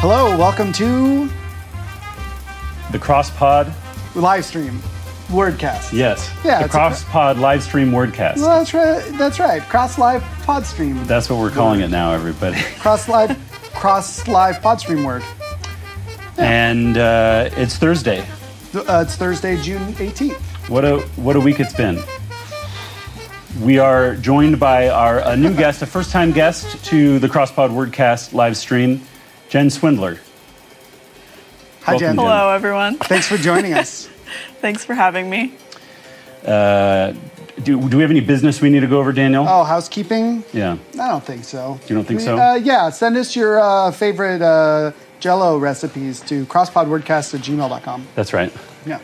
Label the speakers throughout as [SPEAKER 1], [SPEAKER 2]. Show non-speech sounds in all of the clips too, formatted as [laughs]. [SPEAKER 1] Hello, welcome to
[SPEAKER 2] The CrossPod,
[SPEAKER 1] live stream, Wordcast.
[SPEAKER 2] yes.
[SPEAKER 1] Yeah,
[SPEAKER 2] The
[SPEAKER 1] it's a-
[SPEAKER 2] CrossPod live stream wordcast.
[SPEAKER 1] Well, that's right. That's right. Cross live pod stream.
[SPEAKER 2] That's what we're calling it
[SPEAKER 1] [laughs]
[SPEAKER 2] now, everybody.
[SPEAKER 1] cross live, cross live pod stream word.
[SPEAKER 2] And uh, it's Thursday.
[SPEAKER 1] Th- Uh, it's Thursday, June eighteenth.
[SPEAKER 2] What a what a week it's been. We are joined by our a new guest, a first time guest to the CrossPod wordcast live stream, Jen Swindler.
[SPEAKER 1] Hi,
[SPEAKER 2] Welcome,
[SPEAKER 1] Jen.
[SPEAKER 2] Jen.
[SPEAKER 3] Hello, everyone.
[SPEAKER 1] Thanks for joining
[SPEAKER 2] [laughs]
[SPEAKER 1] us.
[SPEAKER 3] Thanks for having me.
[SPEAKER 2] Uh, Do, do we have any business we need to go over, Daniel?
[SPEAKER 1] Oh, housekeeping?
[SPEAKER 2] Yeah.
[SPEAKER 1] I don't think so.
[SPEAKER 2] You don't think
[SPEAKER 1] We-
[SPEAKER 2] so?
[SPEAKER 1] Uh, yeah. Send us your uh, favorite uh, Jello recipes to crosspodwordcast at gmail.com.
[SPEAKER 2] That's right.
[SPEAKER 1] Yeah.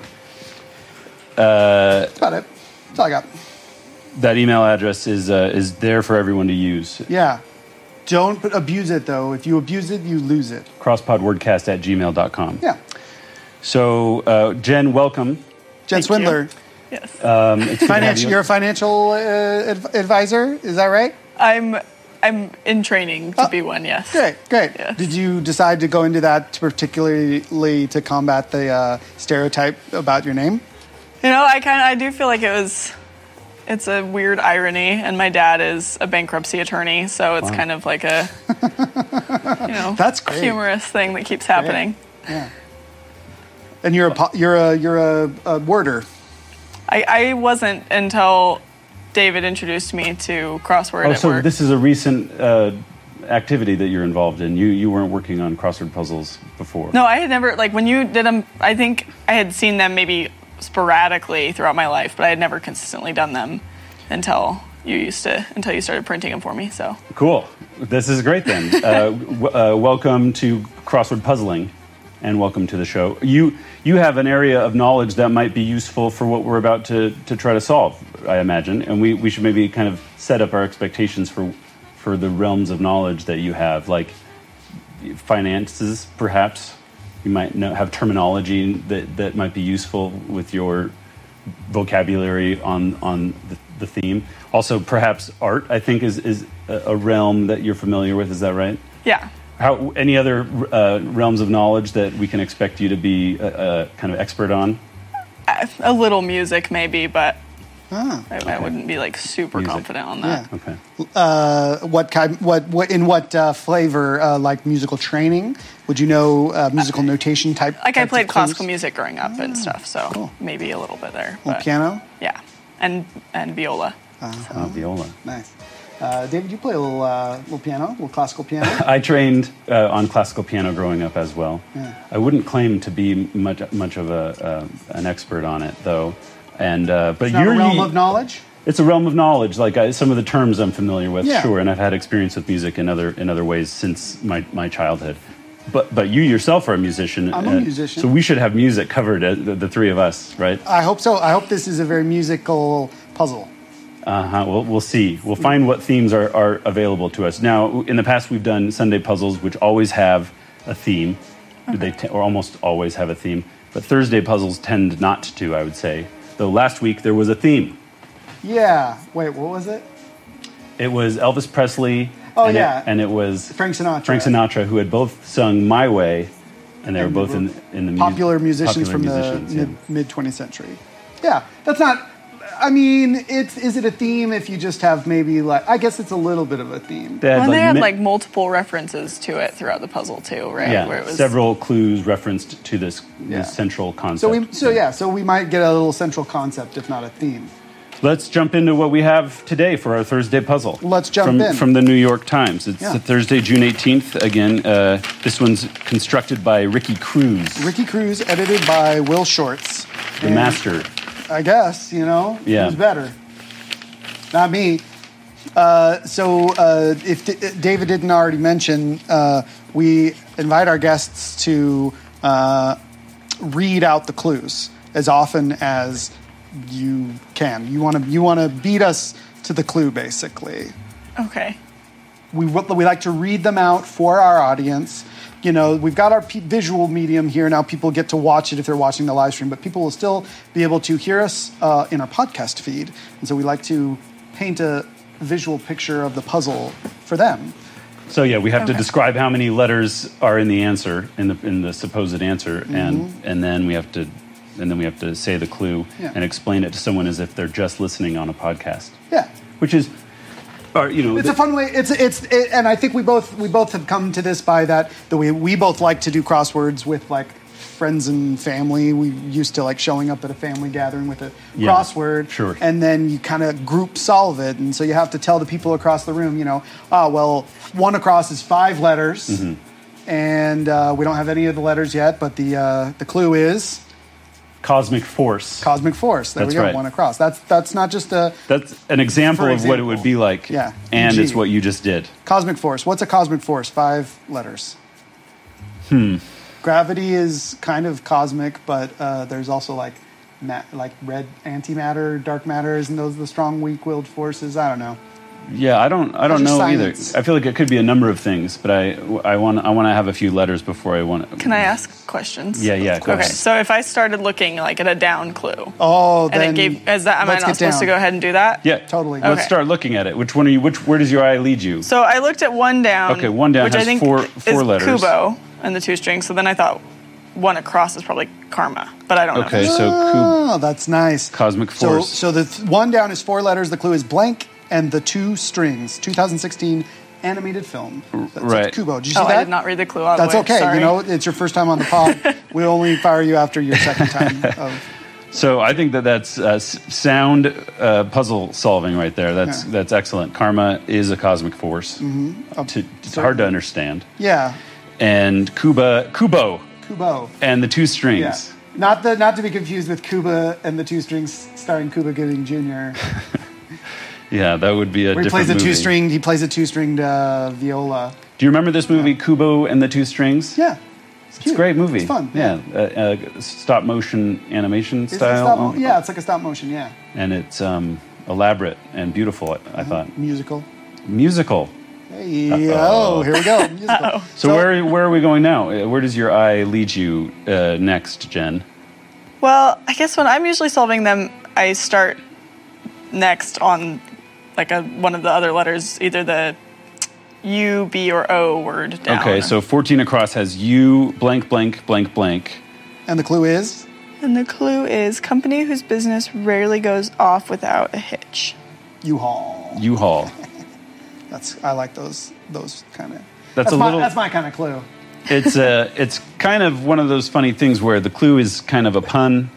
[SPEAKER 1] Uh,
[SPEAKER 2] Uh,
[SPEAKER 1] that's about it. That's all I got.
[SPEAKER 2] That email address is uh, is there for everyone to use.
[SPEAKER 1] Yeah. Don't b- abuse it though. If you abuse it, you lose it.
[SPEAKER 2] CrossPodWordcast at gmail.com.
[SPEAKER 1] Yeah.
[SPEAKER 2] So, uh, Jen, welcome.
[SPEAKER 1] Jen
[SPEAKER 3] Thank
[SPEAKER 1] Swindler,
[SPEAKER 3] you. Yes.
[SPEAKER 2] Um, it's good to have
[SPEAKER 1] financial,
[SPEAKER 2] you.
[SPEAKER 1] you're a financial uh, adv- advisor. Is that right?
[SPEAKER 3] I'm I'm in training to
[SPEAKER 1] Oh,
[SPEAKER 3] be one, yes.
[SPEAKER 1] Great, great.
[SPEAKER 3] Yes.
[SPEAKER 1] Did you decide to go into that to particularly to combat the uh, stereotype about your name?
[SPEAKER 3] You know, I kind of I do feel like it was it's a weird irony and my dad is a bankruptcy attorney, so it's
[SPEAKER 2] Wow.
[SPEAKER 3] kind of like a you know,
[SPEAKER 1] That's great.
[SPEAKER 3] humorous thing that keeps happening.
[SPEAKER 1] Yeah. And you're a po- you're a you're a, a worder.
[SPEAKER 3] I, I wasn't until David introduced me to crossword
[SPEAKER 2] Oh,
[SPEAKER 3] at
[SPEAKER 2] so
[SPEAKER 3] work.
[SPEAKER 2] this is a recent uh, activity that you're involved in. You you weren't working on crossword puzzles before.
[SPEAKER 3] No, I had never like when you did them. I think I had seen them maybe sporadically throughout my life, but I had never consistently done them until you used to until you started printing them for me. So
[SPEAKER 2] Cool. This is great then. uh, w- uh, welcome to crossword puzzling, and welcome to the show. You you have an area of knowledge that might be useful for what we're about to to try to solve, I imagine. And we we should maybe kind of set up our expectations for for the realms of knowledge that you have, like finances, perhaps. You might know, have terminology that, that might be useful with your vocabulary on on the, the theme. Also, perhaps art. I think is is a a realm that you're familiar with. Is that right?
[SPEAKER 3] yeah,
[SPEAKER 2] How any other uh, realms of knowledge that we can expect you to be uh, uh, kind of expert on?
[SPEAKER 3] I- a little music maybe, but
[SPEAKER 1] Ah.
[SPEAKER 3] I, I wouldn't be like super
[SPEAKER 2] Music.
[SPEAKER 3] confident on
[SPEAKER 1] Yeah.
[SPEAKER 3] that.
[SPEAKER 2] Okay.
[SPEAKER 1] Uh, what kind? What what in what uh, flavor? Uh, like musical training? Would you know uh, musical notation type?
[SPEAKER 3] Like I
[SPEAKER 1] types of
[SPEAKER 3] played
[SPEAKER 1] clues?
[SPEAKER 3] classical music growing up and stuff, so
[SPEAKER 1] cool.
[SPEAKER 3] maybe a little bit there.
[SPEAKER 1] Well,
[SPEAKER 3] but-
[SPEAKER 1] piano. Ah.
[SPEAKER 3] yeah, and and viola.
[SPEAKER 2] Uh, viola.
[SPEAKER 1] Nice. Uh, David, you play a little, uh, little piano, a little classical [laughs] piano.
[SPEAKER 2] I trained uh, on classical piano growing up as well.
[SPEAKER 1] Yeah.
[SPEAKER 2] I wouldn't claim to be much much of a uh, an expert on it though. And uh, but
[SPEAKER 1] Not a
[SPEAKER 2] you're
[SPEAKER 1] realm
[SPEAKER 2] ye-
[SPEAKER 1] of knowledge.
[SPEAKER 2] it's a realm of knowledge. Like I, some of the terms I'm familiar with,
[SPEAKER 1] Yeah.
[SPEAKER 2] sure, and I've had experience with music in other in other ways since my, my childhood. But but you yourself are a musician. uh,
[SPEAKER 1] I'm a musician.
[SPEAKER 2] So we should have music covered. Uh, the, the three of us, right?
[SPEAKER 1] I hope so. I hope this is a very musical puzzle.
[SPEAKER 2] Uh huh. We'll, we'll see. We'll find what themes are, are available to us. Now, in the past, we've done Sunday puzzles, which always have a theme.
[SPEAKER 1] Uh-huh.
[SPEAKER 2] They t- or almost always have a theme. But Thursday puzzles tend not to, I would say. Though last week there was a theme.
[SPEAKER 1] Yeah. Wait, what was it?
[SPEAKER 2] It was Elvis Presley.
[SPEAKER 1] Oh,
[SPEAKER 2] and it-
[SPEAKER 1] yeah.
[SPEAKER 2] and it was
[SPEAKER 1] Frank Sinatra.
[SPEAKER 2] Frank Sinatra, who had both sung "My Way," and they
[SPEAKER 1] And
[SPEAKER 2] were both
[SPEAKER 1] were
[SPEAKER 2] in in the mu-
[SPEAKER 1] Popular musicians
[SPEAKER 2] popular
[SPEAKER 1] from
[SPEAKER 2] musicians,
[SPEAKER 1] the
[SPEAKER 2] yeah.
[SPEAKER 1] mid, mid 20th century. Yeah, that's not. I mean, it's is it a theme if you just have maybe like? I guess it's a little bit of a theme.
[SPEAKER 2] They had,
[SPEAKER 3] Well, they had
[SPEAKER 2] mi-
[SPEAKER 3] like multiple references to it throughout the puzzle too, right?
[SPEAKER 2] yeah,
[SPEAKER 3] Where it was
[SPEAKER 2] several clues referenced to this, this
[SPEAKER 1] Yeah.
[SPEAKER 2] central concept.
[SPEAKER 1] So we so yeah so we might get a little central concept if not a theme.
[SPEAKER 2] Let's jump into what we have today for our Thursday puzzle.
[SPEAKER 1] Let's jump
[SPEAKER 2] from,
[SPEAKER 1] in.
[SPEAKER 2] From the New York Times. It's
[SPEAKER 1] Yeah.
[SPEAKER 2] Thursday, June 18th. Again, uh, this one's constructed by Ricky Cruz,
[SPEAKER 1] Ricky Cruz, edited by Will Shorts.
[SPEAKER 2] the master.
[SPEAKER 1] I guess you know
[SPEAKER 2] Yeah.
[SPEAKER 1] who's better. Not me. Uh, so uh, if D- David didn't already mention, uh, we invite our guests to uh, read out the clues as often as you can. You want to you want to beat us to the clue, basically
[SPEAKER 3] okay.
[SPEAKER 1] we, we like to read them out for our audience. You know, we've got our p- visual medium here now. People get to watch it if they're watching the live stream, but people will still be able to hear us uh, in our podcast feed. And so we like to paint a visual picture of the puzzle for them.
[SPEAKER 2] So yeah, we have to
[SPEAKER 3] Okay.
[SPEAKER 2] describe how many letters are in the answer in the in the supposed answer, and and then we have to and then we have to say the clue
[SPEAKER 1] Mm-hmm. Yeah.
[SPEAKER 2] and explain it to someone as if they're just listening on a podcast,
[SPEAKER 1] Yeah.
[SPEAKER 2] which is, or you know,
[SPEAKER 1] It's a
[SPEAKER 2] the-
[SPEAKER 1] fun way. It's it's it, and I think we both we both have come to this by that the way we both like to do crosswords with like friends and family. We used to like showing up at a family gathering with a
[SPEAKER 2] Yeah,
[SPEAKER 1] crossword,
[SPEAKER 2] sure.
[SPEAKER 1] and then you kind of group solve it, and so you have to tell the people across the room, you know, ah, well, one across is five letters,
[SPEAKER 2] Mm-hmm.
[SPEAKER 1] and uh, we don't have any of the letters yet, but the uh, the clue is
[SPEAKER 2] cosmic force.
[SPEAKER 1] cosmic force. There
[SPEAKER 2] That's
[SPEAKER 1] we go,
[SPEAKER 2] right.
[SPEAKER 1] one across. That's that's not just a
[SPEAKER 2] That's an example
[SPEAKER 1] For
[SPEAKER 2] of what it
[SPEAKER 1] example.
[SPEAKER 2] would be like,
[SPEAKER 1] Yeah.
[SPEAKER 2] and it's
[SPEAKER 1] EG.
[SPEAKER 2] what you just did.
[SPEAKER 1] Cosmic force. What's a cosmic force? Five letters. Hmm.
[SPEAKER 2] Hmm.
[SPEAKER 1] Gravity is kind of cosmic, but uh, there's also like ma- like red antimatter, dark matter, isn't those the strong, weak-willed forces? I don't know.
[SPEAKER 2] Yeah, I don't, I don't
[SPEAKER 1] Those
[SPEAKER 2] know
[SPEAKER 1] are
[SPEAKER 2] either.
[SPEAKER 1] science.
[SPEAKER 2] I feel like it could be a number of things, but I, I want, I want to have a few letters before I want.
[SPEAKER 3] Can I ask questions?
[SPEAKER 2] Yeah, yeah, go
[SPEAKER 3] Okay,
[SPEAKER 2] ahead.
[SPEAKER 3] so if I started looking like at a down clue,
[SPEAKER 1] Oh,
[SPEAKER 3] and
[SPEAKER 1] then
[SPEAKER 3] it gave, is that am I
[SPEAKER 1] let's
[SPEAKER 3] not
[SPEAKER 1] get
[SPEAKER 3] supposed to
[SPEAKER 1] down.
[SPEAKER 3] go ahead and do that?
[SPEAKER 2] Yeah,
[SPEAKER 1] Totally.
[SPEAKER 2] Let's
[SPEAKER 3] Okay.
[SPEAKER 2] start looking at it. Which one are you? Which where does your eye lead you?
[SPEAKER 3] So I looked at one down.
[SPEAKER 2] Okay, one down
[SPEAKER 3] which I
[SPEAKER 2] has
[SPEAKER 3] think
[SPEAKER 2] four- four
[SPEAKER 3] is
[SPEAKER 2] letters.
[SPEAKER 3] Kubo and the two strings. So then I thought one across is probably karma, but I don't know.
[SPEAKER 2] Okay, so Kubo.
[SPEAKER 1] Oh, that's nice.
[SPEAKER 2] Cosmic force.
[SPEAKER 1] So, so the th- one down is four letters. The clue is blank, and the two strings. 2016 animated film. That's
[SPEAKER 2] right.
[SPEAKER 1] Kubo. Did you see
[SPEAKER 3] Oh,
[SPEAKER 1] that?
[SPEAKER 3] I did not read the clue all the
[SPEAKER 1] That's
[SPEAKER 3] way.
[SPEAKER 1] okay.
[SPEAKER 3] Sorry.
[SPEAKER 1] You know, it's your first time on the pod.
[SPEAKER 3] [laughs]
[SPEAKER 1] we only fire you after your second time of
[SPEAKER 2] So I think that that's uh, s- sound uh, puzzle solving right there. That's
[SPEAKER 1] Yeah. Oh,
[SPEAKER 2] that's excellent. Karma is a cosmic force. Mm-hmm. To, it's hard to understand.
[SPEAKER 1] Yeah,
[SPEAKER 2] And Kuba, Kubo,
[SPEAKER 1] Kubo.
[SPEAKER 2] and the two strings.
[SPEAKER 1] Yeah. Not the not to be confused with Cuba and the Two Strings, starring Cuba Gooding Jr.
[SPEAKER 2] Yeah, that would be a
[SPEAKER 1] Where he
[SPEAKER 2] different
[SPEAKER 1] plays a
[SPEAKER 2] movie.
[SPEAKER 1] two stringed. He plays a two stringed uh, viola.
[SPEAKER 2] Do you remember this movie, Kubo and the Two Strings?
[SPEAKER 1] Yeah,
[SPEAKER 2] it's a great movie.
[SPEAKER 1] It's fun.
[SPEAKER 2] Yeah, Uh, uh, stop motion animation
[SPEAKER 1] It's a
[SPEAKER 2] style.
[SPEAKER 1] stop-
[SPEAKER 2] um,
[SPEAKER 1] yeah, it's like a stop motion. Yeah,
[SPEAKER 2] and it's um, elaborate and beautiful. I, I
[SPEAKER 1] Mm-hmm.
[SPEAKER 2] thought
[SPEAKER 1] musical.
[SPEAKER 2] musical.
[SPEAKER 1] Hey,
[SPEAKER 2] Uh-oh. Oh.
[SPEAKER 1] oh, here we
[SPEAKER 2] [laughs]
[SPEAKER 1] go. Musical.
[SPEAKER 2] So, where where are we going now? Uh, Where does your eye lead you uh, next, Jen?
[SPEAKER 3] Well, I guess when I'm usually solving them, I start next on like a one of the other letters, either the U, B, or O word down.
[SPEAKER 2] Okay, so 14 across has you blank blank blank blank.
[SPEAKER 1] And the clue is
[SPEAKER 3] and the clue is company whose business rarely goes off without a hitch.
[SPEAKER 1] U-Haul.
[SPEAKER 2] U-Haul.
[SPEAKER 1] That's I like those those kind of.
[SPEAKER 2] That's a
[SPEAKER 1] my,
[SPEAKER 2] little-
[SPEAKER 1] That's my kind of clue.
[SPEAKER 2] It's uh, it's kind of one of those funny things where the clue is kind of a pun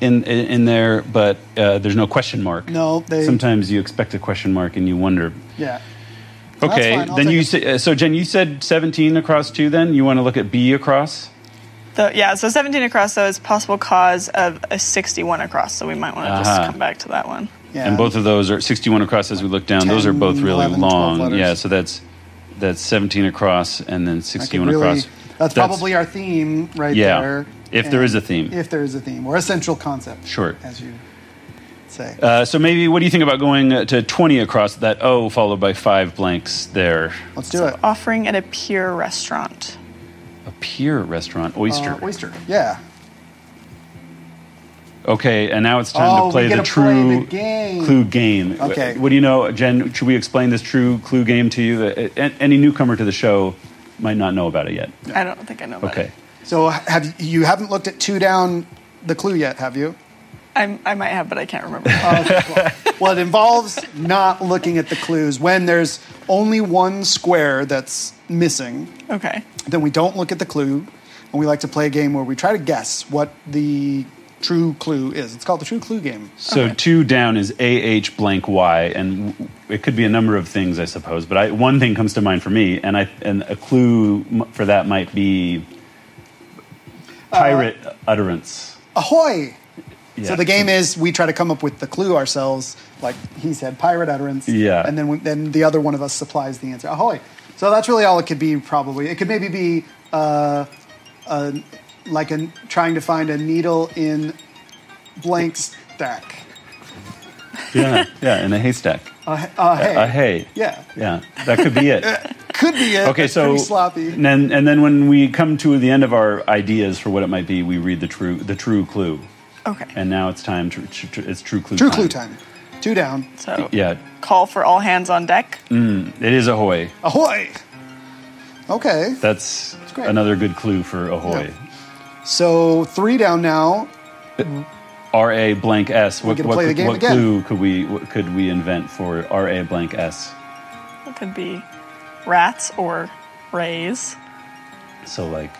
[SPEAKER 2] in in, in there, but uh, there's no question mark.
[SPEAKER 1] No, they-
[SPEAKER 2] Sometimes you expect a question mark and you wonder.
[SPEAKER 1] Yeah. that's
[SPEAKER 2] Okay,
[SPEAKER 1] fine, I'll
[SPEAKER 2] then
[SPEAKER 1] take
[SPEAKER 2] you
[SPEAKER 1] it.
[SPEAKER 2] say, uh, so Jen, you said 17 across too. Then you want to look at B across.
[SPEAKER 3] The, yeah, so 17 across, though, is possible cause of a 61 across, so we might want to
[SPEAKER 2] Uh-huh.
[SPEAKER 3] just come back to that one.
[SPEAKER 1] Yeah.
[SPEAKER 2] And both of those are 61 across as we look down. those are
[SPEAKER 1] 10,
[SPEAKER 2] both really
[SPEAKER 1] 11, 12
[SPEAKER 2] long.
[SPEAKER 1] letters.
[SPEAKER 2] Yeah, so that's that's 17 across and then
[SPEAKER 1] I could
[SPEAKER 2] 61
[SPEAKER 1] really-
[SPEAKER 2] across.
[SPEAKER 1] That's, probably our theme right
[SPEAKER 2] Yeah,
[SPEAKER 1] there.
[SPEAKER 2] if there is a theme.
[SPEAKER 1] If there is a theme or a central concept.
[SPEAKER 2] Sure.
[SPEAKER 1] As you say.
[SPEAKER 2] Uh, so maybe what do you think about going uh, to 20 across that O followed by five blanks there?
[SPEAKER 1] Let's do it.
[SPEAKER 3] Offering at a pure restaurant.
[SPEAKER 2] A pier restaurant, oyster.
[SPEAKER 1] Uh, oyster. Yeah.
[SPEAKER 2] Okay, and now it's time
[SPEAKER 1] Oh,
[SPEAKER 2] to
[SPEAKER 1] we
[SPEAKER 2] play
[SPEAKER 1] get
[SPEAKER 2] the
[SPEAKER 1] to play
[SPEAKER 2] true
[SPEAKER 1] the game.
[SPEAKER 2] clue game. Uh,
[SPEAKER 1] Okay.
[SPEAKER 2] What do you know, Jen? Should we explain this true clue game to you? Uh, a- Any newcomer to the show might not know about it yet.
[SPEAKER 3] I don't think I
[SPEAKER 1] Uh,
[SPEAKER 3] know about
[SPEAKER 2] Okay.
[SPEAKER 3] it.
[SPEAKER 1] So have you haven't looked at two down the clue yet, have you?
[SPEAKER 3] I'm, I might have, but I
[SPEAKER 2] [laughs]
[SPEAKER 3] can't remember. Oh,
[SPEAKER 1] Okay, cool. [laughs] well, it involves not looking at the clues when there's only one square that's missing.
[SPEAKER 3] okay.
[SPEAKER 1] then we don't look at the clue and we like to play a game where we try to guess what the true clue is it's called the true clue game
[SPEAKER 2] So two down is AH blank Y, and w- it could be a number of things, I suppose. But I, one thing comes to mind for me, and I and a clue m- for that might be
[SPEAKER 1] Uh,
[SPEAKER 2] pirate utterance.
[SPEAKER 1] ahoy
[SPEAKER 2] Yeah.
[SPEAKER 1] so the game is we try to come up with the clue ourselves like he said pirate utterance
[SPEAKER 2] Yeah.
[SPEAKER 1] and then we, then the other one of us supplies the answer ahoy so that's really all it could be probably it could maybe be uh, uh, like a, trying to find a needle in blank stack
[SPEAKER 2] yeah, [laughs] yeah, in a haystack.
[SPEAKER 1] a, h- a hay.
[SPEAKER 2] A hay.
[SPEAKER 1] yeah
[SPEAKER 2] Yeah, that could be
[SPEAKER 1] [laughs]
[SPEAKER 2] it.
[SPEAKER 1] could be it
[SPEAKER 2] Okay,
[SPEAKER 1] It's
[SPEAKER 2] so
[SPEAKER 1] pretty sloppy
[SPEAKER 2] and then and then when we come to the end of our ideas for what it might be, we read the true the true clue,
[SPEAKER 3] Okay.
[SPEAKER 2] and now it's time to, to- to- it's true clue
[SPEAKER 1] true
[SPEAKER 2] time.
[SPEAKER 1] clue time Two down.
[SPEAKER 3] So
[SPEAKER 2] Yeah, Mm.
[SPEAKER 3] call for all hands on deck.
[SPEAKER 2] it is ahoy.
[SPEAKER 1] Ahoy! Okay.
[SPEAKER 2] That's
[SPEAKER 1] great.
[SPEAKER 2] another good clue for ahoy.
[SPEAKER 1] So three down now.
[SPEAKER 2] R A blank S. What,
[SPEAKER 1] get to
[SPEAKER 2] what,
[SPEAKER 1] play the
[SPEAKER 2] could-
[SPEAKER 1] game
[SPEAKER 2] what
[SPEAKER 1] again.
[SPEAKER 2] clue could we what could we invent for R A blank S?
[SPEAKER 3] It could be rats or rays.
[SPEAKER 2] So like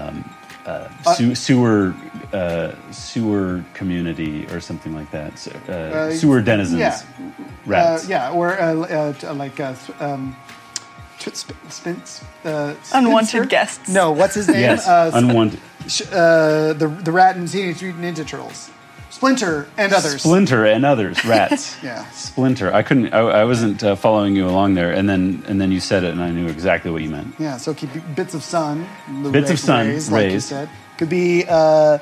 [SPEAKER 2] um, uh, sew sewer uh, sewer community or something like that. So, uh, sewer denizens.
[SPEAKER 1] yeah. Uh,
[SPEAKER 2] Rats.
[SPEAKER 1] yeah, or uh, uh, t- uh, like uh, th- um, tw- sp- spin- s- uh,
[SPEAKER 3] Unwanted
[SPEAKER 1] spinster?
[SPEAKER 3] guests.
[SPEAKER 1] No, what's his name?
[SPEAKER 2] Yes.
[SPEAKER 1] Uh, sp-
[SPEAKER 2] unwanted.
[SPEAKER 1] sh- uh, the the rat in Teenage Mutant Ninja Turtles, Splinter and others.
[SPEAKER 2] Splinter and
[SPEAKER 1] [laughs]
[SPEAKER 2] others. Rats.
[SPEAKER 1] Yeah.
[SPEAKER 2] Splinter. I couldn't. I, I wasn't uh, following you along there, and then and then you said it, and I knew exactly what you meant.
[SPEAKER 1] yeah, so it could be bits of sun. the
[SPEAKER 2] Bits of sun,
[SPEAKER 1] rays, like you
[SPEAKER 2] rays.
[SPEAKER 1] said. Could be uh,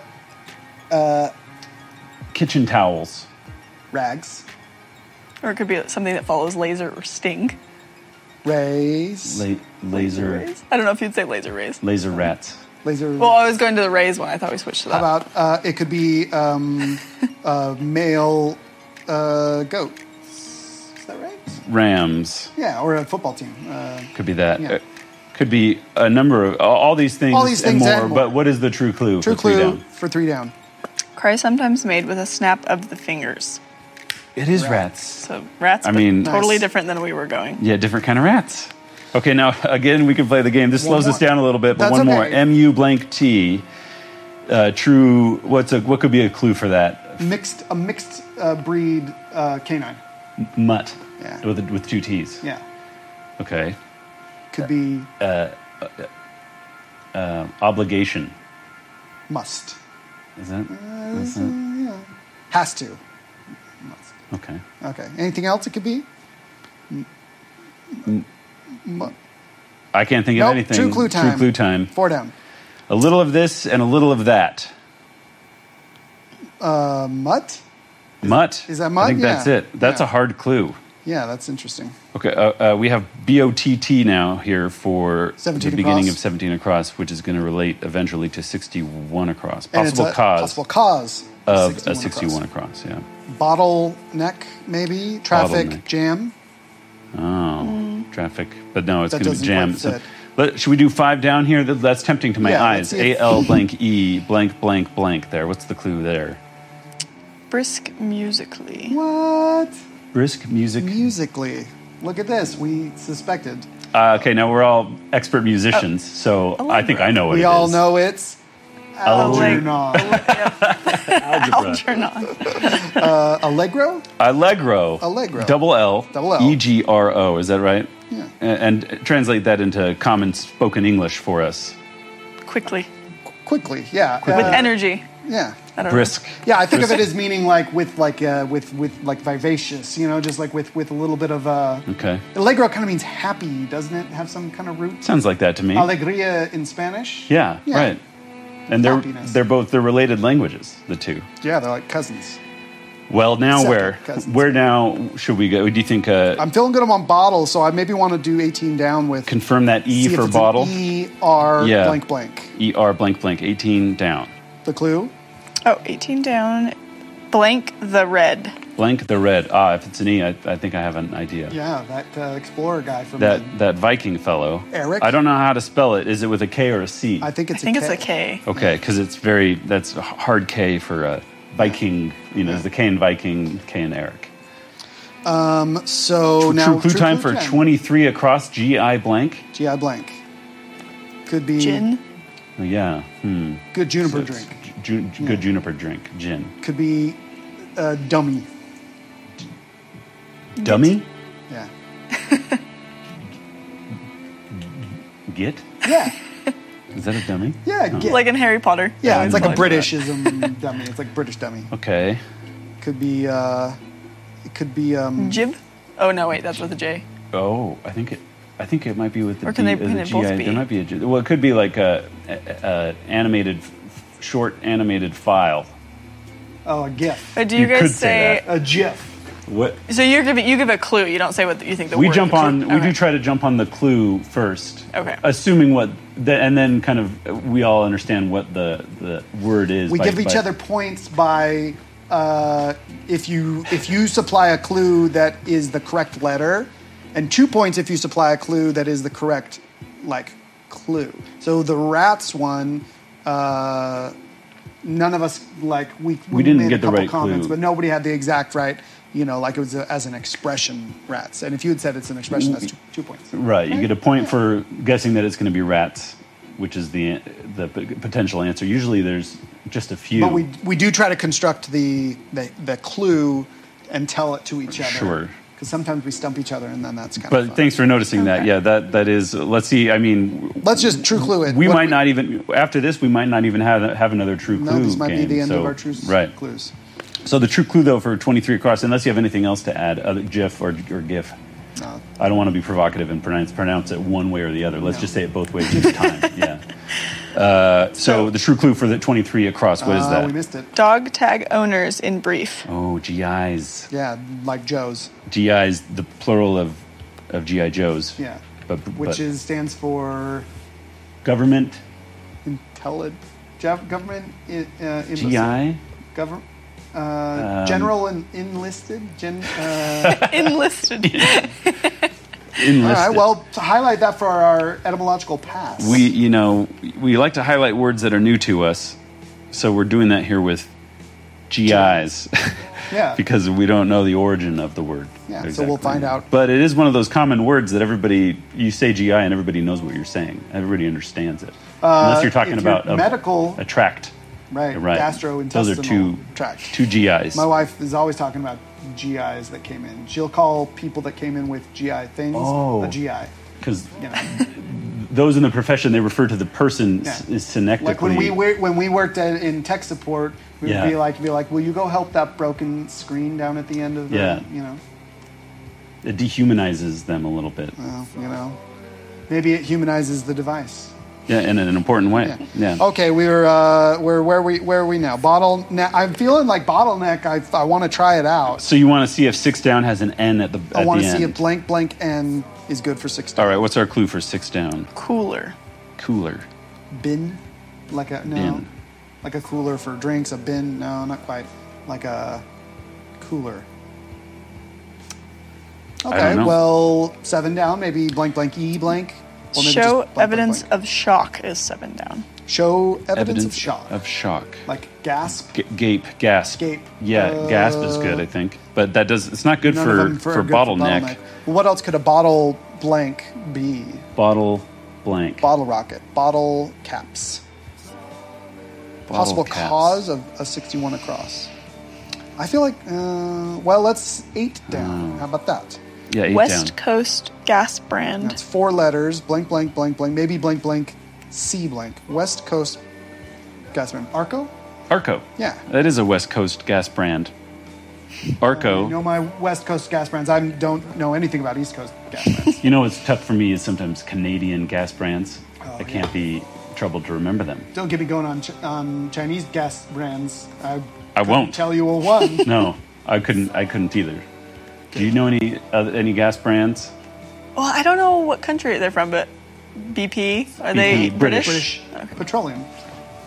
[SPEAKER 2] Kitchen towels.
[SPEAKER 1] rags,
[SPEAKER 3] Or it could be something that follows laser or sting.
[SPEAKER 1] rays,
[SPEAKER 2] La- laser.
[SPEAKER 3] Rays? I don't know if you'd say laser rays.
[SPEAKER 2] Laser rats.
[SPEAKER 1] laser.
[SPEAKER 3] Well, I was going to the rays one. I thought we switched to that.
[SPEAKER 1] How about uh, it could be
[SPEAKER 3] [laughs]
[SPEAKER 1] um, uh, male uh, goat? Is that right?
[SPEAKER 2] Rams.
[SPEAKER 1] Yeah, or a football team. Uh,
[SPEAKER 2] Could be that.
[SPEAKER 1] Yeah.
[SPEAKER 2] Uh, Could be a number of all- all these things,
[SPEAKER 1] All these
[SPEAKER 2] and,
[SPEAKER 1] things
[SPEAKER 2] more,
[SPEAKER 1] and more.
[SPEAKER 2] But what is the true clue?
[SPEAKER 1] true
[SPEAKER 2] for three
[SPEAKER 1] clue
[SPEAKER 2] down?
[SPEAKER 1] for three down.
[SPEAKER 3] Cry sometimes made with a snap of the fingers.
[SPEAKER 2] It is
[SPEAKER 1] Rats.
[SPEAKER 2] rats.
[SPEAKER 3] So rats.
[SPEAKER 2] I
[SPEAKER 3] but
[SPEAKER 2] mean-
[SPEAKER 3] totally
[SPEAKER 1] Nice.
[SPEAKER 3] different than we were going.
[SPEAKER 2] Yeah, different kind of rats. Okay, now [laughs] again we can play the game. This
[SPEAKER 1] One
[SPEAKER 2] slows us
[SPEAKER 1] more.
[SPEAKER 2] down a little bit, but
[SPEAKER 1] That's
[SPEAKER 2] one more.
[SPEAKER 1] okay.
[SPEAKER 2] M U blank T. Uh, true. What's a what could be a clue for that?
[SPEAKER 1] Mixed a mixed uh, breed uh, canine.
[SPEAKER 2] Mutt.
[SPEAKER 1] Yeah.
[SPEAKER 2] With with two T's.
[SPEAKER 1] Yeah,
[SPEAKER 2] Okay.
[SPEAKER 1] could be
[SPEAKER 2] Obligation.
[SPEAKER 1] must
[SPEAKER 2] Is that? Is
[SPEAKER 1] Mm-hmm.
[SPEAKER 2] that
[SPEAKER 1] has to.
[SPEAKER 2] okay.
[SPEAKER 1] Okay. Anything else it could be?
[SPEAKER 2] Mm. I can't think
[SPEAKER 1] Nope,
[SPEAKER 2] of anything.
[SPEAKER 1] true clue time.
[SPEAKER 2] True clue time.
[SPEAKER 1] Four down.
[SPEAKER 2] A little of this and a little of that.
[SPEAKER 1] A Uh, mutt?
[SPEAKER 2] Mutt.
[SPEAKER 1] is that mutt?
[SPEAKER 2] I think that's
[SPEAKER 1] Yeah.
[SPEAKER 2] it. That's
[SPEAKER 1] Yeah.
[SPEAKER 2] a hard clue.
[SPEAKER 1] Yeah, that's interesting.
[SPEAKER 2] Okay, uh, uh, we have BOTT now here for
[SPEAKER 1] 17
[SPEAKER 2] the beginning
[SPEAKER 1] across.
[SPEAKER 2] of 17 across, which is going to relate eventually to 61 across.
[SPEAKER 1] And it's
[SPEAKER 2] Possible
[SPEAKER 1] a
[SPEAKER 2] cause
[SPEAKER 1] Possible cause
[SPEAKER 2] of a
[SPEAKER 1] across.
[SPEAKER 2] 61 across. yeah.
[SPEAKER 1] Bottleneck, maybe traffic
[SPEAKER 2] Bottleneck.
[SPEAKER 1] jam.
[SPEAKER 2] Oh, traffic. But no, it's
[SPEAKER 1] That
[SPEAKER 2] going to
[SPEAKER 1] doesn't
[SPEAKER 2] be jam.
[SPEAKER 1] quite fit.
[SPEAKER 2] let, should we do five down here? That, that's tempting to my
[SPEAKER 1] Yeah, let's
[SPEAKER 2] eyes.
[SPEAKER 1] see
[SPEAKER 2] A
[SPEAKER 1] if- [laughs]
[SPEAKER 2] L blank E blank blank blank there. What's the clue there?
[SPEAKER 3] Brisk musically.
[SPEAKER 1] What?
[SPEAKER 2] Brisk music.
[SPEAKER 1] Musically. Look at this. We suspected.
[SPEAKER 2] Uh, okay, now we're all expert musicians, so I think I know what
[SPEAKER 1] Uh, oh, we
[SPEAKER 2] it
[SPEAKER 1] all
[SPEAKER 2] is.
[SPEAKER 1] know it's
[SPEAKER 2] Algebra.
[SPEAKER 1] Algernon.
[SPEAKER 2] Algebra.
[SPEAKER 3] Algernon.
[SPEAKER 1] Uh, Allegro?
[SPEAKER 2] Allegro.
[SPEAKER 1] Allegro.
[SPEAKER 2] Double L.
[SPEAKER 1] Double L.
[SPEAKER 2] E G R O. Is that right?
[SPEAKER 1] Yeah.
[SPEAKER 2] A- And, translate that into common spoken English for us.
[SPEAKER 3] Quickly.
[SPEAKER 1] Quickly, yeah.
[SPEAKER 3] With
[SPEAKER 1] Uh,
[SPEAKER 3] energy.
[SPEAKER 1] Yeah.
[SPEAKER 3] I don't know.
[SPEAKER 2] Brisk.
[SPEAKER 1] Yeah, I think of it as meaning like with like uh, with with like vivacious, you know, just like with with a little bit of uh
[SPEAKER 2] Okay.
[SPEAKER 1] Allegro kind of means happy, doesn't it? Have some kind of root.
[SPEAKER 2] Sounds like that to me.
[SPEAKER 1] Alegria in Spanish.
[SPEAKER 2] yeah,
[SPEAKER 1] Oh, Yeah.
[SPEAKER 2] Right. And they're
[SPEAKER 1] Happiness.
[SPEAKER 2] they're both they're related languages. The two.
[SPEAKER 1] Yeah, they're like cousins.
[SPEAKER 2] Well, now
[SPEAKER 1] Separate
[SPEAKER 2] where
[SPEAKER 1] cousins.
[SPEAKER 2] where now should we go? Do you think uh,
[SPEAKER 1] I'm feeling good I'm on bottle, so I maybe want to do 18 down with
[SPEAKER 2] confirm that E
[SPEAKER 1] see if
[SPEAKER 2] for
[SPEAKER 1] it's an
[SPEAKER 2] bottle?
[SPEAKER 1] E R
[SPEAKER 2] Yeah.
[SPEAKER 1] blank blank.
[SPEAKER 2] E R blank blank eighteen down.
[SPEAKER 1] The clue?
[SPEAKER 3] Oh, 18 down. Blank the red.
[SPEAKER 2] Blank the red. Ah, if it's an E, I, I think I have an idea.
[SPEAKER 1] Yeah, that uh, explorer guy from
[SPEAKER 2] That that Viking fello.
[SPEAKER 1] Eric?
[SPEAKER 2] I don't know how to spell it. Is it with a K or a C?
[SPEAKER 1] I think
[SPEAKER 3] I
[SPEAKER 1] it's
[SPEAKER 3] think
[SPEAKER 1] a
[SPEAKER 3] it's a K.
[SPEAKER 2] Okay, because it's very that's a h- hard K for uh, Viking. You know, the K and Viking, K and Eric.
[SPEAKER 1] So Oh, now
[SPEAKER 2] True clue time for
[SPEAKER 1] time.
[SPEAKER 2] twenty three across GI blank.
[SPEAKER 1] GI blank. Could be
[SPEAKER 3] Gin.
[SPEAKER 2] Yeah, hmm.
[SPEAKER 1] good juniper
[SPEAKER 2] It's
[SPEAKER 1] drink.
[SPEAKER 2] ju- ju- good juniper drink gin.
[SPEAKER 1] Could be uh, dummy.
[SPEAKER 2] Dummy,
[SPEAKER 1] Yeah.
[SPEAKER 2] git.
[SPEAKER 1] Yeah.
[SPEAKER 2] Is that a dummy?
[SPEAKER 1] Yeah.
[SPEAKER 2] Oh.
[SPEAKER 1] Get,
[SPEAKER 3] Like in Harry Potter.
[SPEAKER 1] yeah.
[SPEAKER 2] Yeah,
[SPEAKER 1] It's like a
[SPEAKER 2] like that.
[SPEAKER 1] Britishism dummy. It's like British dummy.
[SPEAKER 2] Okay.
[SPEAKER 1] Could be. Uh, it could be. Um,
[SPEAKER 3] Jib? Oh, no, wait, that's with a J.
[SPEAKER 2] Oh, I think it. I think it might be with the,
[SPEAKER 3] Or can they-
[SPEAKER 2] D- uh,
[SPEAKER 3] can
[SPEAKER 2] the
[SPEAKER 3] they both
[SPEAKER 2] GI.
[SPEAKER 3] be?
[SPEAKER 2] There might be a. G- Well, it could be like a, a, a animated, f- short animated file.
[SPEAKER 3] Mm.
[SPEAKER 1] oh, a GIF.
[SPEAKER 3] But Uh, do you,
[SPEAKER 2] You
[SPEAKER 3] guys
[SPEAKER 2] could say
[SPEAKER 3] say.
[SPEAKER 1] A GIF.
[SPEAKER 2] What
[SPEAKER 3] so you give, it, you give a clue. You don't say what you think the
[SPEAKER 2] we
[SPEAKER 3] word
[SPEAKER 2] jump
[SPEAKER 3] is.
[SPEAKER 2] on we
[SPEAKER 3] Okay.
[SPEAKER 2] do try to jump on the clue first
[SPEAKER 3] Okay.
[SPEAKER 2] assuming what the, and then kind of we all understand what the the word is
[SPEAKER 1] We
[SPEAKER 2] by-
[SPEAKER 1] give
[SPEAKER 2] by-
[SPEAKER 1] each other points by uh, if you if you supply a clue that is the correct letter, and two points if you supply a clue that is the correct like clue. So the rats one, uh, none of us like we
[SPEAKER 2] We didn't
[SPEAKER 1] made
[SPEAKER 2] get
[SPEAKER 1] a
[SPEAKER 2] the
[SPEAKER 1] couple
[SPEAKER 2] right
[SPEAKER 1] comments,
[SPEAKER 2] clue.
[SPEAKER 1] but nobody had the exact right. You know, like it was a, as an expression, rats. And if you had said it's an expression, that's two, two points.
[SPEAKER 2] Right. You get a point for guessing that it's going to be rats, which is the the p- potential answer. Usually, there's just a few.
[SPEAKER 1] But we we do try to construct the the, the clue and tell it to each other.
[SPEAKER 2] Sure.
[SPEAKER 1] Because sometimes we stump each other, and then that's kind of.
[SPEAKER 2] But
[SPEAKER 1] fun.
[SPEAKER 2] thanks for noticing that.
[SPEAKER 3] Okay.
[SPEAKER 2] Yeah, that that is. Let's see. I mean,
[SPEAKER 1] Let's just true clue it.
[SPEAKER 2] we
[SPEAKER 1] What-
[SPEAKER 2] might not even after this. We might not even have have another true clue.
[SPEAKER 1] No, this might be
[SPEAKER 2] game,
[SPEAKER 1] the end
[SPEAKER 2] so-
[SPEAKER 1] of our true s-
[SPEAKER 2] right.
[SPEAKER 1] clues.
[SPEAKER 2] So the true clue though for twenty three across, unless you have anything else to add, other GIF or or GIF.
[SPEAKER 1] No.
[SPEAKER 2] I don't want to be provocative and pronounce pronounce it one way or the other. Let's
[SPEAKER 1] No.
[SPEAKER 2] just say it both ways
[SPEAKER 1] [laughs]
[SPEAKER 2] each time. Yeah. Uh, so,
[SPEAKER 1] So-
[SPEAKER 2] the true clue for the twenty three across. What is
[SPEAKER 1] Uh,
[SPEAKER 2] that?
[SPEAKER 1] We missed it.
[SPEAKER 3] Dog tag owners
[SPEAKER 2] [laughs]
[SPEAKER 3] in brief.
[SPEAKER 2] Oh, GIs.
[SPEAKER 1] Yeah, like Joe's.
[SPEAKER 2] GIs, the plural of of GI Joes.
[SPEAKER 1] Yeah.
[SPEAKER 2] But,
[SPEAKER 1] Which
[SPEAKER 2] but
[SPEAKER 1] is stands for
[SPEAKER 2] government
[SPEAKER 1] intelligent government in, uh, enlisted.
[SPEAKER 2] GI.
[SPEAKER 1] Gover- uh,
[SPEAKER 2] Um,
[SPEAKER 1] general and enlisted. Gen- uh,
[SPEAKER 3] Enlisted.
[SPEAKER 1] all
[SPEAKER 2] Enlisted.
[SPEAKER 1] right. Well, to highlight that for our etymological past.
[SPEAKER 2] we you know we like to highlight words that are new to us, so we're doing that here with [laughs] GIs
[SPEAKER 1] yeah.
[SPEAKER 2] because we don't know the origin of the word.
[SPEAKER 1] Yeah, so we'll find out.
[SPEAKER 2] But it is one of those common words that everybody you say GI and everybody knows what you're saying. Everybody understands it, unless you're talking
[SPEAKER 1] Uh, if you're
[SPEAKER 2] about a-
[SPEAKER 1] medical-
[SPEAKER 2] a tract.
[SPEAKER 1] right.
[SPEAKER 2] Right.
[SPEAKER 1] Gastrointestinal
[SPEAKER 2] Those are two
[SPEAKER 1] tract.
[SPEAKER 2] Two GIs.
[SPEAKER 1] My wife is always talking about GIs that came in. She'll call people that came in with GI things
[SPEAKER 2] Oh.
[SPEAKER 1] a GI.
[SPEAKER 2] because
[SPEAKER 1] You know.
[SPEAKER 2] [laughs] those in the profession they refer to the person
[SPEAKER 1] Yeah.
[SPEAKER 2] s synectically.
[SPEAKER 1] Like when we wor- when we worked at, in tech support, we'd
[SPEAKER 2] Yeah.
[SPEAKER 1] be like, be like, will you go help that broken screen down at the end of the,
[SPEAKER 2] Yeah.
[SPEAKER 1] you know,
[SPEAKER 2] it dehumanizes them a little bit.
[SPEAKER 1] well, you know, maybe it humanizes the device.
[SPEAKER 2] Yeah, in an important way.
[SPEAKER 1] Yeah. Oh,
[SPEAKER 2] Yeah.
[SPEAKER 1] Okay, we're uh, we're where we where are we now? Bottleneck. I'm feeling like bottleneck. I, I want to try it out.
[SPEAKER 2] So you want to see if six down has an N at the at
[SPEAKER 1] I want
[SPEAKER 2] the
[SPEAKER 1] to see
[SPEAKER 2] end.
[SPEAKER 1] if blank blank n is good for six.
[SPEAKER 2] All right, what's our clue for six down?
[SPEAKER 3] Cooler.
[SPEAKER 2] Cooler.
[SPEAKER 1] bin, like a no,
[SPEAKER 2] Bin.
[SPEAKER 1] like a cooler for drinks. A bin, no, not quite. Like a cooler.
[SPEAKER 2] don't
[SPEAKER 1] Okay,
[SPEAKER 2] know.
[SPEAKER 1] well, seven down, maybe blank, blank, e blank. Or maybe just
[SPEAKER 3] Show
[SPEAKER 1] blank, blank,
[SPEAKER 3] evidence
[SPEAKER 1] blank.
[SPEAKER 3] of shock is seven down.
[SPEAKER 1] show evidence, of shock,
[SPEAKER 2] Of shock.
[SPEAKER 1] like gasp.
[SPEAKER 2] G- gape, gasp.
[SPEAKER 1] Gape.
[SPEAKER 2] Yeah, gasp is
[SPEAKER 1] Uh,
[SPEAKER 2] good, I think. But that does it's not good
[SPEAKER 1] None of
[SPEAKER 2] for
[SPEAKER 1] them
[SPEAKER 2] for,
[SPEAKER 1] good
[SPEAKER 2] bottleneck.
[SPEAKER 1] Well, What else could a bottle blank be?
[SPEAKER 2] Bottle blank.
[SPEAKER 1] Bottle rocket, bottle caps.
[SPEAKER 2] Bottle
[SPEAKER 1] possible
[SPEAKER 2] caps.
[SPEAKER 1] cause of a 61 across. I feel like, uh, well, let's eight down. How about that?
[SPEAKER 2] Yeah, eight
[SPEAKER 3] West
[SPEAKER 2] down.
[SPEAKER 3] Coast gas brand.
[SPEAKER 1] That's four letters, blank, blank, blank, blank, maybe blank, blank, C blank. West Coast Gasman. Arco?
[SPEAKER 2] Arco.
[SPEAKER 1] Yeah.
[SPEAKER 2] That is a West Coast gas brand. Arco.
[SPEAKER 1] Uh,
[SPEAKER 2] Oh.
[SPEAKER 1] You know my West Coast gas brands. I don't know anything about East Coast gas
[SPEAKER 2] [laughs]
[SPEAKER 1] brands.
[SPEAKER 2] You know what's tough for me is sometimes Canadian gas brands.
[SPEAKER 1] Oh,
[SPEAKER 2] I can't be troubled to remember them.
[SPEAKER 1] don't get me going on, Ch- on Chinese gas brands. I,
[SPEAKER 2] I
[SPEAKER 1] couldn't
[SPEAKER 2] won't.
[SPEAKER 1] tell you a one.
[SPEAKER 2] [laughs] No, I couldn't. I couldn't either. Do you know any uh, any gas brands?
[SPEAKER 3] Well, I don't know what country they're from, but BP are they
[SPEAKER 2] BP,
[SPEAKER 3] British?
[SPEAKER 2] British.
[SPEAKER 1] British petroleum.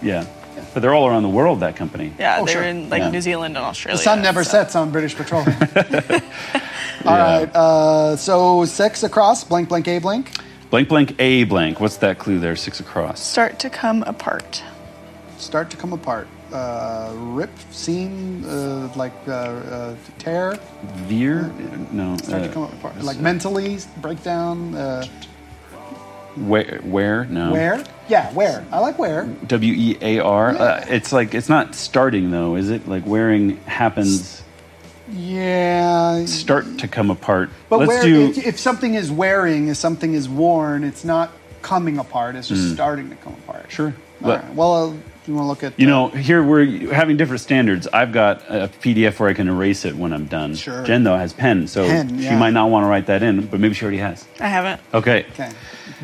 [SPEAKER 2] Yeah, but they're all around the world. That company.
[SPEAKER 3] Yeah,
[SPEAKER 1] Oh,
[SPEAKER 3] they
[SPEAKER 1] sure.
[SPEAKER 3] were in like
[SPEAKER 2] Yeah.
[SPEAKER 3] New Zealand and Australia.
[SPEAKER 1] The sun never
[SPEAKER 3] Oh, so-
[SPEAKER 1] sets on British Petroleum. All
[SPEAKER 2] Yeah.
[SPEAKER 1] right. Uh, so six across, blank, blank, a blank.
[SPEAKER 2] Blank blank a blank. What's that clue there? Six across.
[SPEAKER 3] Start to come apart.
[SPEAKER 1] Start to come apart. Uh, rip, seam, uh, like uh, uh, tear.
[SPEAKER 2] Veer? No.
[SPEAKER 1] Start to
[SPEAKER 2] uh,
[SPEAKER 1] come apart. Like
[SPEAKER 2] uh,
[SPEAKER 1] mentally breakdown. Uh,
[SPEAKER 2] Where? Where? No.
[SPEAKER 1] where? Yeah, where? I like where.
[SPEAKER 2] W e a r. Uh,
[SPEAKER 1] Yeah.
[SPEAKER 2] It's like it's not starting though, is it? Like wearing happens.
[SPEAKER 1] Yeah.
[SPEAKER 2] Start to come apart.
[SPEAKER 1] But
[SPEAKER 2] Let's
[SPEAKER 1] where,
[SPEAKER 2] do.
[SPEAKER 1] if, if something is wearing, if something is worn, it's not coming apart. It's just starting to come apart.
[SPEAKER 2] Mm. sure.
[SPEAKER 1] All
[SPEAKER 2] Let-
[SPEAKER 1] right. Well, uh, you want to look at
[SPEAKER 2] You
[SPEAKER 1] uh,
[SPEAKER 2] know, here we're having different standards. I've got a PDF where I can erase it when I'm done.
[SPEAKER 1] Sure.
[SPEAKER 2] Jen though has pen, so
[SPEAKER 1] Pen,
[SPEAKER 2] she
[SPEAKER 1] yeah.
[SPEAKER 2] might not want to write that in, but maybe she already has.
[SPEAKER 3] I haven't.
[SPEAKER 2] Okay.
[SPEAKER 1] Okay.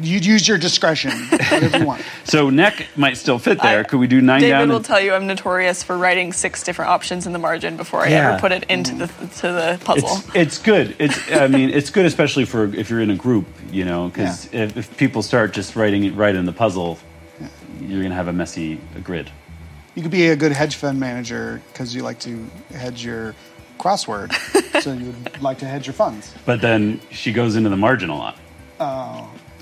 [SPEAKER 1] You use your discretion, whatever
[SPEAKER 2] [laughs]
[SPEAKER 1] you want.
[SPEAKER 2] So neck might still fit there.
[SPEAKER 3] I-
[SPEAKER 2] Could we do nine
[SPEAKER 3] David
[SPEAKER 2] down?
[SPEAKER 3] will
[SPEAKER 2] and-
[SPEAKER 3] tell you I'm notorious for writing six different options in the margin before I
[SPEAKER 2] Yeah.
[SPEAKER 3] ever put it into the to the puzzle.
[SPEAKER 2] it's, it's good. It's I mean, it's good especially for if you're in a group, you know, because
[SPEAKER 1] Yeah.
[SPEAKER 2] if, if people start just writing it right in the puzzle, you're gonna have a messy grid.
[SPEAKER 1] you could be a good hedge fund manager because you like to hedge your crossword.
[SPEAKER 2] [laughs]
[SPEAKER 1] so you would like to hedge your funds. Oh,
[SPEAKER 2] But then she goes into the margin a lot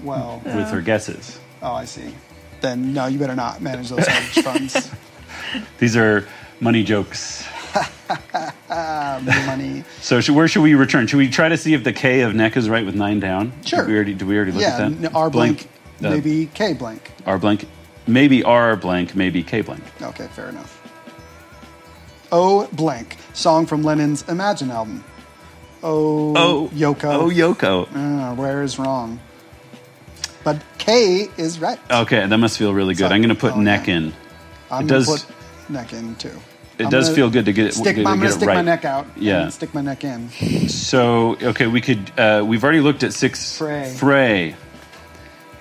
[SPEAKER 1] Well,
[SPEAKER 2] with her guesses.
[SPEAKER 1] oh, I see. Then no, you better not manage those
[SPEAKER 2] [laughs]
[SPEAKER 1] hedge funds.
[SPEAKER 2] These are money jokes.
[SPEAKER 1] Money.
[SPEAKER 2] So should, where should we return? Should we try to see if the K of neck is right with nine down?
[SPEAKER 1] Sure.
[SPEAKER 2] Did we already, did we already look
[SPEAKER 1] yeah,
[SPEAKER 2] at that?
[SPEAKER 1] n- R blank,
[SPEAKER 2] uh,
[SPEAKER 1] maybe K blank.
[SPEAKER 2] R blank. Maybe R blank, maybe K blank.
[SPEAKER 1] Okay, fair enough. O blank, song from Lennon's Imagine album. O
[SPEAKER 2] Oh,
[SPEAKER 1] Yoko.
[SPEAKER 2] Oh, Yoko.
[SPEAKER 1] Uh, where is wrong? But K is right.
[SPEAKER 2] Okay, that must feel really good.
[SPEAKER 1] Sorry.
[SPEAKER 2] I'm going to put
[SPEAKER 1] Oh,
[SPEAKER 2] neck
[SPEAKER 1] yeah.
[SPEAKER 2] in.
[SPEAKER 1] I'm gonna
[SPEAKER 2] it does.
[SPEAKER 1] put neck in too.
[SPEAKER 2] it
[SPEAKER 1] I'm
[SPEAKER 2] does
[SPEAKER 1] gonna
[SPEAKER 2] feel good to get it.
[SPEAKER 1] Stick,
[SPEAKER 2] to
[SPEAKER 1] I'm
[SPEAKER 2] get
[SPEAKER 1] gonna
[SPEAKER 2] it
[SPEAKER 1] stick
[SPEAKER 2] right.
[SPEAKER 1] my neck out. and
[SPEAKER 2] Yeah.
[SPEAKER 1] stick my neck in.
[SPEAKER 2] So okay, we could. Uh, we've already looked at six.
[SPEAKER 1] Fray.
[SPEAKER 2] Fray.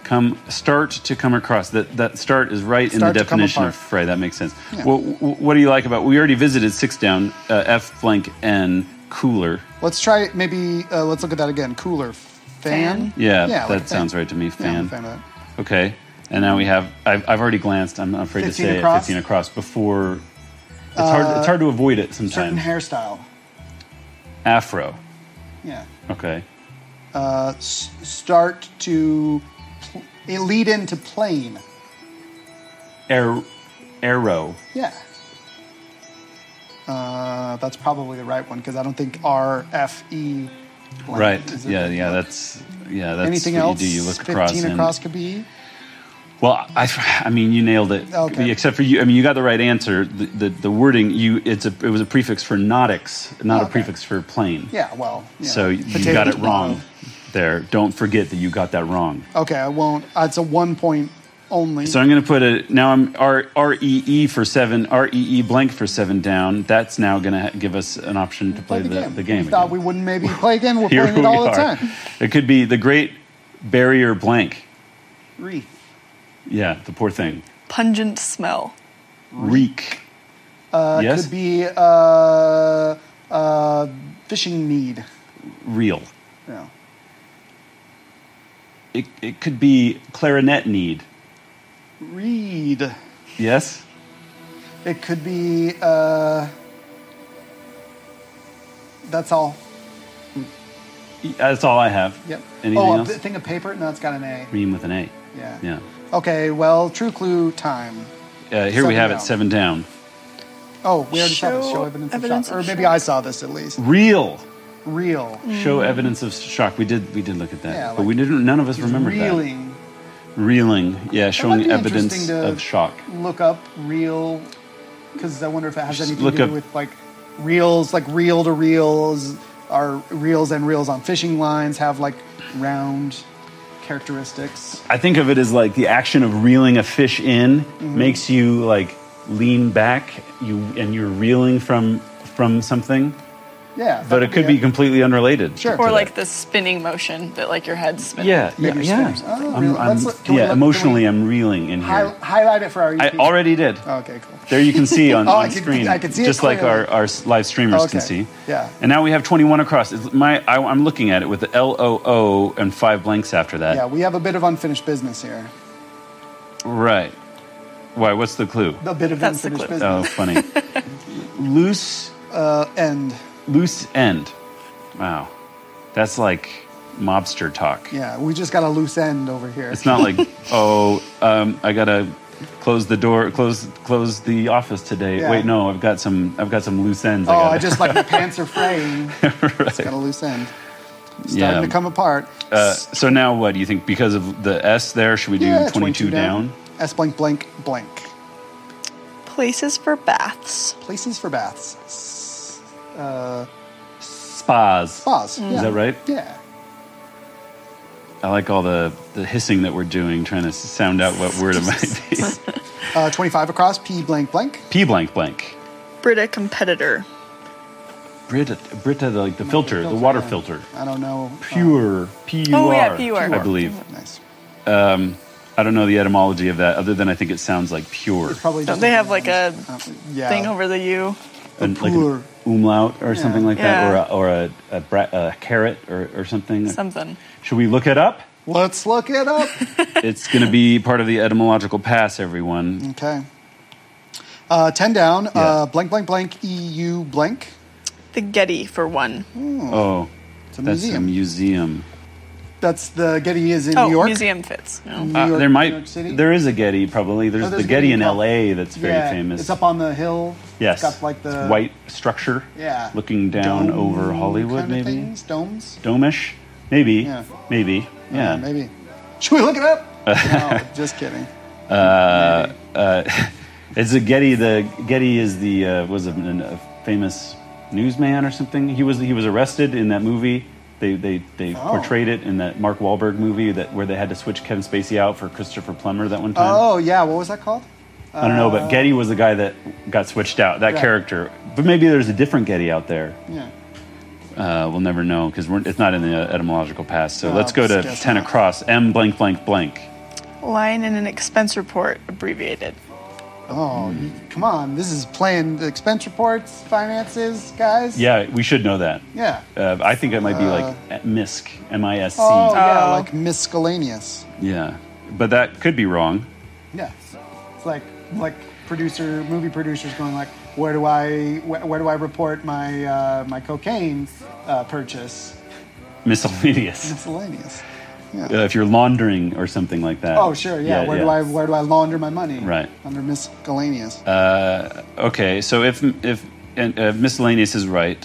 [SPEAKER 2] Come start to come across. That that start is right in
[SPEAKER 1] Start
[SPEAKER 2] the
[SPEAKER 1] to come
[SPEAKER 2] definition of
[SPEAKER 1] apart.
[SPEAKER 2] fray. That makes sense.
[SPEAKER 1] Yeah.
[SPEAKER 2] Well, wh- what do you like about? We already visited six down. Uh, F blank N cooler.
[SPEAKER 1] Let's try it. Maybe uh, let's look at that again. Cooler fan.
[SPEAKER 3] Fan?
[SPEAKER 2] Yeah,
[SPEAKER 1] like a
[SPEAKER 2] that
[SPEAKER 1] fan.
[SPEAKER 2] sounds right to me.
[SPEAKER 1] Yeah, I'm
[SPEAKER 2] Fan.
[SPEAKER 1] a fan of that.
[SPEAKER 2] Okay. And now we have. I've, I've already glanced. I'm not afraid to
[SPEAKER 1] 15
[SPEAKER 2] say
[SPEAKER 1] across? Uh,
[SPEAKER 2] it. 15 across before. It's hard. It's hard to avoid it
[SPEAKER 1] Certain
[SPEAKER 2] sometimes.
[SPEAKER 1] hairstyle.
[SPEAKER 2] Afro.
[SPEAKER 1] Yeah.
[SPEAKER 2] Okay.
[SPEAKER 1] Uh, s- start to pl- it lead into plane.
[SPEAKER 2] Air, arrow.
[SPEAKER 1] Yeah. Uh, that's probably the right one because I don't think R F E. blank
[SPEAKER 2] Right.
[SPEAKER 1] is a
[SPEAKER 2] Yeah.
[SPEAKER 1] good
[SPEAKER 2] Yeah.
[SPEAKER 1] look.
[SPEAKER 2] That's. Yeah. That's
[SPEAKER 1] Anything
[SPEAKER 2] what
[SPEAKER 1] else?
[SPEAKER 2] you do. You look across.
[SPEAKER 1] Fifteen
[SPEAKER 2] and-
[SPEAKER 1] across could be.
[SPEAKER 2] Well, I, [laughs] I mean, you nailed it.
[SPEAKER 1] Okay.
[SPEAKER 2] Except for you. I mean, you got the right answer. The, the, the wording. You. It's a. It was a prefix for nautics, not
[SPEAKER 1] Okay.
[SPEAKER 2] a prefix for plane.
[SPEAKER 1] Yeah, well. yeah.
[SPEAKER 2] So you
[SPEAKER 1] Potato
[SPEAKER 2] got it
[SPEAKER 1] tomorrow.
[SPEAKER 2] wrong. There. Don't forget that you got that wrong.
[SPEAKER 1] Okay, I won't. uh, It's a one point only.
[SPEAKER 2] So I'm going to put a now I'm R R E E for seven R E E blank for seven down. That's now going to ha- give us an option to play, the, the game.
[SPEAKER 1] We thought
[SPEAKER 2] again.
[SPEAKER 1] we wouldn't
[SPEAKER 2] [laughs]
[SPEAKER 1] maybe play again. We're
[SPEAKER 2] Here
[SPEAKER 1] playing it
[SPEAKER 2] we
[SPEAKER 1] all the
[SPEAKER 2] are.
[SPEAKER 1] time.
[SPEAKER 2] It could be the Great Barrier Blank.
[SPEAKER 1] Re.
[SPEAKER 2] Yeah, the poor thing.
[SPEAKER 3] Pungent smell.
[SPEAKER 2] Reek.
[SPEAKER 1] Uh,
[SPEAKER 2] yes.
[SPEAKER 1] Could be uh, uh, fishing need.
[SPEAKER 2] Real.
[SPEAKER 1] No.
[SPEAKER 2] It it could be clarinet need.
[SPEAKER 1] Read.
[SPEAKER 2] Yes.
[SPEAKER 1] It could be. Uh, that's all.
[SPEAKER 2] That's all I have.
[SPEAKER 1] Yep.
[SPEAKER 2] Anything
[SPEAKER 1] oh,
[SPEAKER 2] else?
[SPEAKER 1] a thing of paper? No, it's got an A.
[SPEAKER 2] Rhyme with an A.
[SPEAKER 1] Yeah.
[SPEAKER 2] Yeah.
[SPEAKER 1] Okay, well, true clue time.
[SPEAKER 2] Uh, here we
[SPEAKER 1] Seven
[SPEAKER 2] have
[SPEAKER 1] down.
[SPEAKER 2] it. Seven down.
[SPEAKER 1] Oh, we already saw this.
[SPEAKER 3] Show
[SPEAKER 1] Show evidence,
[SPEAKER 3] evidence
[SPEAKER 1] of shock.
[SPEAKER 3] of
[SPEAKER 1] or maybe
[SPEAKER 3] shock.
[SPEAKER 1] I saw this at least.
[SPEAKER 2] Real.
[SPEAKER 1] Real.
[SPEAKER 2] Show evidence of shock. We did. We did look at that,
[SPEAKER 1] Yeah,
[SPEAKER 2] but
[SPEAKER 1] like-
[SPEAKER 2] we didn't. None of us remembered that.
[SPEAKER 1] Reeling.
[SPEAKER 2] Reeling, yeah,
[SPEAKER 1] might
[SPEAKER 2] showing
[SPEAKER 1] be
[SPEAKER 2] evidence
[SPEAKER 1] interesting to-
[SPEAKER 2] of shock.
[SPEAKER 1] look up real because I wonder if it has
[SPEAKER 2] Just
[SPEAKER 1] anything
[SPEAKER 2] look
[SPEAKER 1] to do
[SPEAKER 2] up-
[SPEAKER 1] with like reels, like reel to reels, are reels and reels on fishing lines have like round characteristics.
[SPEAKER 2] I think of it as like the action of reeling a fish in
[SPEAKER 1] Mm-hmm.
[SPEAKER 2] makes you like lean back, you and you're reeling from from something,
[SPEAKER 1] Yeah, that
[SPEAKER 2] but it could be completely unrelated.
[SPEAKER 1] Sure.
[SPEAKER 2] to
[SPEAKER 3] Or
[SPEAKER 2] that.
[SPEAKER 3] like the spinning motion that like your head's spinning.
[SPEAKER 2] yeah, yeah,
[SPEAKER 1] Maybe
[SPEAKER 2] yeah.
[SPEAKER 1] spinners. Oh,
[SPEAKER 2] I'm-
[SPEAKER 1] really?
[SPEAKER 2] I'm-
[SPEAKER 1] Let's look- can we
[SPEAKER 2] yeah,
[SPEAKER 1] look- can
[SPEAKER 2] emotionally,
[SPEAKER 1] we-
[SPEAKER 2] I'm reeling in
[SPEAKER 1] Hi-
[SPEAKER 2] here.
[SPEAKER 1] highlight it for our.
[SPEAKER 2] I
[SPEAKER 1] EP.
[SPEAKER 2] already did.
[SPEAKER 1] Okay, cool.
[SPEAKER 2] There you
[SPEAKER 1] [laughs]
[SPEAKER 2] can see on,
[SPEAKER 1] Oh, I
[SPEAKER 2] on
[SPEAKER 1] can-
[SPEAKER 2] screen,
[SPEAKER 1] I can see it
[SPEAKER 2] just like
[SPEAKER 1] clearly.
[SPEAKER 2] our, our s- live streamers can
[SPEAKER 1] Okay,
[SPEAKER 2] see.
[SPEAKER 1] yeah.
[SPEAKER 2] And now we have 21 across. It's my I, I'm looking at it with the L O O and five blanks after that.
[SPEAKER 1] Yeah, we have a bit of unfinished business here.
[SPEAKER 2] Right. Why? What's the
[SPEAKER 1] [laughs]
[SPEAKER 2] clue?
[SPEAKER 1] A bit of
[SPEAKER 3] That's the
[SPEAKER 1] unfinished
[SPEAKER 3] clue.
[SPEAKER 2] Oh,
[SPEAKER 1] business.
[SPEAKER 2] funny. loose,
[SPEAKER 1] Uh, and
[SPEAKER 2] loose end. Wow, that's like mobster talk.
[SPEAKER 1] yeah, we just got a loose end over here.
[SPEAKER 2] It's not like
[SPEAKER 1] [laughs]
[SPEAKER 2] oh, um, I gotta close the door, close close the office today.
[SPEAKER 1] Yeah.
[SPEAKER 2] Wait, no, I've got some I've got some loose ends.
[SPEAKER 1] oh,
[SPEAKER 2] gotta,
[SPEAKER 1] I just like
[SPEAKER 2] [laughs]
[SPEAKER 1] my pants are fraying. It's got a loose end. Starting
[SPEAKER 2] Yeah.
[SPEAKER 1] to come apart.
[SPEAKER 2] Uh, so now what do you think? Because of the S there, should we do
[SPEAKER 1] Yeah,
[SPEAKER 2] 22, down?
[SPEAKER 1] S blank blank blank.
[SPEAKER 3] Places for baths.
[SPEAKER 1] Places for baths. S- Uh,
[SPEAKER 2] Spas.
[SPEAKER 1] spas. Yeah.
[SPEAKER 2] Mm. Is that right?
[SPEAKER 1] Yeah.
[SPEAKER 2] I like all the the hissing that we're doing, trying to sound out what word it might be.
[SPEAKER 3] [laughs]
[SPEAKER 1] Uh, 25 across. P blank blank.
[SPEAKER 2] P blank blank.
[SPEAKER 3] Brita competitor.
[SPEAKER 2] Brita, Brita, the, like the filter, the
[SPEAKER 1] Filter,
[SPEAKER 2] water
[SPEAKER 1] yeah.
[SPEAKER 2] filter.
[SPEAKER 1] I don't know. Uh,
[SPEAKER 2] Pure, P U R.
[SPEAKER 3] Oh, yeah, pure.
[SPEAKER 2] I believe.
[SPEAKER 1] nice.
[SPEAKER 2] I don't know the etymology of that, other than I think it sounds like pure,
[SPEAKER 1] Probably.
[SPEAKER 3] Don't
[SPEAKER 1] just
[SPEAKER 3] they have like a
[SPEAKER 1] uh, yeah.
[SPEAKER 3] thing over the U?
[SPEAKER 2] an, like
[SPEAKER 1] pure.
[SPEAKER 2] an umlaut or something like
[SPEAKER 3] Yeah.
[SPEAKER 2] that, or a, or a, a, bra- a carrot or, or something.
[SPEAKER 3] Something.
[SPEAKER 2] Should we look it
[SPEAKER 3] [laughs]
[SPEAKER 2] up?
[SPEAKER 1] Let's look it up.
[SPEAKER 2] it's going to be part of the etymological pass, everyone.
[SPEAKER 1] okay. Uh, 10 down,
[SPEAKER 2] Yeah.
[SPEAKER 1] uh, blank, blank, blank, EU blank.
[SPEAKER 3] The Getty for one.
[SPEAKER 1] a
[SPEAKER 2] Oh, that's a
[SPEAKER 1] museum.
[SPEAKER 2] museum.
[SPEAKER 1] That's the Getty is in
[SPEAKER 3] oh,
[SPEAKER 1] New York.
[SPEAKER 3] museum fits. No.
[SPEAKER 1] New
[SPEAKER 2] Uh,
[SPEAKER 1] York-
[SPEAKER 2] there
[SPEAKER 1] New
[SPEAKER 2] might
[SPEAKER 1] York City? Oh,
[SPEAKER 2] there is a Getty probably.
[SPEAKER 1] there's
[SPEAKER 2] There's, the
[SPEAKER 1] a Getty
[SPEAKER 2] Getty in
[SPEAKER 1] in Cal-
[SPEAKER 2] L.A. That's very
[SPEAKER 1] yeah,
[SPEAKER 2] famous.
[SPEAKER 1] It's up on the hill.
[SPEAKER 2] yes,
[SPEAKER 1] It's got like the
[SPEAKER 2] white structure.
[SPEAKER 1] Yeah.
[SPEAKER 2] looking down
[SPEAKER 1] dome
[SPEAKER 2] over Hollywood,
[SPEAKER 1] kinda
[SPEAKER 2] maybe
[SPEAKER 1] Things, domes.
[SPEAKER 2] domish, maybe,
[SPEAKER 1] Yeah.
[SPEAKER 2] maybe, yeah.
[SPEAKER 1] Maybe. [laughs] Should we look it
[SPEAKER 2] [laughs]
[SPEAKER 1] up? no, just kidding.
[SPEAKER 2] It's a Getty. The Getty is the uh, was a, a famous newsman or something. He was he was arrested in that movie. They they, they
[SPEAKER 1] Oh.
[SPEAKER 2] portrayed it in that Mark Wahlberg movie that where they had to switch Kevin Spacey out for Christopher Plummer that one time.
[SPEAKER 1] Oh, yeah. What was that called?
[SPEAKER 2] Um, I don't know, but Getty was the guy that got switched out. That
[SPEAKER 1] Uh, Right.
[SPEAKER 2] character. But maybe there's a different Getty out there.
[SPEAKER 1] Yeah.
[SPEAKER 2] Uh, we'll never know because it's not in the etymological past. So
[SPEAKER 1] No,
[SPEAKER 2] let's go to
[SPEAKER 1] just guess
[SPEAKER 2] ten
[SPEAKER 1] not.
[SPEAKER 2] across. M blank blank blank.
[SPEAKER 3] Line in an expense report, abbreviated.
[SPEAKER 1] Oh, you- come on. This is playing the expense reports, finances, guys.
[SPEAKER 2] Yeah, we should know that.
[SPEAKER 1] Yeah.
[SPEAKER 2] Uh, I think it might be
[SPEAKER 1] Uh,
[SPEAKER 2] like MISC, M I S C.
[SPEAKER 1] Oh, yeah.
[SPEAKER 3] Oh.
[SPEAKER 1] Like miscellaneous.
[SPEAKER 2] Yeah, but that could be wrong.
[SPEAKER 1] Yeah. It's like like producer movie producers going like, where do I wh- where do I report my uh, my cocaine uh, purchase? [laughs]
[SPEAKER 2] Miscellaneous.
[SPEAKER 1] Miscellaneous. Yeah.
[SPEAKER 2] Uh, if you're laundering or something like that.
[SPEAKER 1] Oh sure, yeah. where do I where do I launder my money?
[SPEAKER 2] Right. Uh,
[SPEAKER 1] Under miscellaneous.
[SPEAKER 2] I? Okay, so if if and, uh, miscellaneous is right,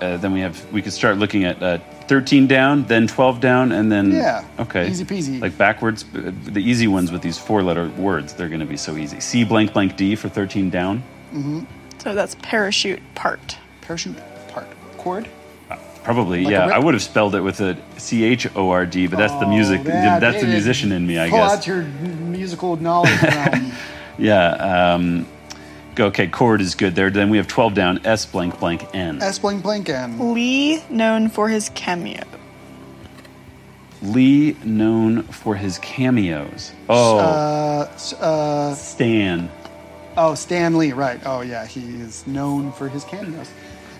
[SPEAKER 2] uh, then we have we could start looking at uh, thirteen down, then twelve down, and then
[SPEAKER 1] Yeah.
[SPEAKER 2] Okay.
[SPEAKER 1] Easy peasy.
[SPEAKER 2] Like backwards, uh, the easy ones with these four-letter words, they're going to be so easy. C blank blank D for thirteen down.
[SPEAKER 3] So that's parachute part.
[SPEAKER 1] Parachute part cord.
[SPEAKER 2] Probably,
[SPEAKER 1] Like a
[SPEAKER 2] yeah.
[SPEAKER 1] rip-
[SPEAKER 2] I would have spelled it with a C H O R D, but that's the
[SPEAKER 1] Oh,
[SPEAKER 2] music.
[SPEAKER 1] yeah,
[SPEAKER 2] that's the
[SPEAKER 1] David,
[SPEAKER 2] musician in me, I
[SPEAKER 1] Pull
[SPEAKER 2] guess.
[SPEAKER 1] out your m- musical
[SPEAKER 2] [laughs]
[SPEAKER 1] knowledge realm.
[SPEAKER 2] Yeah. Um, go- okay, chord is good there. Then we have 12 down, S blank blank N.
[SPEAKER 1] S blank blank N.
[SPEAKER 3] Lee, known for his cameo.
[SPEAKER 2] Lee, known for his cameos. Oh,
[SPEAKER 1] Uh, s- uh,
[SPEAKER 2] Stan.
[SPEAKER 1] oh, Stan Lee, right. Oh, yeah, he is known for his cameos.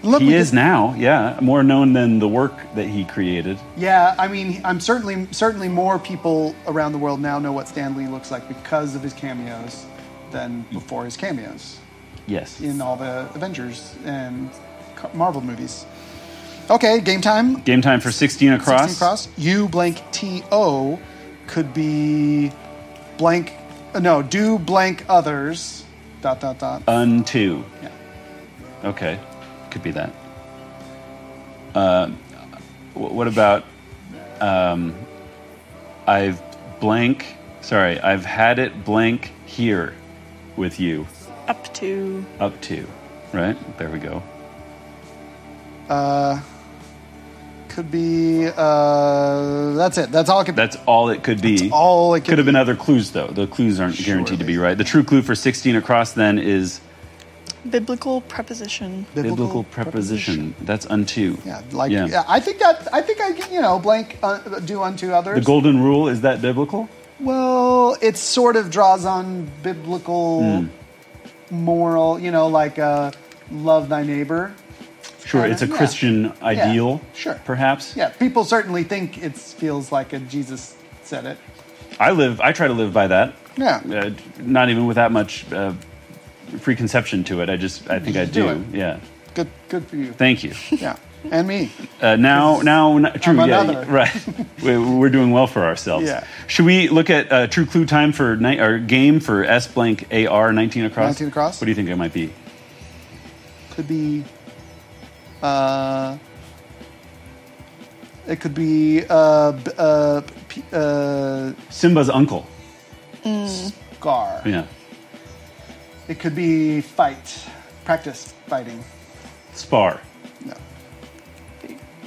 [SPEAKER 1] And Look,
[SPEAKER 2] He
[SPEAKER 1] we
[SPEAKER 2] is
[SPEAKER 1] did-
[SPEAKER 2] now, yeah. More known than the work that he created.
[SPEAKER 1] Yeah, I mean, I'm certainly certainly more people around the world now know what Stan Lee looks like because of his cameos than before his cameos
[SPEAKER 2] Yes.
[SPEAKER 1] in all the Avengers and co- Marvel movies. Okay, game time.
[SPEAKER 2] Game time for 16 across.
[SPEAKER 1] 16 cross. U blank T O could be blank. uh, No, do blank others. Dot dot dot.
[SPEAKER 2] Uh. Unto.
[SPEAKER 1] yeah.
[SPEAKER 2] Okay. Could be that. Uh, wh- what about um, I've blank, sorry, I've had it blank here with you.
[SPEAKER 3] Up to.
[SPEAKER 2] up to, right? There we go.
[SPEAKER 1] Uh, Could be. Uh, that's it. That's all it could be.
[SPEAKER 2] That's all it could be.
[SPEAKER 1] all it could,
[SPEAKER 2] could have been other clues though. The clues aren't guaranteed to be
[SPEAKER 1] Surely.
[SPEAKER 2] right. The true clue for 16 across then is
[SPEAKER 3] Biblical preposition.
[SPEAKER 2] biblical, preposition. That's unto.
[SPEAKER 1] Yeah, like yeah. I think that I think I can, you know blank uh, do unto others.
[SPEAKER 2] The golden rule is that biblical?
[SPEAKER 1] Well, it sort of draws on biblical
[SPEAKER 2] Hmm.
[SPEAKER 1] moral, you know, like uh, love thy neighbor.
[SPEAKER 2] Sure,
[SPEAKER 1] Kinda,
[SPEAKER 2] it's a
[SPEAKER 1] Uh, yeah.
[SPEAKER 2] Christian ideal.
[SPEAKER 1] sure.
[SPEAKER 2] Perhaps.
[SPEAKER 1] Yeah, people certainly think it feels like a Jesus said it.
[SPEAKER 2] I live I try to live by that.
[SPEAKER 1] Yeah.
[SPEAKER 2] Uh, not even with that much uh, preconception to it. I just I think I
[SPEAKER 1] Just do
[SPEAKER 2] do.
[SPEAKER 1] it.
[SPEAKER 2] Yeah.
[SPEAKER 1] Good, good for you.
[SPEAKER 2] Thank you.
[SPEAKER 1] yeah, and me.
[SPEAKER 2] Uh, now, now, n- true,
[SPEAKER 1] I'm
[SPEAKER 2] yeah,
[SPEAKER 1] another.
[SPEAKER 2] yeah, [laughs] right.
[SPEAKER 1] [laughs]
[SPEAKER 2] we, we're doing well for ourselves.
[SPEAKER 1] Yeah.
[SPEAKER 2] Should we look at uh, true clue time for night or game for S blank AR nineteen across?
[SPEAKER 1] 19 across.
[SPEAKER 2] What do you think it might be?
[SPEAKER 1] Could be. Uh, it could be uh, b- uh, p- uh,
[SPEAKER 2] Simba's uncle.
[SPEAKER 1] scar.
[SPEAKER 2] Yeah.
[SPEAKER 1] It could be fight. Practice fighting.
[SPEAKER 2] Spar.
[SPEAKER 1] No.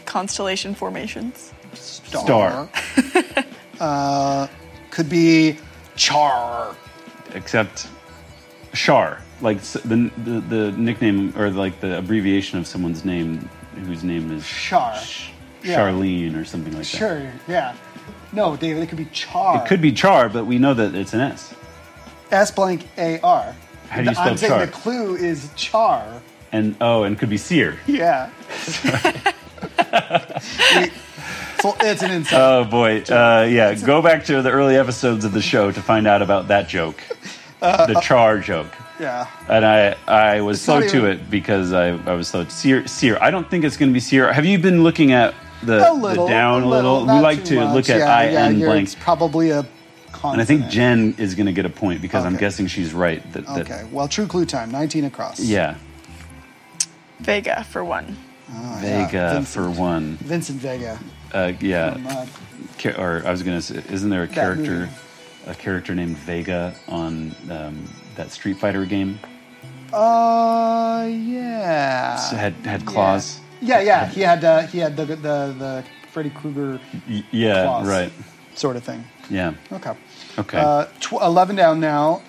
[SPEAKER 3] Constellation formations.
[SPEAKER 1] Star.
[SPEAKER 2] Star.
[SPEAKER 1] [laughs] uh, could be char.
[SPEAKER 2] Except Shar, like s- the, the the nickname or like the abbreviation of someone's name, whose name is
[SPEAKER 1] Char. Yeah.
[SPEAKER 2] Charlene or something like that.
[SPEAKER 1] Sure. Yeah. No, David. It could be char.
[SPEAKER 2] It could be Char, but we know that it's an S.
[SPEAKER 1] S blank A R.
[SPEAKER 2] How do you spell
[SPEAKER 1] I'm saying
[SPEAKER 2] char?
[SPEAKER 1] the clue is char.
[SPEAKER 2] And oh, and could be Seer.
[SPEAKER 1] Yeah. [laughs] We- so it's an insult.
[SPEAKER 2] Oh boy, uh, yeah.
[SPEAKER 1] Uh,
[SPEAKER 2] Go back to the early episodes of the show to find out about that joke, the char joke.
[SPEAKER 1] Yeah.
[SPEAKER 2] and I I was slow
[SPEAKER 1] not
[SPEAKER 2] to
[SPEAKER 1] even-
[SPEAKER 2] it because I, I was slow. Sear, Sear. I don't think it's going to be Sear. Have you been looking at the,
[SPEAKER 1] A little.
[SPEAKER 2] the down
[SPEAKER 1] a little.
[SPEAKER 2] We
[SPEAKER 1] not
[SPEAKER 2] like
[SPEAKER 1] too
[SPEAKER 2] to
[SPEAKER 1] much.
[SPEAKER 2] look at
[SPEAKER 1] yeah, yeah,
[SPEAKER 2] IN
[SPEAKER 1] you're-
[SPEAKER 2] blank.
[SPEAKER 1] It's probably a consonant.
[SPEAKER 2] And I think Jen is going to get a point because I'm
[SPEAKER 1] Okay.
[SPEAKER 2] guessing she's right. That, that
[SPEAKER 1] Okay. Well, true clue time. 19 across.
[SPEAKER 2] yeah,
[SPEAKER 3] Vega for one.
[SPEAKER 1] Oh, yeah.
[SPEAKER 2] Vega for one.
[SPEAKER 1] Vincent
[SPEAKER 2] [laughs]
[SPEAKER 1] Vega.
[SPEAKER 2] Uh, yeah,
[SPEAKER 1] From, uh,
[SPEAKER 2] Ca- or I was going to say, isn't there a character,
[SPEAKER 1] movie.
[SPEAKER 2] a character named Vega on um, that Street Fighter game?
[SPEAKER 1] Uh, yeah.
[SPEAKER 2] So had had claws.
[SPEAKER 1] Yeah, yeah. yeah. He had uh, he had the the, the Freddy Krueger
[SPEAKER 2] Y- yeah,
[SPEAKER 1] claws
[SPEAKER 2] right.
[SPEAKER 1] sort of thing.
[SPEAKER 2] Yeah.
[SPEAKER 1] Okay.
[SPEAKER 2] Okay.
[SPEAKER 1] Uh, tw- Eleven down now.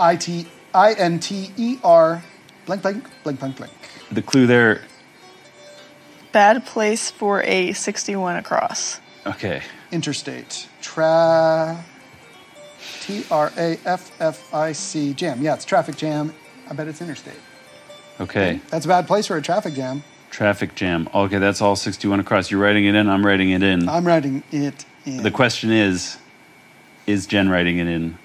[SPEAKER 1] I T I N T E R blank blank blank blank blank.
[SPEAKER 2] the clue there.
[SPEAKER 3] Bad place for a 61 across.
[SPEAKER 2] Okay.
[SPEAKER 1] Interstate. Tra. T R A F F I C jam. Yeah, it's traffic jam. I bet it's interstate.
[SPEAKER 2] Okay.
[SPEAKER 1] That's a bad place for a traffic jam.
[SPEAKER 2] Traffic jam. Okay, that's all 61 across. You're writing it in. I'm writing it in.
[SPEAKER 1] I'm writing it in.
[SPEAKER 2] the question is, is Jen writing it in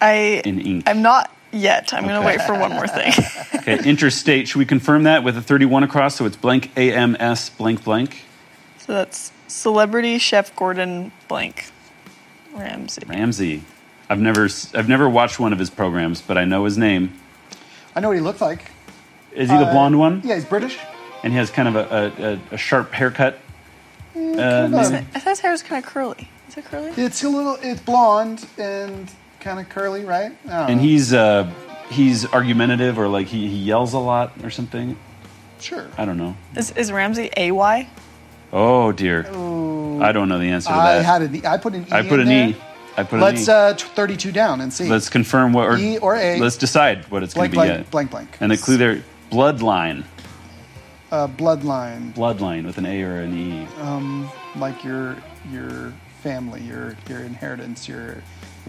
[SPEAKER 3] I
[SPEAKER 2] in ink?
[SPEAKER 3] I'm not yet. I'm gonna
[SPEAKER 2] Okay.
[SPEAKER 3] wait for one
[SPEAKER 2] [laughs]
[SPEAKER 3] more thing.
[SPEAKER 2] okay.
[SPEAKER 1] [laughs]
[SPEAKER 2] Interstate. Should we confirm that with a 31 across? So it's blank A M S blank blank
[SPEAKER 3] so that's celebrity chef Gordon blank Ramsay.
[SPEAKER 2] Ramsey. I've never s- I've never watched one of his programs, but I know his name.
[SPEAKER 1] I know what he looked like.
[SPEAKER 2] Is he the
[SPEAKER 1] Uh,
[SPEAKER 2] blonde one?
[SPEAKER 1] Yeah, he's British.
[SPEAKER 2] And he has kind of a, a, a, a sharp haircut. Uh,
[SPEAKER 1] kind of.
[SPEAKER 2] maybe?
[SPEAKER 3] Oh, I thought his hair was kind of curly. Is it curly?
[SPEAKER 1] It's a little, it's blonde and kind of curly, right? I don't
[SPEAKER 2] and
[SPEAKER 1] know.
[SPEAKER 2] he's uh, he's argumentative or like he, he yells a lot or something.
[SPEAKER 1] sure.
[SPEAKER 2] I don't know.
[SPEAKER 3] Is, is Ramsey A Y?
[SPEAKER 2] Oh dear. I don't know the answer to
[SPEAKER 1] I
[SPEAKER 2] that.
[SPEAKER 1] had an, E- I put an E.
[SPEAKER 2] I put
[SPEAKER 1] in
[SPEAKER 2] an
[SPEAKER 1] there.
[SPEAKER 2] E. I put
[SPEAKER 1] Let's
[SPEAKER 2] an
[SPEAKER 1] uh,
[SPEAKER 2] E.
[SPEAKER 1] t- 32 down and see.
[SPEAKER 2] let's confirm what or,
[SPEAKER 1] E or A.
[SPEAKER 2] Let's decide what it's
[SPEAKER 1] blank,
[SPEAKER 2] going
[SPEAKER 1] blank,
[SPEAKER 2] to be. yet.
[SPEAKER 1] blank, blank,
[SPEAKER 2] And the clue there, bloodline,
[SPEAKER 1] Uh, bloodline,
[SPEAKER 2] bloodline with an A or an E.
[SPEAKER 1] like your your family, your your inheritance, your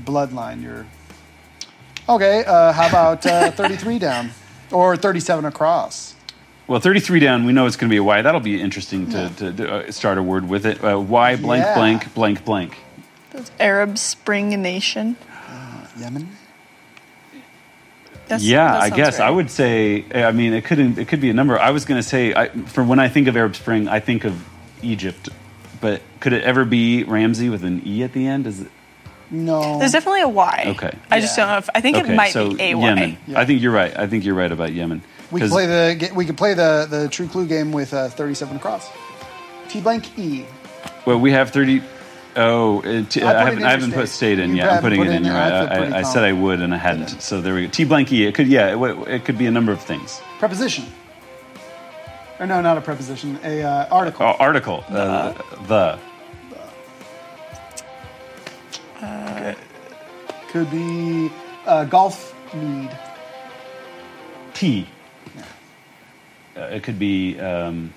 [SPEAKER 1] bloodline, your. Okay, uh, how about
[SPEAKER 2] [laughs]
[SPEAKER 1] uh, 33 down or 37 across?
[SPEAKER 2] Well, 33 down, we know it's going to be a Y. That'll be interesting to, to, to uh, start a word with it. Uh, y blank
[SPEAKER 1] Yeah.
[SPEAKER 2] blank blank blank.
[SPEAKER 3] That's Arab Spring Nation.
[SPEAKER 1] Yemen.
[SPEAKER 3] That's,
[SPEAKER 2] yeah,
[SPEAKER 3] that
[SPEAKER 2] I
[SPEAKER 3] sounds
[SPEAKER 2] guess
[SPEAKER 3] right.
[SPEAKER 2] I would say. I mean, it could it could be a number. I was going to say I, for when I think of Arab Spring, I think of Egypt, but could it ever be Ramsey with an E at the end? Is it,
[SPEAKER 1] No.
[SPEAKER 3] There's definitely a Y.
[SPEAKER 2] Okay.
[SPEAKER 3] I just
[SPEAKER 1] Yeah.
[SPEAKER 3] don't know if I think
[SPEAKER 2] okay,
[SPEAKER 3] it might
[SPEAKER 2] so
[SPEAKER 3] be A Y.
[SPEAKER 2] Yemen. I think you're right. I think you're right about Yemen.
[SPEAKER 1] We can
[SPEAKER 2] 'Cause-
[SPEAKER 1] play the ge- we can play the the true clue game with uh, thirty seven across. T blank E.
[SPEAKER 2] Well, we have 30. Oh, it,
[SPEAKER 1] I
[SPEAKER 2] I,
[SPEAKER 1] put
[SPEAKER 2] haven't,
[SPEAKER 1] it
[SPEAKER 2] I haven't
[SPEAKER 1] interstate.
[SPEAKER 2] put state in
[SPEAKER 1] You
[SPEAKER 2] yet. I'm
[SPEAKER 1] haven't
[SPEAKER 2] putting
[SPEAKER 1] put
[SPEAKER 2] it
[SPEAKER 1] it in
[SPEAKER 2] in. You're
[SPEAKER 1] there. I
[SPEAKER 2] right.
[SPEAKER 1] feel pretty
[SPEAKER 2] I, I, I said I would, and I hadn't. So there we go. T blank E. It could, yeah, it, w- it could be a number of things.
[SPEAKER 1] Preposition. Or no, not a preposition. A uh, article.
[SPEAKER 2] Oh, article. Uh, the.
[SPEAKER 1] Could be uh, golf need.
[SPEAKER 2] T. Uh, it could be um,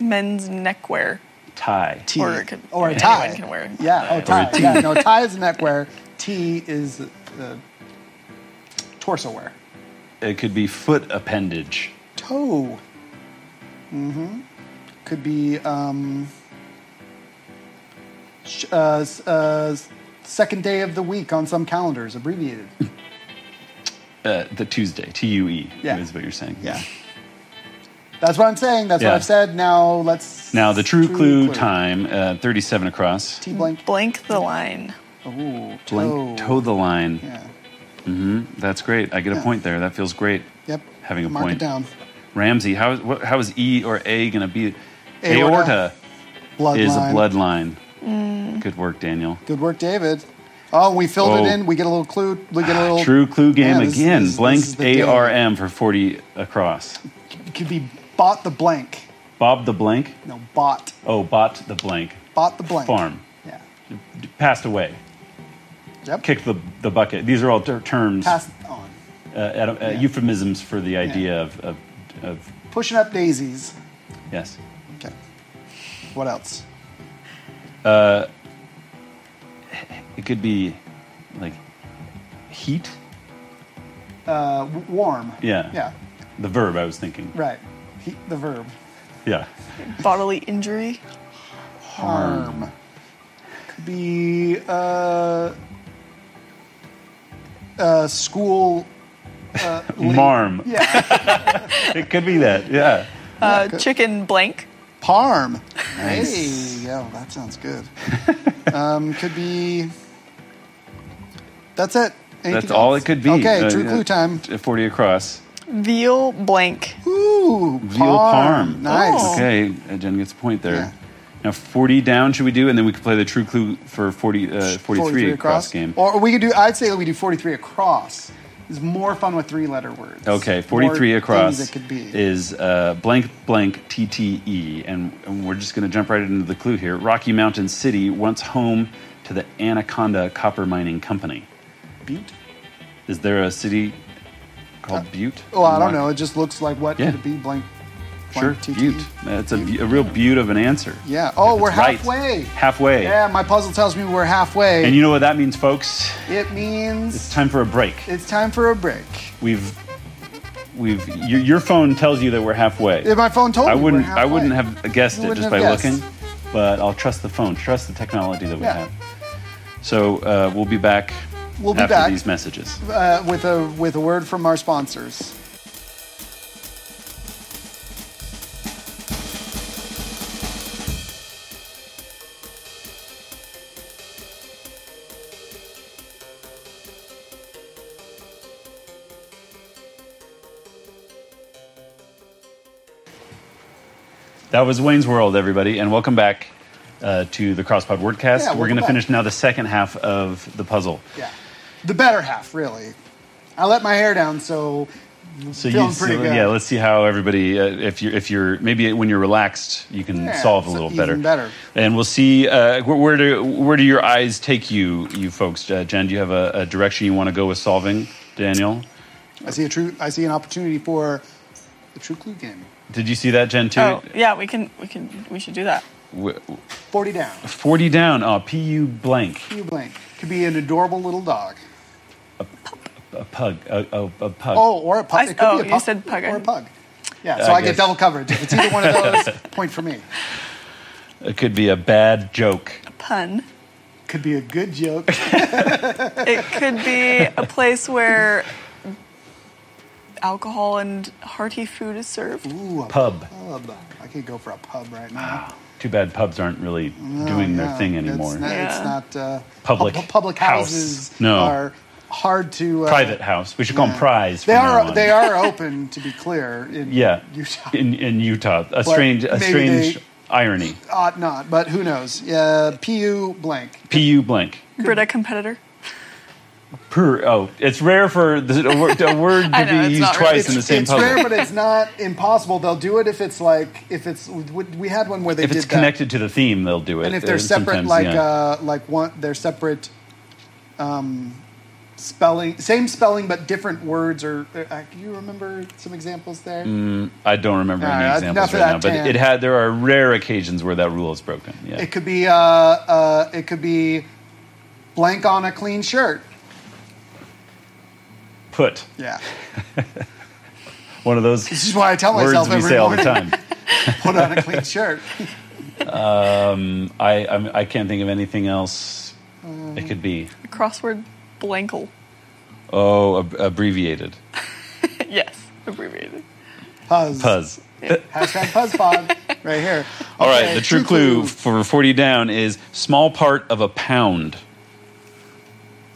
[SPEAKER 3] Men's neckwear.
[SPEAKER 2] tie.
[SPEAKER 1] T.
[SPEAKER 3] Or it could-
[SPEAKER 1] Or a
[SPEAKER 3] anyone
[SPEAKER 1] tie.
[SPEAKER 3] can wear it.
[SPEAKER 1] Yeah. Oh, tie. Yeah. No, tie is neckwear. T is uh, torso wear.
[SPEAKER 2] It could be foot appendage.
[SPEAKER 1] Toe. Mm-hmm. Could be um, sh- uh, s- uh, s- second day of the week on some calendars, abbreviated.
[SPEAKER 2] Uh, the Tuesday. T U E
[SPEAKER 1] Yeah.
[SPEAKER 2] is what you're saying.
[SPEAKER 1] Yeah. That's what I'm saying. That's
[SPEAKER 2] Yeah.
[SPEAKER 1] what I've said. Now let's.
[SPEAKER 2] Now, the true, clue, time, uh, 37 across.
[SPEAKER 1] T blank.
[SPEAKER 3] Blank the line.
[SPEAKER 1] Ooh,
[SPEAKER 2] Blank toe the line.
[SPEAKER 1] Yeah.
[SPEAKER 2] That's great. I get a
[SPEAKER 1] Yeah.
[SPEAKER 2] point there. That feels great.
[SPEAKER 1] Yep.
[SPEAKER 2] Having a
[SPEAKER 1] Mark
[SPEAKER 2] point.
[SPEAKER 1] it down.
[SPEAKER 2] Ramsey, how is, what, how is E or A going to be?
[SPEAKER 1] Aorta.
[SPEAKER 2] Aorta,
[SPEAKER 1] Bloodline.
[SPEAKER 2] is a bloodline. Good work, Daniel.
[SPEAKER 1] Good work, David. Oh, we filled
[SPEAKER 2] Whoa.
[SPEAKER 1] it in. We get a little clue. We get a little.
[SPEAKER 2] Ah, True clue game
[SPEAKER 1] Yeah, this-
[SPEAKER 2] again.
[SPEAKER 1] this- this
[SPEAKER 2] blank
[SPEAKER 1] is the
[SPEAKER 2] A
[SPEAKER 1] game.
[SPEAKER 2] R M for 40 across.
[SPEAKER 1] It could be bought the blank.
[SPEAKER 2] Bob the blank.
[SPEAKER 1] No, bought.
[SPEAKER 2] Oh, bought the blank.
[SPEAKER 1] Bought the blank.
[SPEAKER 2] Farm.
[SPEAKER 1] Yeah.
[SPEAKER 2] D- Passed away.
[SPEAKER 1] Yep.
[SPEAKER 2] Kicked the, the bucket. These are all ter- terms,
[SPEAKER 1] Pass on.
[SPEAKER 2] uh, ad- uh, euphemisms for the idea of, of, of,
[SPEAKER 1] Pushing up daisies.
[SPEAKER 2] yes.
[SPEAKER 1] Okay. What else?
[SPEAKER 2] It could be like heat.
[SPEAKER 1] Uh, w- warm.
[SPEAKER 2] Yeah.
[SPEAKER 1] Yeah.
[SPEAKER 2] The verb I was thinking.
[SPEAKER 1] Right. He, the verb.
[SPEAKER 2] Yeah.
[SPEAKER 1] [laughs]
[SPEAKER 3] Bodily injury.
[SPEAKER 1] Harm. Could be uh, uh, school Uh, link.
[SPEAKER 2] Marm.
[SPEAKER 1] Yeah,
[SPEAKER 2] [laughs] It could be that. Yeah.
[SPEAKER 3] Uh, chicken blank.
[SPEAKER 1] parm. Hey, yeah, well, that sounds good. [laughs] um, could be. That's it. Anything
[SPEAKER 2] That's all
[SPEAKER 1] else?
[SPEAKER 2] it could be.
[SPEAKER 1] Okay,
[SPEAKER 2] Uh,
[SPEAKER 1] true
[SPEAKER 2] yeah,
[SPEAKER 1] clue time.
[SPEAKER 2] t- Forty across.
[SPEAKER 3] Veal blank.
[SPEAKER 1] Ooh,
[SPEAKER 2] Veal
[SPEAKER 1] parm.
[SPEAKER 2] parm.
[SPEAKER 1] Nice.
[SPEAKER 3] Oh.
[SPEAKER 2] Okay, uh, Jen gets a point there.
[SPEAKER 1] Yeah.
[SPEAKER 2] Now forty down. Should we do, and then we could play the true clue for 40, uh, 43, across, game.
[SPEAKER 1] Or we could do. I'd say we do forty-three across. It's more fun with three-letter words.
[SPEAKER 2] Okay, 43
[SPEAKER 1] More
[SPEAKER 2] across
[SPEAKER 1] Things it could be.
[SPEAKER 2] is uh, blank blank TTE. And, and we're just going to jump right into the clue here. Rocky Mountain City, once home to the Anaconda Copper Mining Company. Butte? Is there a city called Butte?
[SPEAKER 1] well, Uh, oh, I don't
[SPEAKER 2] Rock-
[SPEAKER 1] know. It just looks like what
[SPEAKER 2] Yeah.
[SPEAKER 1] could it be blank.
[SPEAKER 2] Sure,
[SPEAKER 1] blank TT.
[SPEAKER 2] Butte. That's a, bu- a real Butte of an answer.
[SPEAKER 1] Yeah. Oh,
[SPEAKER 2] If
[SPEAKER 1] we're
[SPEAKER 2] it's right.
[SPEAKER 1] halfway.
[SPEAKER 2] Halfway.
[SPEAKER 1] Yeah, my puzzle tells me we're halfway.
[SPEAKER 2] And you know what that means, folks?
[SPEAKER 1] it means
[SPEAKER 2] It's time for a break.
[SPEAKER 1] it's time for a break.
[SPEAKER 2] We've, we've. Your, your phone tells you that we're halfway.
[SPEAKER 1] If my phone told
[SPEAKER 2] I
[SPEAKER 1] me Oh, we're
[SPEAKER 2] wouldn't. I
[SPEAKER 1] halfway.
[SPEAKER 2] wouldn't have guessed
[SPEAKER 1] You
[SPEAKER 2] it
[SPEAKER 1] wouldn't
[SPEAKER 2] just by
[SPEAKER 1] have guessed.
[SPEAKER 2] looking, but I'll trust the phone. Trust the technology that we
[SPEAKER 1] Yeah.
[SPEAKER 2] have. So uh, we'll be back.
[SPEAKER 1] We'll be
[SPEAKER 2] after
[SPEAKER 1] back.
[SPEAKER 2] these messages.
[SPEAKER 1] uh, with a with a word from our sponsors.
[SPEAKER 2] That was Wayne's World, everybody, and welcome back uh, to the CrossPod Wordcast.
[SPEAKER 1] Yeah, welcome
[SPEAKER 2] We're going to
[SPEAKER 1] back.
[SPEAKER 2] finish now the second half of the puzzle.
[SPEAKER 1] Yeah, the better half, really. I let my hair down, so
[SPEAKER 2] So
[SPEAKER 1] Feeling
[SPEAKER 2] so
[SPEAKER 1] pretty good.
[SPEAKER 2] yeah, let's see how everybody. Uh, if you're if you're maybe when you're relaxed, you can
[SPEAKER 1] Yeah,
[SPEAKER 2] solve a
[SPEAKER 1] so
[SPEAKER 2] little
[SPEAKER 1] even
[SPEAKER 2] better.
[SPEAKER 1] better.
[SPEAKER 2] And we'll see uh, where, where do where do your eyes take you, you folks? Uh, Jen, do you have a, a direction you want to go with solving? Daniel,
[SPEAKER 1] I see a true. I see an opportunity for the true clue game.
[SPEAKER 2] did you see that, Jen? Too.
[SPEAKER 3] Oh, yeah, we can, we can, we should do that.
[SPEAKER 2] W-
[SPEAKER 1] Forty
[SPEAKER 2] [laughs]
[SPEAKER 1] down.
[SPEAKER 2] Forty down. Oh, pu blank.
[SPEAKER 1] You blank could be an adorable little dog.
[SPEAKER 2] A pug. A, a, a pug.
[SPEAKER 1] Oh, or a pug.
[SPEAKER 3] I-
[SPEAKER 1] it could
[SPEAKER 3] oh,
[SPEAKER 1] be a
[SPEAKER 3] you
[SPEAKER 1] pug
[SPEAKER 3] said pug.
[SPEAKER 1] or a pug. Yeah, so
[SPEAKER 2] I
[SPEAKER 1] I, get
[SPEAKER 2] guess.
[SPEAKER 1] double coverage. If it's either one of
[SPEAKER 2] [laughs]
[SPEAKER 1] those, point for me.
[SPEAKER 2] It could be a bad joke.
[SPEAKER 3] Pun.
[SPEAKER 1] Could be a good joke.
[SPEAKER 3] It could be a place where alcohol and hearty food is served.
[SPEAKER 1] Ooh, a
[SPEAKER 2] Pub.
[SPEAKER 1] pub. I could go for a pub right now.
[SPEAKER 2] Too bad pubs aren't really doing their
[SPEAKER 1] Yeah,
[SPEAKER 2] thing
[SPEAKER 1] it's
[SPEAKER 2] anymore.
[SPEAKER 1] Oh, not- It's
[SPEAKER 3] Yeah.
[SPEAKER 1] not, uh,
[SPEAKER 2] Public
[SPEAKER 1] pub- public
[SPEAKER 2] house.
[SPEAKER 1] houses
[SPEAKER 2] No.
[SPEAKER 1] are hard to uh,
[SPEAKER 2] Private house. We should call them prize.
[SPEAKER 1] They
[SPEAKER 2] from now
[SPEAKER 1] are
[SPEAKER 2] on.
[SPEAKER 1] they are open to be clear in
[SPEAKER 2] Yeah,
[SPEAKER 1] Utah.
[SPEAKER 2] in in Utah. A strange a
[SPEAKER 1] maybe
[SPEAKER 2] strange
[SPEAKER 1] they-
[SPEAKER 2] irony.
[SPEAKER 1] Ought not, but who knows? Uh, Pu blank.
[SPEAKER 2] Pu blank.
[SPEAKER 3] Brita competitor.
[SPEAKER 2] Per, oh, it's rare for the, a word, a word to
[SPEAKER 3] [laughs] I know,
[SPEAKER 2] be
[SPEAKER 3] it's
[SPEAKER 2] used
[SPEAKER 3] not
[SPEAKER 2] twice
[SPEAKER 3] rare.
[SPEAKER 2] in the same
[SPEAKER 1] it's
[SPEAKER 2] puzzle.
[SPEAKER 1] rare, but it's not impossible. They'll do it if it's like if it's we had one where they
[SPEAKER 2] if
[SPEAKER 1] did
[SPEAKER 2] it's
[SPEAKER 1] that.
[SPEAKER 2] connected to the theme, they'll do it.
[SPEAKER 1] and if
[SPEAKER 2] uh,
[SPEAKER 1] they're separate,
[SPEAKER 2] sometimes,
[SPEAKER 1] like
[SPEAKER 2] yeah.
[SPEAKER 1] uh, like one, they're separate. Um, spelling, same spelling, but different words. Or uh, can you remember some examples there?
[SPEAKER 2] I don't remember
[SPEAKER 1] All
[SPEAKER 2] any
[SPEAKER 1] right, enough of
[SPEAKER 2] examples right now,
[SPEAKER 1] that,
[SPEAKER 2] but
[SPEAKER 1] Dan.
[SPEAKER 2] it had. There are rare occasions where that rule is broken. Yeah,
[SPEAKER 1] It could be uh, uh, it could be blank on a clean shirt.
[SPEAKER 2] put
[SPEAKER 1] Yeah,
[SPEAKER 2] one
[SPEAKER 1] [laughs]
[SPEAKER 2] of those
[SPEAKER 1] this is why I tell
[SPEAKER 2] words
[SPEAKER 1] myself
[SPEAKER 2] we
[SPEAKER 1] every
[SPEAKER 2] say all the
[SPEAKER 1] morning:
[SPEAKER 2] time.
[SPEAKER 1] [laughs] put on a clean
[SPEAKER 2] [laughs]
[SPEAKER 1] shirt.
[SPEAKER 2] I I'm, I can't think of anything else. It could be
[SPEAKER 3] Crossword blankle.
[SPEAKER 2] oh ab- abbreviated
[SPEAKER 3] [laughs] yes, abbreviated.
[SPEAKER 1] Puzz.
[SPEAKER 2] puzz.
[SPEAKER 1] Hashtag PuzzPod right here.
[SPEAKER 2] All right,
[SPEAKER 1] Okay,
[SPEAKER 2] the true, clue, for 40 down is small part of a pound.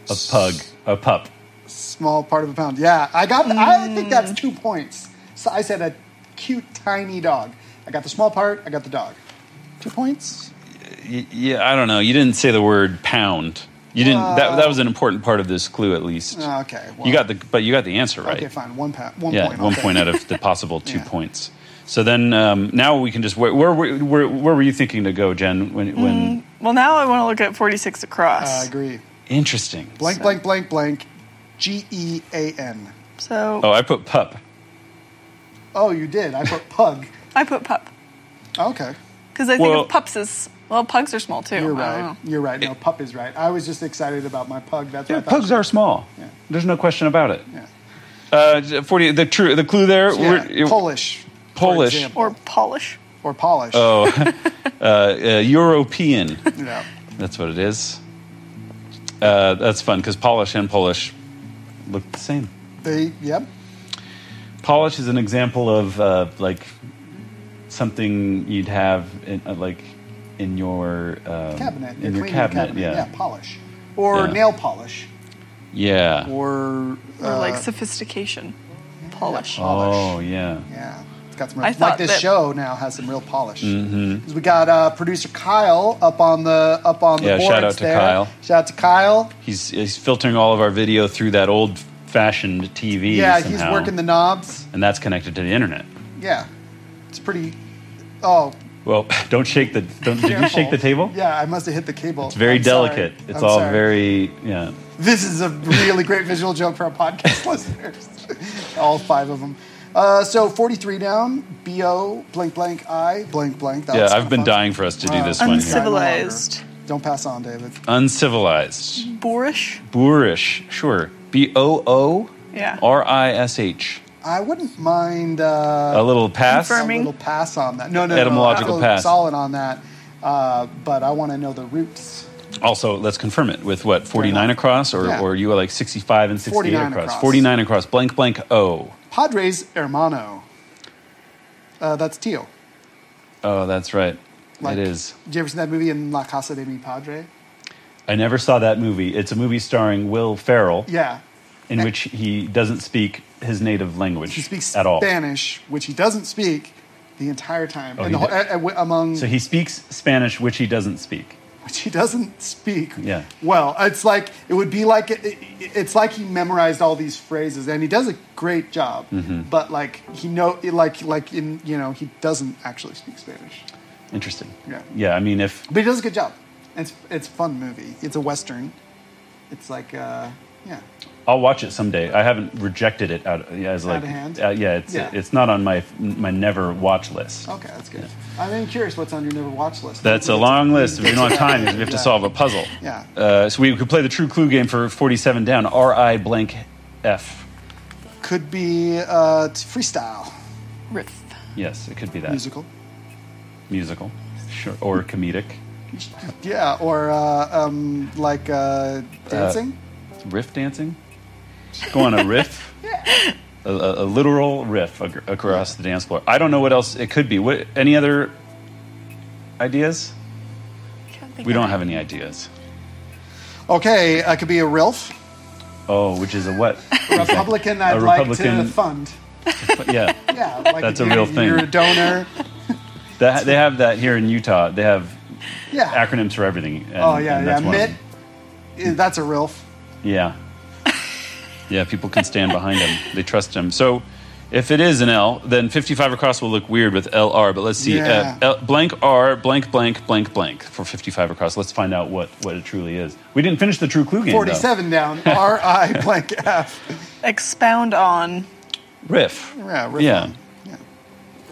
[SPEAKER 2] A pug, a pup.
[SPEAKER 1] Small part of a pound. Yeah, I got. I think
[SPEAKER 2] Hmm.
[SPEAKER 1] that's two points. So I said a cute tiny dog. I got the small part. I got the dog. Two points.
[SPEAKER 2] Y- yeah, I don't know. You didn't say the word pound. You didn't that, that was an important part of this clue at least.
[SPEAKER 1] Okay. Well,
[SPEAKER 2] you got the but you got the answer right.
[SPEAKER 1] Oh, Okay, fine. One pound. One
[SPEAKER 2] yeah,
[SPEAKER 1] point.
[SPEAKER 2] one
[SPEAKER 1] okay.
[SPEAKER 2] point out of the possible
[SPEAKER 1] [laughs]
[SPEAKER 2] two
[SPEAKER 1] Yeah.
[SPEAKER 2] points. So then um, now we can just where where, where where where were you thinking to go, Jen, when when
[SPEAKER 3] Well, now I want to look at 46
[SPEAKER 1] I
[SPEAKER 3] across.
[SPEAKER 1] agree.
[SPEAKER 2] interesting.
[SPEAKER 1] Blank, blank, blank, blank. G E A N.
[SPEAKER 3] so
[SPEAKER 2] Oh, I put pup.
[SPEAKER 1] Oh, you did. I
[SPEAKER 2] [laughs]
[SPEAKER 1] put pug.
[SPEAKER 3] I put pup
[SPEAKER 1] Okay.
[SPEAKER 3] because I think
[SPEAKER 2] Well-
[SPEAKER 3] of pups as well. Pugs are small too.
[SPEAKER 1] You're
[SPEAKER 3] I don't
[SPEAKER 1] right.
[SPEAKER 3] know.
[SPEAKER 1] You're right. No, pup is right. I was just excited about my pug. That's
[SPEAKER 2] Yeah,
[SPEAKER 1] what I thought.
[SPEAKER 2] pugs are small.
[SPEAKER 1] Yeah.
[SPEAKER 2] There's no question about it.
[SPEAKER 1] Yeah.
[SPEAKER 2] Uh, 40 the true the clue there
[SPEAKER 1] Yeah,
[SPEAKER 2] we're-
[SPEAKER 1] Polish. for
[SPEAKER 2] Polish.
[SPEAKER 1] example.
[SPEAKER 3] Or polish.
[SPEAKER 1] or Polish.
[SPEAKER 2] [laughs] Oh, [laughs] uh, uh, European.
[SPEAKER 1] Yeah.
[SPEAKER 2] That's what it is. Uh, that's fun because Polish and Polish look the same.
[SPEAKER 1] They, yep.
[SPEAKER 2] polish is an example of uh, like something you'd have in, uh, like in your um,
[SPEAKER 1] Cabinet.
[SPEAKER 2] in your
[SPEAKER 1] cleaning
[SPEAKER 2] cabinet,
[SPEAKER 1] Yeah.
[SPEAKER 2] yeah
[SPEAKER 1] polish. Or
[SPEAKER 2] Yeah.
[SPEAKER 1] nail polish.
[SPEAKER 2] yeah,
[SPEAKER 1] Or,
[SPEAKER 3] Or
[SPEAKER 1] uh,
[SPEAKER 3] like sophistication, polish.
[SPEAKER 2] oh yeah
[SPEAKER 1] Yeah, it's got some
[SPEAKER 3] I
[SPEAKER 1] real, like
[SPEAKER 3] thought
[SPEAKER 1] this
[SPEAKER 3] that-
[SPEAKER 1] show now has some real polish. Because
[SPEAKER 2] Mm-hmm.
[SPEAKER 1] we got uh, producer Kyle up on the up on the
[SPEAKER 2] Yeah,
[SPEAKER 1] boards
[SPEAKER 2] shout out to
[SPEAKER 1] there.
[SPEAKER 2] Kyle.
[SPEAKER 1] Shout out to Kyle.
[SPEAKER 2] he's he's filtering all of our video through that old fashioned TV
[SPEAKER 1] yeah, he's
[SPEAKER 2] somehow,
[SPEAKER 1] working the knobs.
[SPEAKER 2] and that's connected to the internet
[SPEAKER 1] Yeah, it's pretty. Oh,
[SPEAKER 2] well [laughs] don't shake the don't did you shake the table
[SPEAKER 1] yeah, I must have hit the cable.
[SPEAKER 2] it's very delicate it's all very yeah
[SPEAKER 1] This is a really great visual joke for our podcast [laughs] listeners. All five of them. Uh, so 43 down, BO, blank, blank, I, blank, blank. That was
[SPEAKER 2] yeah
[SPEAKER 1] kinda
[SPEAKER 2] I've been
[SPEAKER 1] fun.
[SPEAKER 2] dying for us to do
[SPEAKER 1] Uh,
[SPEAKER 2] this one here
[SPEAKER 3] Uncivilized.
[SPEAKER 1] Don't pass on, David.
[SPEAKER 2] uncivilized
[SPEAKER 3] Boorish.
[SPEAKER 2] boorish sure b o o
[SPEAKER 3] Yeah.
[SPEAKER 2] r i s h
[SPEAKER 1] I wouldn't mind uh,
[SPEAKER 2] a little pass
[SPEAKER 1] a
[SPEAKER 3] Confirming.
[SPEAKER 1] little pass on that. No, no,
[SPEAKER 2] Etymological
[SPEAKER 1] no,
[SPEAKER 2] pass.
[SPEAKER 1] Solid on that, uh, but I want to know the roots.
[SPEAKER 2] Also, let's confirm it with what forty nine
[SPEAKER 1] enough.
[SPEAKER 2] across, or
[SPEAKER 1] Yeah.
[SPEAKER 2] or you are like sixty five and sixty eight
[SPEAKER 1] 49
[SPEAKER 2] across.
[SPEAKER 1] across.
[SPEAKER 2] Forty nine across. Blank blank O.
[SPEAKER 1] Padres Hermano. Uh, that's Tio.
[SPEAKER 2] Oh, that's right.
[SPEAKER 1] Like-
[SPEAKER 2] it is.
[SPEAKER 1] Did you ever see that movie in La Casa de Mi Padre?
[SPEAKER 2] I never saw that movie. It's a movie starring Will Ferrell,
[SPEAKER 1] Yeah,
[SPEAKER 2] in which he doesn't speak his native language
[SPEAKER 1] he speaks
[SPEAKER 2] at all.
[SPEAKER 1] Spanish, which he doesn't speak the entire time,
[SPEAKER 2] Oh,
[SPEAKER 1] and
[SPEAKER 2] he
[SPEAKER 1] the whole,
[SPEAKER 2] did-
[SPEAKER 1] uh, uh, among
[SPEAKER 2] So he speaks Spanish, which he doesn't speak.
[SPEAKER 1] [laughs] which he doesn't speak
[SPEAKER 2] Yeah.
[SPEAKER 1] well. It's like it would be like it, it- it's like he memorized all these phrases, and he does a great job.
[SPEAKER 2] Mm-hmm.
[SPEAKER 1] But like he know like like in you know he doesn't actually speak Spanish,
[SPEAKER 2] Interesting.
[SPEAKER 1] Yeah.
[SPEAKER 2] Yeah. I mean, if
[SPEAKER 1] but he does a good job. It's it's a fun movie. It's a western. It's like uh, yeah.
[SPEAKER 2] I'll watch it someday. I haven't rejected it out as like
[SPEAKER 1] of hand?
[SPEAKER 2] Uh, yeah, it's
[SPEAKER 1] Yeah.
[SPEAKER 2] it's not on my my never watch list.
[SPEAKER 1] Okay, that's good. I'm then curious what's on your never watch list.
[SPEAKER 2] That's a
[SPEAKER 1] Let's-
[SPEAKER 2] long list. If we don't have time, we have
[SPEAKER 1] Yeah.
[SPEAKER 2] to solve a puzzle.
[SPEAKER 1] Yeah.
[SPEAKER 2] Uh, so we could play the true clue game for 47 down. R I blank F.
[SPEAKER 1] Could be uh, t- freestyle
[SPEAKER 3] Riff.
[SPEAKER 2] Yes, it could be that.
[SPEAKER 1] musical.
[SPEAKER 2] Musical. Sure. Or comedic.
[SPEAKER 1] Yeah, or uh, um, like uh, dancing.
[SPEAKER 2] Riff dancing. Go on
[SPEAKER 1] [laughs]
[SPEAKER 2] a riff. A, a, a literal riff ac- across the dance floor. I don't know what else it could be. What, any other ideas?
[SPEAKER 3] Can't think
[SPEAKER 2] We
[SPEAKER 3] of
[SPEAKER 2] don't
[SPEAKER 3] it.
[SPEAKER 2] have any ideas.
[SPEAKER 1] Okay, uh, could be a Rilf.
[SPEAKER 2] Oh, which is a what?
[SPEAKER 1] [laughs] Republican I'd like
[SPEAKER 2] Republican-
[SPEAKER 1] to fund.
[SPEAKER 2] yeah. [laughs]
[SPEAKER 1] Yeah, like
[SPEAKER 2] That's
[SPEAKER 1] if
[SPEAKER 2] a
[SPEAKER 1] you're-
[SPEAKER 2] real thing.
[SPEAKER 1] You're a donor.
[SPEAKER 2] That, they have that here in Utah. They have
[SPEAKER 1] Yeah.
[SPEAKER 2] acronyms for everything. and-
[SPEAKER 1] oh yeah, yeah.
[SPEAKER 2] and that's one of
[SPEAKER 1] Mitt.
[SPEAKER 2] them.
[SPEAKER 1] eh, That's a Rilf. [laughs]
[SPEAKER 2] Yeah. yeah, people can stand behind him. They trust him. So if it is an L, then 55 across will look weird with LR, but let's see.
[SPEAKER 1] Yeah.
[SPEAKER 2] Uh, L, blank R, blank, blank, blank, blank for 55 across. Let's find out what, what it truly is. We didn't finish the true clue game. though.
[SPEAKER 1] Forty-seven
[SPEAKER 2] [laughs]
[SPEAKER 1] down. R I blank F.
[SPEAKER 3] Expound on.
[SPEAKER 2] Riff.
[SPEAKER 1] Yeah, Rilf.
[SPEAKER 2] Yeah.
[SPEAKER 1] Yeah.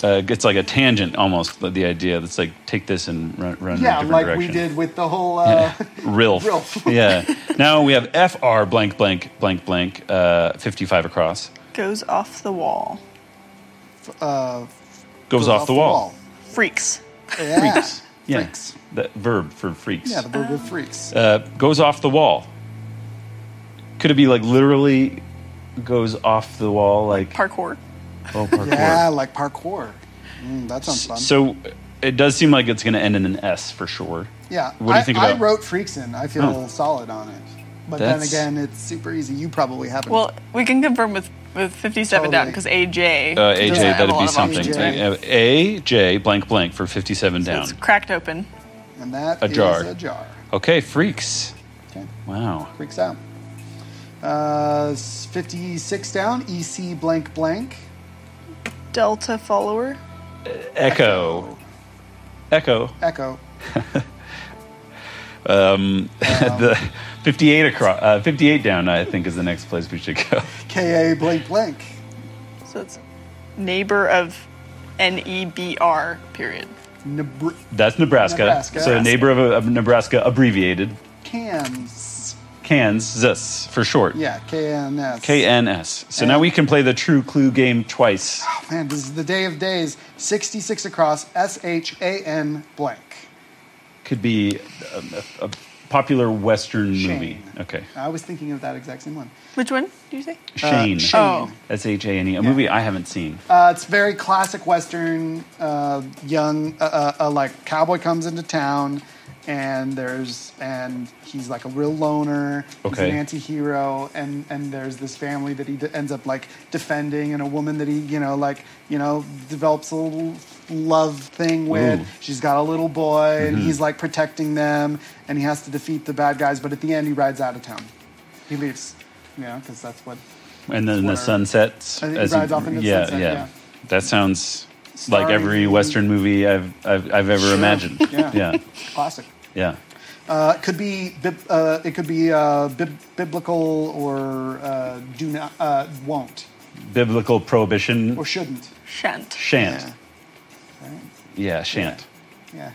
[SPEAKER 2] Uh, it's like a tangent almost, the- the idea. That's like take this and run, run in a
[SPEAKER 1] Yeah,
[SPEAKER 2] different
[SPEAKER 1] like
[SPEAKER 2] direction.
[SPEAKER 1] we did with the whole. Uh,
[SPEAKER 2] Rilf.
[SPEAKER 1] Rilf.
[SPEAKER 2] [laughs] yeah. Now we have FR blank, blank, blank, blank, uh, 55 across.
[SPEAKER 3] Goes off the wall.
[SPEAKER 1] uh,
[SPEAKER 2] Goes, off, the wall.
[SPEAKER 3] Freaks.
[SPEAKER 1] Yeah.
[SPEAKER 2] Freaks. Yeah.
[SPEAKER 1] Freaks.
[SPEAKER 2] The verb for freaks.
[SPEAKER 1] Yeah, the verb of freaks.
[SPEAKER 2] uh, goes off the wall. Could it be like literally goes off the wall, like
[SPEAKER 3] Parkour.
[SPEAKER 2] oh parkour?
[SPEAKER 1] yeah, like parkour. Mm, that sounds fun.
[SPEAKER 2] So it does seem like it's going to end in an S for sure.
[SPEAKER 1] yeah,
[SPEAKER 2] What do you
[SPEAKER 1] I,
[SPEAKER 2] think
[SPEAKER 1] I
[SPEAKER 2] about-
[SPEAKER 1] wrote freaks in. I feel
[SPEAKER 2] Oh.
[SPEAKER 1] solid on it. But
[SPEAKER 2] That's-
[SPEAKER 1] then again, it's super easy. You probably haven't.
[SPEAKER 3] Well, we can confirm with, with 57 down
[SPEAKER 1] Totally.
[SPEAKER 3] because AJ.
[SPEAKER 2] Uh, AJ,
[SPEAKER 3] doesn't have a
[SPEAKER 2] that'd
[SPEAKER 3] lot
[SPEAKER 2] be
[SPEAKER 3] of
[SPEAKER 2] something.
[SPEAKER 3] options,
[SPEAKER 1] AJ.
[SPEAKER 3] right?
[SPEAKER 2] Uh, A J blank blank for fifty-seven
[SPEAKER 3] So
[SPEAKER 2] down.
[SPEAKER 3] It's cracked open.
[SPEAKER 1] and that
[SPEAKER 2] a
[SPEAKER 1] is
[SPEAKER 2] jar.
[SPEAKER 1] a jar.
[SPEAKER 2] Okay, freaks.
[SPEAKER 1] Okay.
[SPEAKER 2] Wow.
[SPEAKER 1] Freaks out. Uh, 56 down, EC blank blank.
[SPEAKER 3] Delta follower.
[SPEAKER 2] Echo. Echo.
[SPEAKER 1] Echo.
[SPEAKER 2] Um, [laughs] the fifty-eight across. Uh, fifty-eight down. I think is the next place we should go. [laughs]
[SPEAKER 1] KA blank blank.
[SPEAKER 3] So it's neighbor of N E B R, period.
[SPEAKER 1] Nebr-
[SPEAKER 2] That's Nebraska.
[SPEAKER 1] Nebraska.
[SPEAKER 2] So a neighbor of, of Nebraska, abbreviated
[SPEAKER 1] cans.
[SPEAKER 2] Kansas for short.
[SPEAKER 1] Yeah, KNS.
[SPEAKER 2] KNS. So now we can play the true clue game twice.
[SPEAKER 1] Oh, man, this is the day of days. 66 across, S H A N blank.
[SPEAKER 2] Could be um, a, a popular Western
[SPEAKER 1] Shane. Uh,
[SPEAKER 2] movie. Okay.
[SPEAKER 1] I was thinking of that exact same one. Uh,
[SPEAKER 3] Which one did you say?
[SPEAKER 2] Shane.
[SPEAKER 1] Shane.
[SPEAKER 3] Oh.
[SPEAKER 2] That's H A N E. A movie I haven't seen.
[SPEAKER 1] Uh, it's very classic Western. Uh, young, uh, uh, uh, like cowboy comes into town, and there's and he's like a real loner. He's
[SPEAKER 2] Okay.
[SPEAKER 1] an anti-hero, and and there's this family that he d- ends up like defending, and a woman that he you know like you know develops a little love thing with.
[SPEAKER 2] Ooh. Mm-hmm.
[SPEAKER 1] She's got a little boy, and he's like protecting them, and he has to defeat the bad guys. But at the end, he rides out of town. He leaves, you know, because that's what
[SPEAKER 2] And then the
[SPEAKER 1] Whatever.
[SPEAKER 2] sun sets.
[SPEAKER 1] I think
[SPEAKER 2] as
[SPEAKER 1] it rides off into the
[SPEAKER 2] yeah,
[SPEAKER 1] sunset,
[SPEAKER 2] yeah,
[SPEAKER 1] yeah.
[SPEAKER 2] That sounds like
[SPEAKER 1] Starring-
[SPEAKER 2] every Western movie I've I've, I've ever
[SPEAKER 1] Sure.
[SPEAKER 2] imagined.
[SPEAKER 1] Yeah.
[SPEAKER 2] [laughs] yeah,
[SPEAKER 1] classic.
[SPEAKER 2] yeah.
[SPEAKER 1] Uh, it could be bib- uh, it could be uh, bib- biblical or uh, do not uh, won't
[SPEAKER 2] Biblical prohibition.
[SPEAKER 1] or shouldn't.
[SPEAKER 3] Shunt.
[SPEAKER 2] shan't.
[SPEAKER 1] Yeah. Right?
[SPEAKER 2] Yeah, shan't.
[SPEAKER 1] Yeah.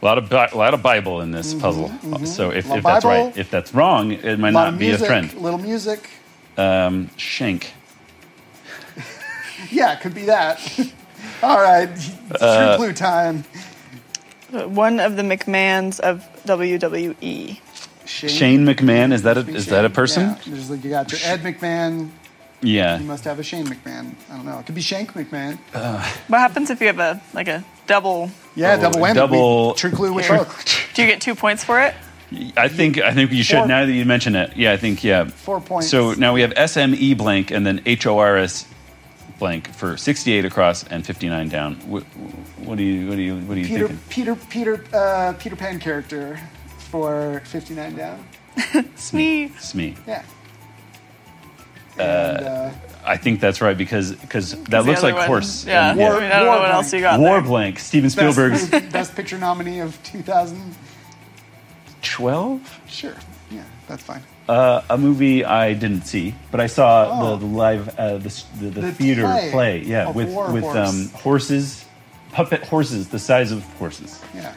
[SPEAKER 2] A lot of bi- a lot of Bible in this puzzle. So if,
[SPEAKER 1] Lot mm-hmm.
[SPEAKER 2] if that's
[SPEAKER 1] Bible.
[SPEAKER 2] right, if that's wrong, it might
[SPEAKER 1] A lot
[SPEAKER 2] not
[SPEAKER 1] of
[SPEAKER 2] be
[SPEAKER 1] music.
[SPEAKER 2] a trend.
[SPEAKER 1] Little music.
[SPEAKER 2] Um, shank.
[SPEAKER 1] Yeah, it could be that. [laughs] All right, it's
[SPEAKER 2] Uh,
[SPEAKER 1] true blue time.
[SPEAKER 3] One of the McMahons of E. WWE.
[SPEAKER 2] Shane McMahon is that a, is that a
[SPEAKER 1] Shane.
[SPEAKER 2] person?
[SPEAKER 1] Yeah, there's like you got your Ed McMahon.
[SPEAKER 2] Yeah.
[SPEAKER 1] You must have a Shane McMahon. I don't know. It could be Shank McMahon.
[SPEAKER 2] Uh,
[SPEAKER 3] What happens if you have a like a double?
[SPEAKER 1] Yeah,
[SPEAKER 2] Double-
[SPEAKER 1] double whammy.
[SPEAKER 2] double-
[SPEAKER 1] We- true clue with
[SPEAKER 2] True-
[SPEAKER 1] both.
[SPEAKER 3] Do you get two points for it?
[SPEAKER 2] I think I think you should
[SPEAKER 1] Four-
[SPEAKER 2] now that you mention it. Yeah, I think yeah.
[SPEAKER 1] Four points.
[SPEAKER 2] So now we have SME blank and then HORS blank for 68 across and 59 down. What, what do you what do you what are you
[SPEAKER 1] Peter
[SPEAKER 2] thinking?
[SPEAKER 1] Peter Peter uh, Peter Pan character for 59 down.
[SPEAKER 3] Smee.
[SPEAKER 2] Smee.
[SPEAKER 1] Yeah. And, uh,
[SPEAKER 2] I think that's right because because that
[SPEAKER 3] The
[SPEAKER 2] looks
[SPEAKER 3] other
[SPEAKER 2] like
[SPEAKER 3] one-
[SPEAKER 2] horse.
[SPEAKER 3] Yeah.
[SPEAKER 2] and-
[SPEAKER 1] War-
[SPEAKER 3] I, mean, I don't
[SPEAKER 1] War
[SPEAKER 3] know what else
[SPEAKER 1] blank.
[SPEAKER 3] you got.
[SPEAKER 2] War
[SPEAKER 3] there.
[SPEAKER 2] blank. Steven
[SPEAKER 1] best,
[SPEAKER 2] Spielberg's
[SPEAKER 1] best picture nominee of 2000.
[SPEAKER 2] 12.
[SPEAKER 1] Sure. Yeah, that's fine.
[SPEAKER 2] Uh, a movie I didn't see, but I saw
[SPEAKER 1] Oh.
[SPEAKER 2] the, the live uh, the, s- the, the
[SPEAKER 1] The
[SPEAKER 2] theater
[SPEAKER 1] play
[SPEAKER 2] play. Yeah,
[SPEAKER 1] of
[SPEAKER 2] with
[SPEAKER 1] War
[SPEAKER 2] with
[SPEAKER 1] Horse.
[SPEAKER 2] um, horses, puppet horses the size of horses.
[SPEAKER 1] Yeah.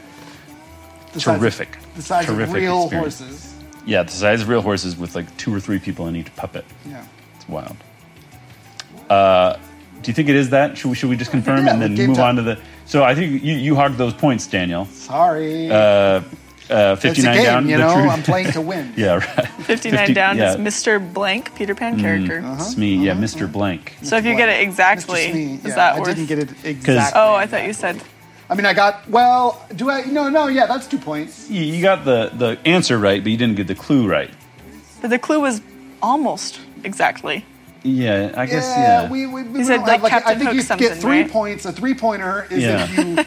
[SPEAKER 1] The size of-
[SPEAKER 2] Terrific.
[SPEAKER 1] the size of
[SPEAKER 2] Terrific
[SPEAKER 1] real
[SPEAKER 2] experience.
[SPEAKER 1] horses.
[SPEAKER 2] Yeah, the size of real horses with like two or three people in each puppet.
[SPEAKER 1] Yeah.
[SPEAKER 2] It's wild. Uh, do you think it is that? Should we, should we just confirm
[SPEAKER 1] Yeah,
[SPEAKER 2] and then
[SPEAKER 1] game
[SPEAKER 2] move
[SPEAKER 1] time.
[SPEAKER 2] on to the? So I think you, you hogged those points, Daniel.
[SPEAKER 1] Sorry.
[SPEAKER 2] Uh,
[SPEAKER 1] it's a
[SPEAKER 2] Fifty-nine
[SPEAKER 1] game,
[SPEAKER 2] down.
[SPEAKER 1] you
[SPEAKER 2] the
[SPEAKER 1] know.
[SPEAKER 2] truth-
[SPEAKER 1] I'm playing to win.
[SPEAKER 2] [laughs] yeah,
[SPEAKER 3] [laughs]
[SPEAKER 2] right.
[SPEAKER 3] 59
[SPEAKER 2] 50
[SPEAKER 3] down
[SPEAKER 2] yeah. Mm.
[SPEAKER 3] is Mr. Blank, Peter Pan character.
[SPEAKER 1] Uh-huh.
[SPEAKER 2] It's me. Yeah, Uh-huh. Mister Blank.
[SPEAKER 3] So if you get it exactly,
[SPEAKER 1] Mr. Smee,
[SPEAKER 3] is
[SPEAKER 1] yeah,
[SPEAKER 3] that
[SPEAKER 1] I
[SPEAKER 3] worth?
[SPEAKER 1] didn't get it exactly.
[SPEAKER 3] Oh, I thought you said
[SPEAKER 1] I mean, I got well. Do I? No, no. Yeah, that's two points.
[SPEAKER 2] You, you got the the answer right, but you didn't get the clue right.
[SPEAKER 3] but the clue was almost exactly.
[SPEAKER 2] Yeah, I guess.
[SPEAKER 1] yeah,
[SPEAKER 2] Yeah,
[SPEAKER 1] we we, we
[SPEAKER 3] He
[SPEAKER 1] don't
[SPEAKER 3] said,
[SPEAKER 1] have,
[SPEAKER 3] like,
[SPEAKER 1] I
[SPEAKER 3] Captain
[SPEAKER 1] think
[SPEAKER 3] Hook
[SPEAKER 1] you
[SPEAKER 3] something,
[SPEAKER 1] get three
[SPEAKER 3] right?
[SPEAKER 1] points. A three pointer is if
[SPEAKER 2] [laughs] Yeah.
[SPEAKER 1] you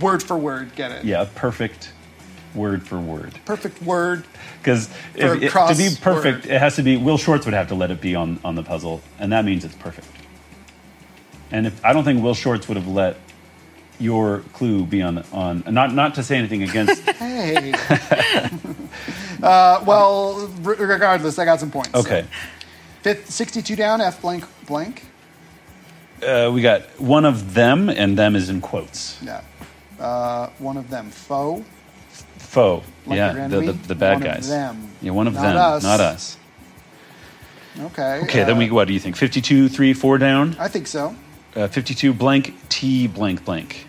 [SPEAKER 1] word for word get it.
[SPEAKER 2] yeah. Perfect word for word.
[SPEAKER 1] Perfect word.
[SPEAKER 2] Because
[SPEAKER 1] For
[SPEAKER 2] to be
[SPEAKER 1] crossword.
[SPEAKER 2] perfect, it has to be. Will Shorts would have to let it be on on the puzzle, and that means it's perfect. And if I don't think Will Shorts would have let your clue be on on not not to say anything
[SPEAKER 1] [laughs]
[SPEAKER 2] against.
[SPEAKER 1] Hey. uh, well, re- regardless, I got some points.
[SPEAKER 2] okay,
[SPEAKER 1] Fifth, 62 down, F blank blank.
[SPEAKER 2] uh, we got one of them, and them is in quotes.
[SPEAKER 1] Yeah. Uh, one of them, foe.
[SPEAKER 2] Foe.
[SPEAKER 1] Like your
[SPEAKER 2] yeah, the, the
[SPEAKER 1] enemy?
[SPEAKER 2] the bad
[SPEAKER 1] One of
[SPEAKER 2] guys.
[SPEAKER 1] them.
[SPEAKER 2] Yeah, one of
[SPEAKER 1] Not
[SPEAKER 2] them,
[SPEAKER 1] us.
[SPEAKER 2] not us.
[SPEAKER 1] Okay.
[SPEAKER 2] Okay, then
[SPEAKER 1] uh,
[SPEAKER 2] we what do you think? 52, 3, 4 down.
[SPEAKER 1] I think so.
[SPEAKER 2] Uh, 52 blank T blank blank.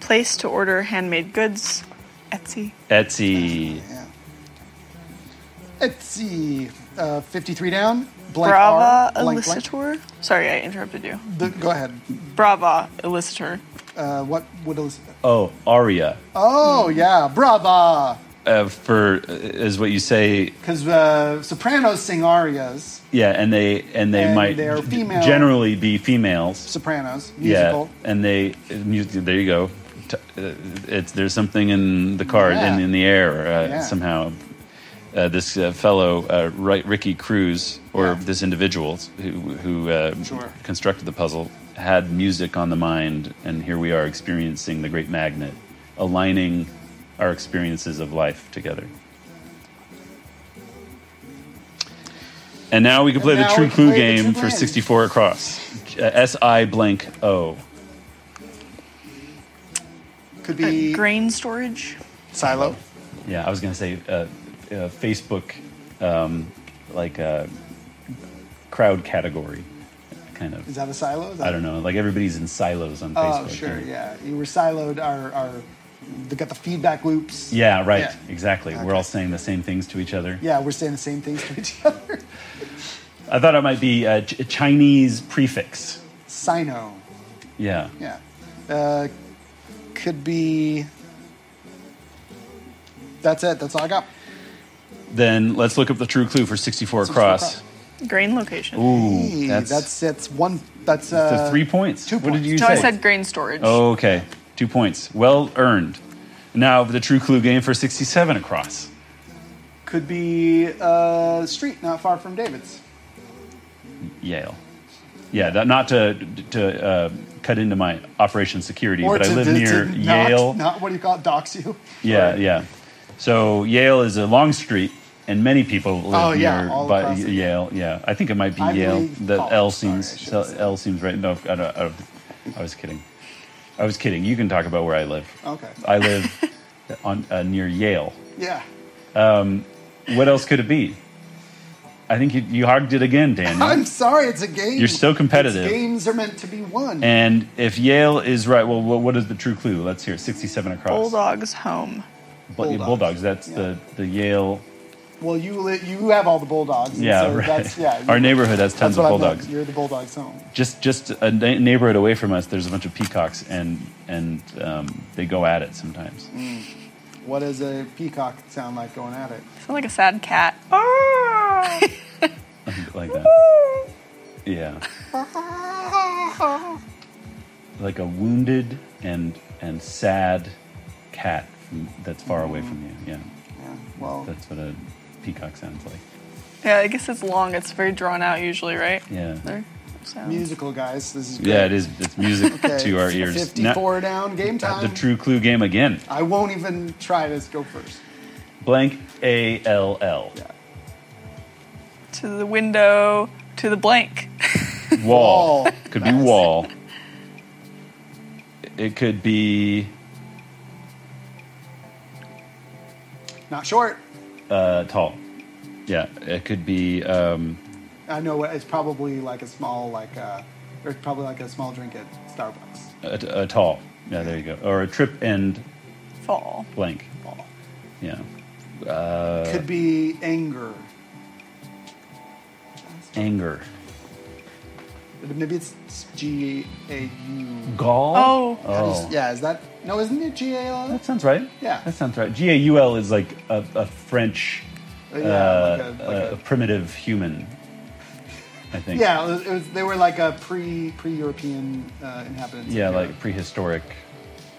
[SPEAKER 3] Place to order handmade goods, Etsy.
[SPEAKER 1] [laughs]
[SPEAKER 2] Etsy.
[SPEAKER 1] Yeah. Let's see. Uh, 53 down, blank R,
[SPEAKER 3] Brava
[SPEAKER 1] blank blank.
[SPEAKER 3] elicitor. Sorry, I interrupted you.
[SPEAKER 1] The- go ahead.
[SPEAKER 3] Brava elicitor.
[SPEAKER 1] Uh, what would it
[SPEAKER 2] Oh, aria.
[SPEAKER 1] Oh,
[SPEAKER 3] Hmm.
[SPEAKER 1] yeah. Brava.
[SPEAKER 2] Uh, for uh, is what you say.
[SPEAKER 1] Because uh, sopranos sing arias.
[SPEAKER 2] Yeah, and they and they
[SPEAKER 1] And
[SPEAKER 2] might
[SPEAKER 1] they're
[SPEAKER 2] g-
[SPEAKER 1] female.
[SPEAKER 2] generally be females.
[SPEAKER 1] Sopranos, musical.
[SPEAKER 2] Yeah, and they uh, mu- there you go. T- uh, It's there's something in the card
[SPEAKER 1] Yeah.
[SPEAKER 2] in, in the air uh,
[SPEAKER 1] Yeah.
[SPEAKER 2] somehow. Uh, this uh, fellow, uh, right, Ricky Cruz, or
[SPEAKER 1] Yeah.
[SPEAKER 2] this individual who, who uh,
[SPEAKER 1] Sure.
[SPEAKER 2] constructed the puzzle, had music on the mind, and here we are experiencing the great magnet, aligning our experiences of life together. And now we can play the
[SPEAKER 1] now
[SPEAKER 2] True
[SPEAKER 1] we can
[SPEAKER 2] Clue
[SPEAKER 1] play the True
[SPEAKER 2] game for
[SPEAKER 1] Blend.
[SPEAKER 2] 64 across. Uh, S I blank O.
[SPEAKER 1] Could be
[SPEAKER 3] Uh, Grain storage.
[SPEAKER 1] silo.
[SPEAKER 2] Yeah, I was gonna say uh, uh, Facebook, um, like uh, crowd category, kind of.
[SPEAKER 1] Is that a silo? Is that
[SPEAKER 2] I don't know. Like everybody's in silos on
[SPEAKER 1] Oh,
[SPEAKER 2] Facebook.
[SPEAKER 1] sure,
[SPEAKER 2] right?
[SPEAKER 1] yeah. You were siloed our, our they got the feedback loops.
[SPEAKER 2] Yeah, right.
[SPEAKER 1] Yeah.
[SPEAKER 2] Exactly.
[SPEAKER 1] Okay.
[SPEAKER 2] We're all saying the same things to each other.
[SPEAKER 1] Yeah, we're saying the same things to each other.
[SPEAKER 2] I thought it might be a, Ch- a Chinese prefix.
[SPEAKER 1] Sino.
[SPEAKER 2] Yeah.
[SPEAKER 1] Yeah. Uh, could be. That's it. That's all I got.
[SPEAKER 2] Then let's look up the true clue for 64 across.
[SPEAKER 1] across.
[SPEAKER 3] Grain location.
[SPEAKER 2] Ooh,
[SPEAKER 1] Hey,
[SPEAKER 2] that's,
[SPEAKER 1] that's, that's one. That's
[SPEAKER 2] that's
[SPEAKER 1] uh,
[SPEAKER 2] the three points.
[SPEAKER 1] two
[SPEAKER 2] what did
[SPEAKER 1] points.
[SPEAKER 2] you
[SPEAKER 3] no,
[SPEAKER 2] say?
[SPEAKER 3] I said grain storage.
[SPEAKER 2] Oh, okay. Two points. Well earned. Now the true clue game for 67 across.
[SPEAKER 1] Could be uh, street not far from David's.
[SPEAKER 2] Yale. Yeah, that, not to to uh, cut into my operation security, but I
[SPEAKER 1] to-
[SPEAKER 2] live
[SPEAKER 1] to- to
[SPEAKER 2] near
[SPEAKER 1] not-
[SPEAKER 2] Yale.
[SPEAKER 1] Not, what do you call it? Dox you.
[SPEAKER 2] yeah, yeah. So Yale is a long street, and many people live
[SPEAKER 1] Oh, yeah,
[SPEAKER 2] near
[SPEAKER 1] all
[SPEAKER 2] by
[SPEAKER 1] across it.
[SPEAKER 2] Yale. Yeah, I think it might be
[SPEAKER 1] I
[SPEAKER 2] Yale.
[SPEAKER 1] believe-
[SPEAKER 2] The
[SPEAKER 1] oh,
[SPEAKER 2] L
[SPEAKER 1] sorry, I
[SPEAKER 2] seems
[SPEAKER 1] shouldn't say
[SPEAKER 2] L seems right. No, I, don't, I, don't- I was kidding. I was kidding. You can talk about where I live.
[SPEAKER 1] [laughs] Okay. [laughs]
[SPEAKER 2] I live on uh, near Yale.
[SPEAKER 1] Yeah.
[SPEAKER 2] What else could it be? I think you, you hogged it again, Daniel.
[SPEAKER 1] I'm sorry, it's a game.
[SPEAKER 2] You're so competitive.
[SPEAKER 1] It's- games are meant to be won.
[SPEAKER 2] And if Yale is right, well, what, what is the true clue? Let's hear it. 67 across.
[SPEAKER 3] Bulldogs home.
[SPEAKER 2] Bu- yeah,
[SPEAKER 1] Bulldogs.
[SPEAKER 2] Bulldogs, That's the, the Yale.
[SPEAKER 1] well, you li- you have all the bulldogs. and
[SPEAKER 2] Yeah,
[SPEAKER 1] so
[SPEAKER 2] right.
[SPEAKER 1] That's, yeah.
[SPEAKER 2] [laughs] Our
[SPEAKER 1] you-
[SPEAKER 2] neighborhood has tons
[SPEAKER 1] That's
[SPEAKER 2] of
[SPEAKER 1] what I meant.
[SPEAKER 2] bulldogs.
[SPEAKER 1] You're the bulldogs home.
[SPEAKER 2] Just just a na- neighborhood away from us, there's a bunch of peacocks, and and um, they go at it sometimes.
[SPEAKER 1] What does a peacock sound like going at it?
[SPEAKER 3] Sound like a sad cat.
[SPEAKER 2] like that. Yeah. like a wounded and and sad cat from, that's far away from you. Yeah,
[SPEAKER 1] Yeah, well,
[SPEAKER 2] that's what a peacock sounds like.
[SPEAKER 3] [laughs] Yeah, I guess it's long. It's very drawn out usually, right?
[SPEAKER 2] Yeah.
[SPEAKER 3] Their sounds.
[SPEAKER 1] musical guys. This is great.
[SPEAKER 2] Yeah, it is. [laughs] It's music
[SPEAKER 1] Okay,
[SPEAKER 2] to our ears. Now-
[SPEAKER 1] 54 down, game time.
[SPEAKER 2] the true clue game again.
[SPEAKER 1] I won't even try to go first.
[SPEAKER 2] Blank A L L.
[SPEAKER 1] Yeah.
[SPEAKER 3] To the window, to the blank. [laughs]
[SPEAKER 2] Wall.
[SPEAKER 1] Wall.
[SPEAKER 2] Could be
[SPEAKER 1] Nice.
[SPEAKER 2] wall. It could be
[SPEAKER 1] Not short.
[SPEAKER 2] uh, tall. Yeah. It could be um,
[SPEAKER 1] I know what- it's probably like a small, like uh, or probably like a small drink at Starbucks.
[SPEAKER 2] a, a tall. Yeah, there you go. Or a trip and
[SPEAKER 3] Fall.
[SPEAKER 2] blank.
[SPEAKER 1] Ball.
[SPEAKER 2] Yeah. Uh,
[SPEAKER 1] Could be anger.
[SPEAKER 2] Anger.
[SPEAKER 1] Maybe it's G A U.
[SPEAKER 2] Gall.
[SPEAKER 3] Oh.
[SPEAKER 1] How do you s- Yeah, is that no? Isn't it G A L?
[SPEAKER 2] That sounds right.
[SPEAKER 1] Yeah.
[SPEAKER 2] That sounds right. G A U L is like a, a French
[SPEAKER 1] Yeah, like
[SPEAKER 2] uh,
[SPEAKER 1] a- like
[SPEAKER 2] uh, primitive human. I think.
[SPEAKER 1] Yeah, it was, it was, they were like a pre pre European uh, inhabitants.
[SPEAKER 2] Yeah,
[SPEAKER 1] of Europe.
[SPEAKER 2] like prehistoric.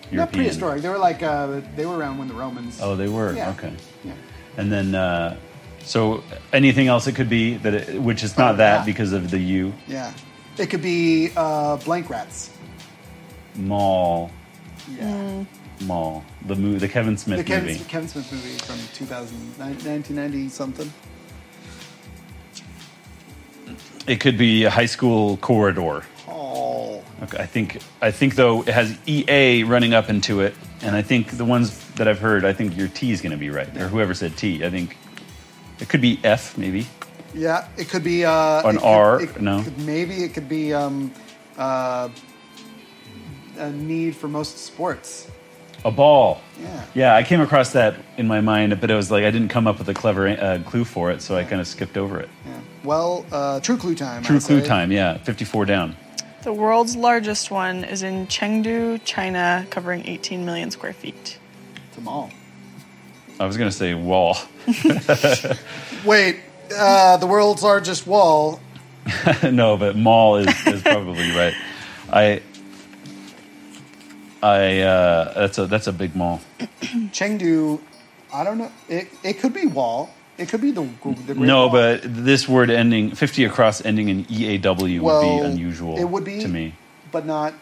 [SPEAKER 1] not
[SPEAKER 2] European.
[SPEAKER 1] prehistoric. They were like uh, they were around when the Romans.
[SPEAKER 2] Oh, they were
[SPEAKER 1] Yeah.
[SPEAKER 2] okay.
[SPEAKER 1] Yeah.
[SPEAKER 2] And then, uh, so anything else it could be that, it, which is not that
[SPEAKER 1] Oh, yeah.
[SPEAKER 2] because of the U
[SPEAKER 1] Yeah. It could be uh, blank rats.
[SPEAKER 2] mall
[SPEAKER 1] Yeah.
[SPEAKER 2] mall the movie the Kevin Smith
[SPEAKER 1] The Kevin,
[SPEAKER 2] movie.
[SPEAKER 1] Kevin Smith movie from 2000, 1990 something.
[SPEAKER 2] It could be a high school corridor.
[SPEAKER 1] Oh.
[SPEAKER 2] Okay, I think I think though it has EA running up into it, and I think the ones that I've heard, I think your T is going to be right, or whoever said T. I think it could be F maybe.
[SPEAKER 1] Yeah, it could be uh,
[SPEAKER 2] An
[SPEAKER 1] it could-
[SPEAKER 2] R,
[SPEAKER 1] it
[SPEAKER 2] no.
[SPEAKER 1] could- maybe it could be um, uh, a need for most sports.
[SPEAKER 2] A ball.
[SPEAKER 1] Yeah.
[SPEAKER 2] Yeah, I came across that in my mind, but it was like I didn't come up with a clever uh, clue for it, so I kind of skipped over it.
[SPEAKER 1] Yeah. Well, uh, true clue time.
[SPEAKER 2] True
[SPEAKER 1] I
[SPEAKER 2] clue
[SPEAKER 1] say.
[SPEAKER 2] time. Yeah, fifty-four down.
[SPEAKER 3] The world's largest one is in Chengdu, China, covering 18 million square feet.
[SPEAKER 1] It's a mall.
[SPEAKER 2] I was gonna say wall. [laughs]
[SPEAKER 1] Wait, uh, the world's largest wall.
[SPEAKER 2] no, but mall is, is probably [laughs] right. I. I uh, that's a that's a big mall.
[SPEAKER 1] Chengdu, I don't know. It, it could be wall. It could be the, the Great
[SPEAKER 2] No,
[SPEAKER 1] Wall.
[SPEAKER 2] but this word ending fifty across ending in E A W would
[SPEAKER 1] Well,
[SPEAKER 2] be unusual.
[SPEAKER 1] It would be
[SPEAKER 2] to me.
[SPEAKER 1] but not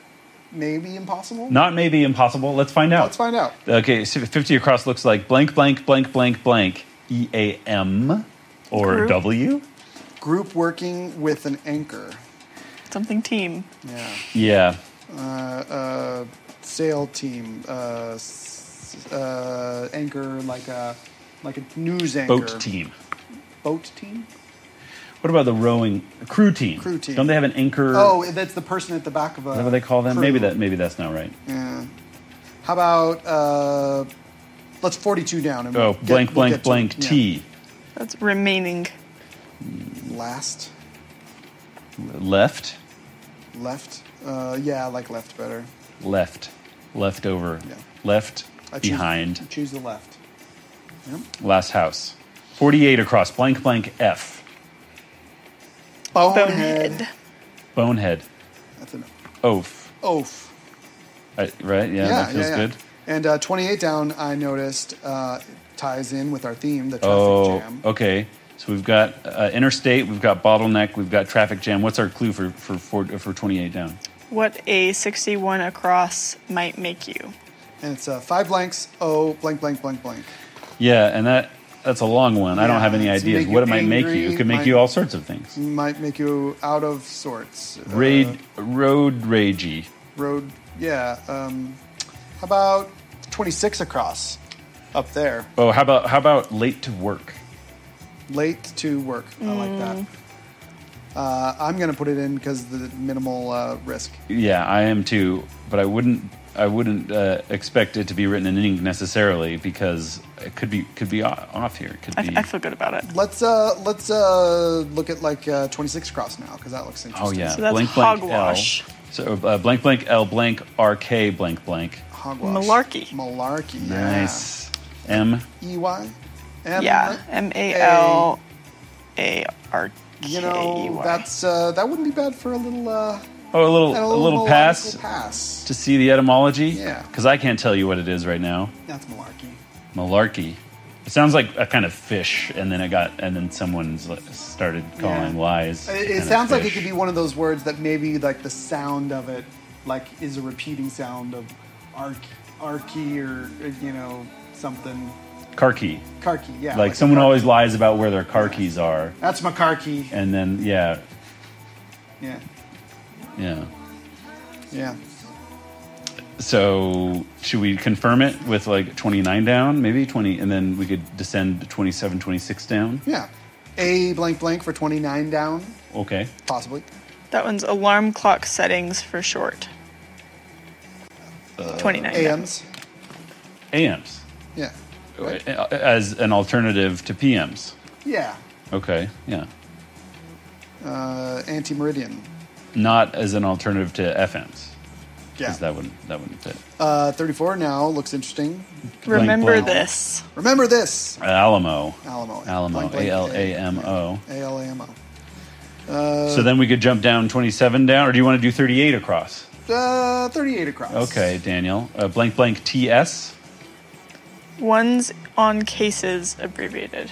[SPEAKER 1] maybe impossible.
[SPEAKER 2] Not maybe impossible. Let's find out.
[SPEAKER 1] Let's find out.
[SPEAKER 2] Okay, so 50 across looks like blank, blank, blank, blank, blank, E A M or
[SPEAKER 3] Group.
[SPEAKER 2] W?
[SPEAKER 1] Group working with an anchor.
[SPEAKER 3] Something team.
[SPEAKER 1] Yeah.
[SPEAKER 2] Yeah.
[SPEAKER 1] Uh, uh, sail team. Uh, s- uh, anchor like a like a news anchor.
[SPEAKER 2] Boat team.
[SPEAKER 1] Boat team.
[SPEAKER 2] What about the rowing crew team?
[SPEAKER 1] Crew team.
[SPEAKER 2] Don't they have an anchor?
[SPEAKER 1] Oh, that's the person at the back of a.
[SPEAKER 2] is that what they call them?
[SPEAKER 1] crew.
[SPEAKER 2] Maybe that maybe that's not right.
[SPEAKER 1] Yeah. How about uh, let's 42 down and
[SPEAKER 2] Oh,
[SPEAKER 1] we'll get-
[SPEAKER 2] blank,
[SPEAKER 1] we'll
[SPEAKER 2] blank,
[SPEAKER 1] get to-
[SPEAKER 2] blank,
[SPEAKER 1] yeah.
[SPEAKER 2] T.
[SPEAKER 3] That's remaining.
[SPEAKER 1] Last,
[SPEAKER 2] Left,
[SPEAKER 1] left. Uh, yeah, I like left better.
[SPEAKER 2] left, left over,
[SPEAKER 1] Yeah.
[SPEAKER 2] left,
[SPEAKER 1] I choose-
[SPEAKER 2] behind,
[SPEAKER 1] I choose the left.
[SPEAKER 2] last house. 48 across, blank, blank, F.
[SPEAKER 1] Bonehead.
[SPEAKER 3] Bonehead.
[SPEAKER 2] Bonehead.
[SPEAKER 1] That's an
[SPEAKER 2] Oaf.
[SPEAKER 1] oaf.
[SPEAKER 2] I- right? Yeah, that feels good.
[SPEAKER 1] And uh, 28 down, I noticed, uh, ties in with our theme, the traffic
[SPEAKER 2] Oh,
[SPEAKER 1] jam.
[SPEAKER 2] okay. So we've got uh, interstate, we've got bottleneck, we've got traffic jam. What's our clue for for for, for 28 down?
[SPEAKER 3] What a 61 across might make you.
[SPEAKER 1] And it's uh, five blanks, O, blank, blank, blank, blank.
[SPEAKER 2] Yeah, and that that's a long one. I don't
[SPEAKER 1] Yeah,
[SPEAKER 2] have any
[SPEAKER 1] it's
[SPEAKER 2] ideas
[SPEAKER 1] make
[SPEAKER 2] what
[SPEAKER 1] you
[SPEAKER 2] it Uh, might make
[SPEAKER 1] angry,
[SPEAKER 2] you. It could make
[SPEAKER 1] might-
[SPEAKER 2] you all sorts of things.
[SPEAKER 1] Might make you out of sorts. Uh,
[SPEAKER 2] Raid, road ragey.
[SPEAKER 1] road, yeah. Um, how about 26 across up there?
[SPEAKER 2] Oh, how about how about late to work?
[SPEAKER 1] Late to work. I like
[SPEAKER 3] Mm.
[SPEAKER 1] that. Uh, I'm going to put it in because the minimal uh, risk.
[SPEAKER 2] Yeah, I am too, but I wouldn't I wouldn't uh, expect it to be written in ink necessarily because it could be could be o- off here. It could
[SPEAKER 3] I,
[SPEAKER 2] be.
[SPEAKER 3] I feel good about it.
[SPEAKER 1] Let's uh, let's uh, look at like uh, 26 across now because that looks
[SPEAKER 2] Oh
[SPEAKER 1] interesting.
[SPEAKER 2] yeah,
[SPEAKER 3] So that's
[SPEAKER 2] blank blank
[SPEAKER 3] hogwash.
[SPEAKER 2] L. So uh, blank blank L blank RK blank blank.
[SPEAKER 1] Hogwash.
[SPEAKER 3] Malarkey.
[SPEAKER 1] Malarkey. yeah.
[SPEAKER 2] Nice. M.
[SPEAKER 1] E Y. M-
[SPEAKER 3] Yeah, M A L A R K E
[SPEAKER 1] You
[SPEAKER 3] Y.
[SPEAKER 1] know, that's uh, that wouldn't be bad for a little uh,
[SPEAKER 2] Oh, a little
[SPEAKER 1] a
[SPEAKER 2] a
[SPEAKER 1] little,
[SPEAKER 2] little, pass
[SPEAKER 1] logical pass.
[SPEAKER 2] to see the etymology.
[SPEAKER 1] Yeah.
[SPEAKER 2] Because I can't tell you what it is right now.
[SPEAKER 1] That's malarkey.
[SPEAKER 2] Malarkey. It sounds like a kind of fish, and then it got, and then someone's like, started calling
[SPEAKER 1] Yeah.
[SPEAKER 2] lies.
[SPEAKER 1] It,
[SPEAKER 2] kind
[SPEAKER 1] it
[SPEAKER 2] of
[SPEAKER 1] sounds like it
[SPEAKER 2] fish.
[SPEAKER 1] could be one of those words that maybe like the sound of it, like is a repeating sound of arc, arky or uh, you know something.
[SPEAKER 2] car key.
[SPEAKER 1] Karki, yeah.
[SPEAKER 2] Like
[SPEAKER 1] a
[SPEAKER 2] someone
[SPEAKER 1] car-
[SPEAKER 2] always lies about where their car keys are,
[SPEAKER 1] That's macarkey.
[SPEAKER 2] and then yeah,
[SPEAKER 1] Yeah,
[SPEAKER 2] yeah.
[SPEAKER 1] yeah.
[SPEAKER 2] So should we confirm it with like 29 down, maybe 20, and then we could descend to 27, 26 down?
[SPEAKER 1] Yeah. A blank blank for 29 down,
[SPEAKER 2] Okay.
[SPEAKER 1] possibly.
[SPEAKER 3] that one's alarm clock settings for short.
[SPEAKER 2] Uh,
[SPEAKER 3] 29.
[SPEAKER 1] AMs.
[SPEAKER 2] AMs
[SPEAKER 1] Yeah. Right.
[SPEAKER 2] uh, as an alternative to PMs.
[SPEAKER 1] Yeah.
[SPEAKER 2] Okay, yeah.
[SPEAKER 1] Uh, Anti meridian.
[SPEAKER 2] Not as an alternative to FMs.
[SPEAKER 1] Yeah.
[SPEAKER 2] Because that wouldn't that wouldn't fit.
[SPEAKER 1] uh, 34 now looks interesting.
[SPEAKER 3] Remember
[SPEAKER 2] blank.
[SPEAKER 3] this.
[SPEAKER 1] Remember this
[SPEAKER 2] Alamo.
[SPEAKER 1] Alamo.
[SPEAKER 2] Alamo.
[SPEAKER 1] Oh, Blank, blank,
[SPEAKER 2] A L A M O.
[SPEAKER 1] A L A M O. Uh,
[SPEAKER 2] So then we could jump down 27 down, or do you want to do 38 across?
[SPEAKER 1] Uh, 38 across.
[SPEAKER 2] Okay, Daniel. Uh, blank blank T S.
[SPEAKER 3] Ones on cases abbreviated.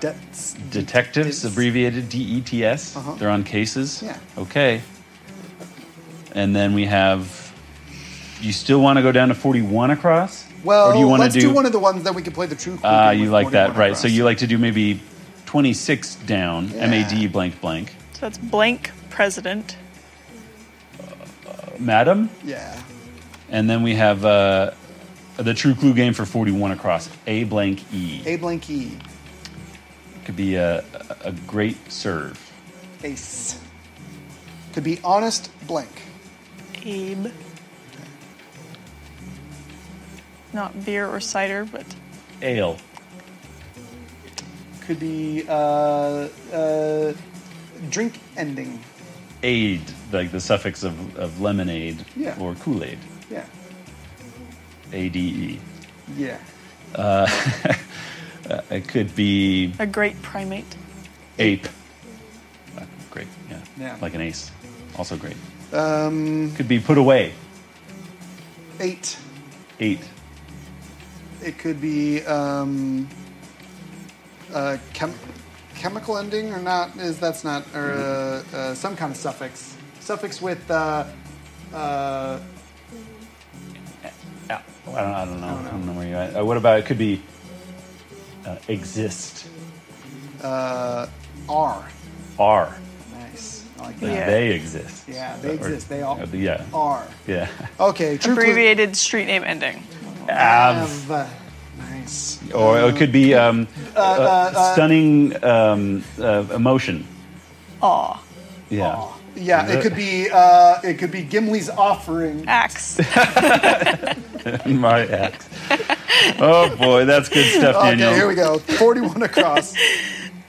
[SPEAKER 1] That's-
[SPEAKER 2] Detectives,
[SPEAKER 1] It's-
[SPEAKER 2] abbreviated DETS.
[SPEAKER 1] Uh-huh.
[SPEAKER 2] They're on cases.
[SPEAKER 1] Yeah.
[SPEAKER 2] Okay. And then we have. You still want to go down to 41 across?
[SPEAKER 1] Well,
[SPEAKER 2] or do you want
[SPEAKER 1] let's
[SPEAKER 2] to
[SPEAKER 1] do,
[SPEAKER 2] do?
[SPEAKER 1] one of the ones that we could play the true.
[SPEAKER 2] Ah, you like that, right? So you like to do maybe 26 down,
[SPEAKER 1] Yeah.
[SPEAKER 2] MAD blank blank.
[SPEAKER 3] So that's blank president.
[SPEAKER 2] Madam?
[SPEAKER 1] Yeah.
[SPEAKER 2] And then we have uh, the true clue game for 41 across, A blank E.
[SPEAKER 1] A blank E.
[SPEAKER 2] Could be a, a great serve.
[SPEAKER 1] Ace. Could be honest blank.
[SPEAKER 3] Abe. Not beer or cider, but
[SPEAKER 2] Ale.
[SPEAKER 1] Could be uh, uh, drink ending.
[SPEAKER 2] Aid, like the suffix of, of lemonade
[SPEAKER 1] Yeah.
[SPEAKER 2] or Kool Aid.
[SPEAKER 1] Yeah.
[SPEAKER 2] A D E. Uh,
[SPEAKER 1] Yeah.
[SPEAKER 2] [laughs] It could be
[SPEAKER 3] a great primate.
[SPEAKER 2] ape. Uh, Great, yeah.
[SPEAKER 1] Yeah.
[SPEAKER 2] Like an ace. Also great. Um, could be put away.
[SPEAKER 1] Eight.
[SPEAKER 2] Eight.
[SPEAKER 1] It could be um, uh, chem- chemical ending or not. Is that's not or uh, uh, some kind of suffix. Suffix with uh, uh,
[SPEAKER 2] Yeah. I, don't, I don't know. I don't know, where you're at. Uh, what about it could be uh, exist?
[SPEAKER 1] uh, R.
[SPEAKER 2] Are.
[SPEAKER 1] Nice. I like
[SPEAKER 2] Like,
[SPEAKER 1] that.
[SPEAKER 3] Yeah.
[SPEAKER 2] They exist.
[SPEAKER 1] Yeah, they
[SPEAKER 2] Or-
[SPEAKER 1] exist. They [laughs] all
[SPEAKER 2] uh, Yeah.
[SPEAKER 1] are.
[SPEAKER 2] Yeah.
[SPEAKER 1] Okay. True clue.
[SPEAKER 3] Abbreviated street name ending.
[SPEAKER 2] Av.
[SPEAKER 1] Av. Nice.
[SPEAKER 2] Um, Or it could be uh,
[SPEAKER 1] uh,
[SPEAKER 2] um, uh, stunning um, uh, emotion.
[SPEAKER 3] Aw.
[SPEAKER 2] uh, Yeah.
[SPEAKER 1] Yeah, it could be uh, it could be Gimli's
[SPEAKER 2] Ah,
[SPEAKER 1] offering.
[SPEAKER 2] [laughs]
[SPEAKER 3] Axe.
[SPEAKER 2] [laughs] My axe. Oh boy, that's good stuff,
[SPEAKER 1] Okay,
[SPEAKER 2] Daniel.
[SPEAKER 1] here we go. Forty-one across.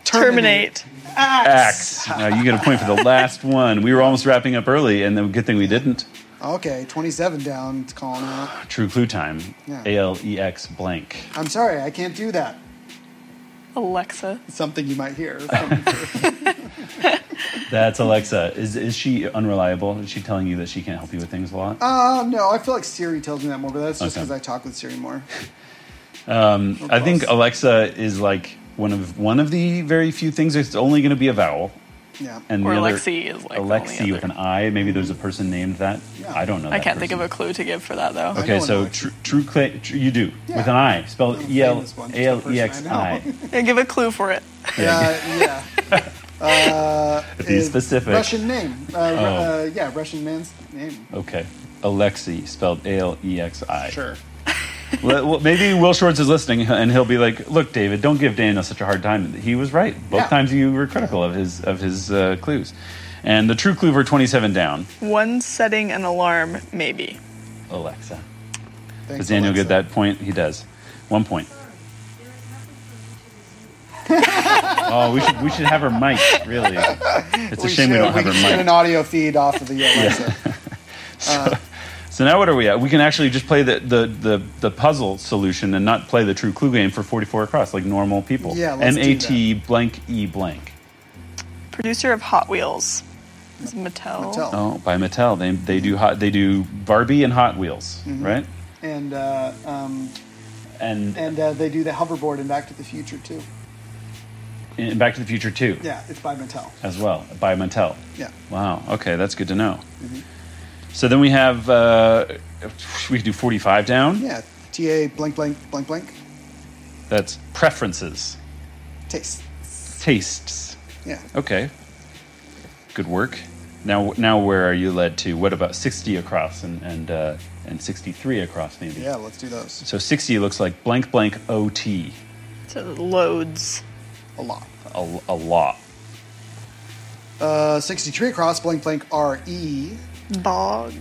[SPEAKER 3] Terminate.
[SPEAKER 2] Axe. Now you get a point for the last one. We were almost wrapping up early, and the good thing we didn't.
[SPEAKER 1] Okay, twenty-seven down. It's calling out.
[SPEAKER 2] True clue time.
[SPEAKER 1] Yeah.
[SPEAKER 2] A L E X blank.
[SPEAKER 1] I'm sorry, I can't do that.
[SPEAKER 3] Alexa.
[SPEAKER 1] It's something you might
[SPEAKER 2] [laughs]
[SPEAKER 1] hear. from-
[SPEAKER 2] That's Alexa. Is is she unreliable? Is she telling you that she can't help you with things a lot?
[SPEAKER 1] uh, no, I feel like Siri tells me that more, but that's just
[SPEAKER 2] Okay.
[SPEAKER 1] because I talk with Siri more. Um,
[SPEAKER 2] I think Alexa is like one of one of the very few things. It's only going to be a vowel,
[SPEAKER 1] yeah.
[SPEAKER 2] [laughs] and
[SPEAKER 3] Or
[SPEAKER 2] the other-
[SPEAKER 3] Alexi is like the only
[SPEAKER 2] Alexi with
[SPEAKER 3] other.
[SPEAKER 2] an I. Maybe there's a person named that.
[SPEAKER 1] Yeah.
[SPEAKER 2] I don't know.
[SPEAKER 3] I
[SPEAKER 2] that
[SPEAKER 3] can't think of
[SPEAKER 2] person.
[SPEAKER 3] a clue to give for that though.
[SPEAKER 1] Okay.
[SPEAKER 2] Okay,
[SPEAKER 1] know an
[SPEAKER 2] so
[SPEAKER 1] Alexi.
[SPEAKER 2] true, true, cla- tr- you do
[SPEAKER 1] Yeah.
[SPEAKER 2] with an I, spelled
[SPEAKER 1] I'm
[SPEAKER 2] E L
[SPEAKER 1] famous one, just
[SPEAKER 2] A
[SPEAKER 1] the
[SPEAKER 2] L
[SPEAKER 1] person I
[SPEAKER 2] E X I.
[SPEAKER 3] Yeah, give a clue for it.
[SPEAKER 1] Uh, [laughs] yeah.
[SPEAKER 2] [laughs]
[SPEAKER 1] Uh,
[SPEAKER 2] Be
[SPEAKER 1] is
[SPEAKER 2] specific. Oh.
[SPEAKER 1] Russian name. Uh, Ru- uh, yeah, Russian man's name.
[SPEAKER 2] Okay, Alexi, spelled A L E X I.
[SPEAKER 1] Sure.
[SPEAKER 2] Let- well, maybe Will Schwartz is listening, and he'll be like, "Look, David, don't give Daniel such a hard time. He was right both
[SPEAKER 1] Yeah.
[SPEAKER 2] times. You were critical of his of his uh, clues." And the true clue for twenty-seven down,
[SPEAKER 3] One setting an alarm, maybe.
[SPEAKER 2] Alexa.
[SPEAKER 1] Thanks,
[SPEAKER 2] Does Daniel get
[SPEAKER 1] Alexa.
[SPEAKER 2] that point? He does.
[SPEAKER 1] [laughs]
[SPEAKER 2] One point. oh, we should we should have her mic. Really, it's a
[SPEAKER 1] We
[SPEAKER 2] shame we
[SPEAKER 1] should-
[SPEAKER 2] don't have
[SPEAKER 1] can
[SPEAKER 2] her
[SPEAKER 1] send
[SPEAKER 2] mic.
[SPEAKER 1] an audio feed off
[SPEAKER 2] [laughs]
[SPEAKER 1] of the Alexa.
[SPEAKER 2] So now what are we at? We can actually just play the, the, the, the puzzle solution and not play the true clue game for 44 across like normal people.
[SPEAKER 1] Yeah, let's do that.
[SPEAKER 2] M-A-T blank E blank.
[SPEAKER 3] Producer of Hot Wheels. Is Mattel.
[SPEAKER 1] Mattel.
[SPEAKER 2] Oh, by Mattel. They, they do hot, they do Barbie and Hot Wheels,
[SPEAKER 1] Mm-hmm.
[SPEAKER 2] right?
[SPEAKER 1] And uh, um,
[SPEAKER 2] And,
[SPEAKER 1] and uh, they do the hoverboard in Back to the Future too.
[SPEAKER 2] and Back to the Future 2
[SPEAKER 1] Yeah, it's by Mattel.
[SPEAKER 2] as well by Mattel.
[SPEAKER 1] Yeah.
[SPEAKER 2] Wow. Okay, that's good to know.
[SPEAKER 1] Mm-hmm.
[SPEAKER 2] So then we have uh, we can do 45 down.
[SPEAKER 1] Yeah. TA blank blank blank blank.
[SPEAKER 2] That's preferences,
[SPEAKER 1] Taste.
[SPEAKER 2] tastes.
[SPEAKER 1] Yeah.
[SPEAKER 2] Okay. Good work. Now, now, where are you led to? What about sixty across and and uh, and sixty-three across maybe?
[SPEAKER 1] Yeah, let's do those.
[SPEAKER 2] So sixty looks like blank blank OT
[SPEAKER 3] So loads.
[SPEAKER 1] A lot.
[SPEAKER 2] a, a lot.
[SPEAKER 1] Uh, 63 across blank blank RE
[SPEAKER 3] Bog.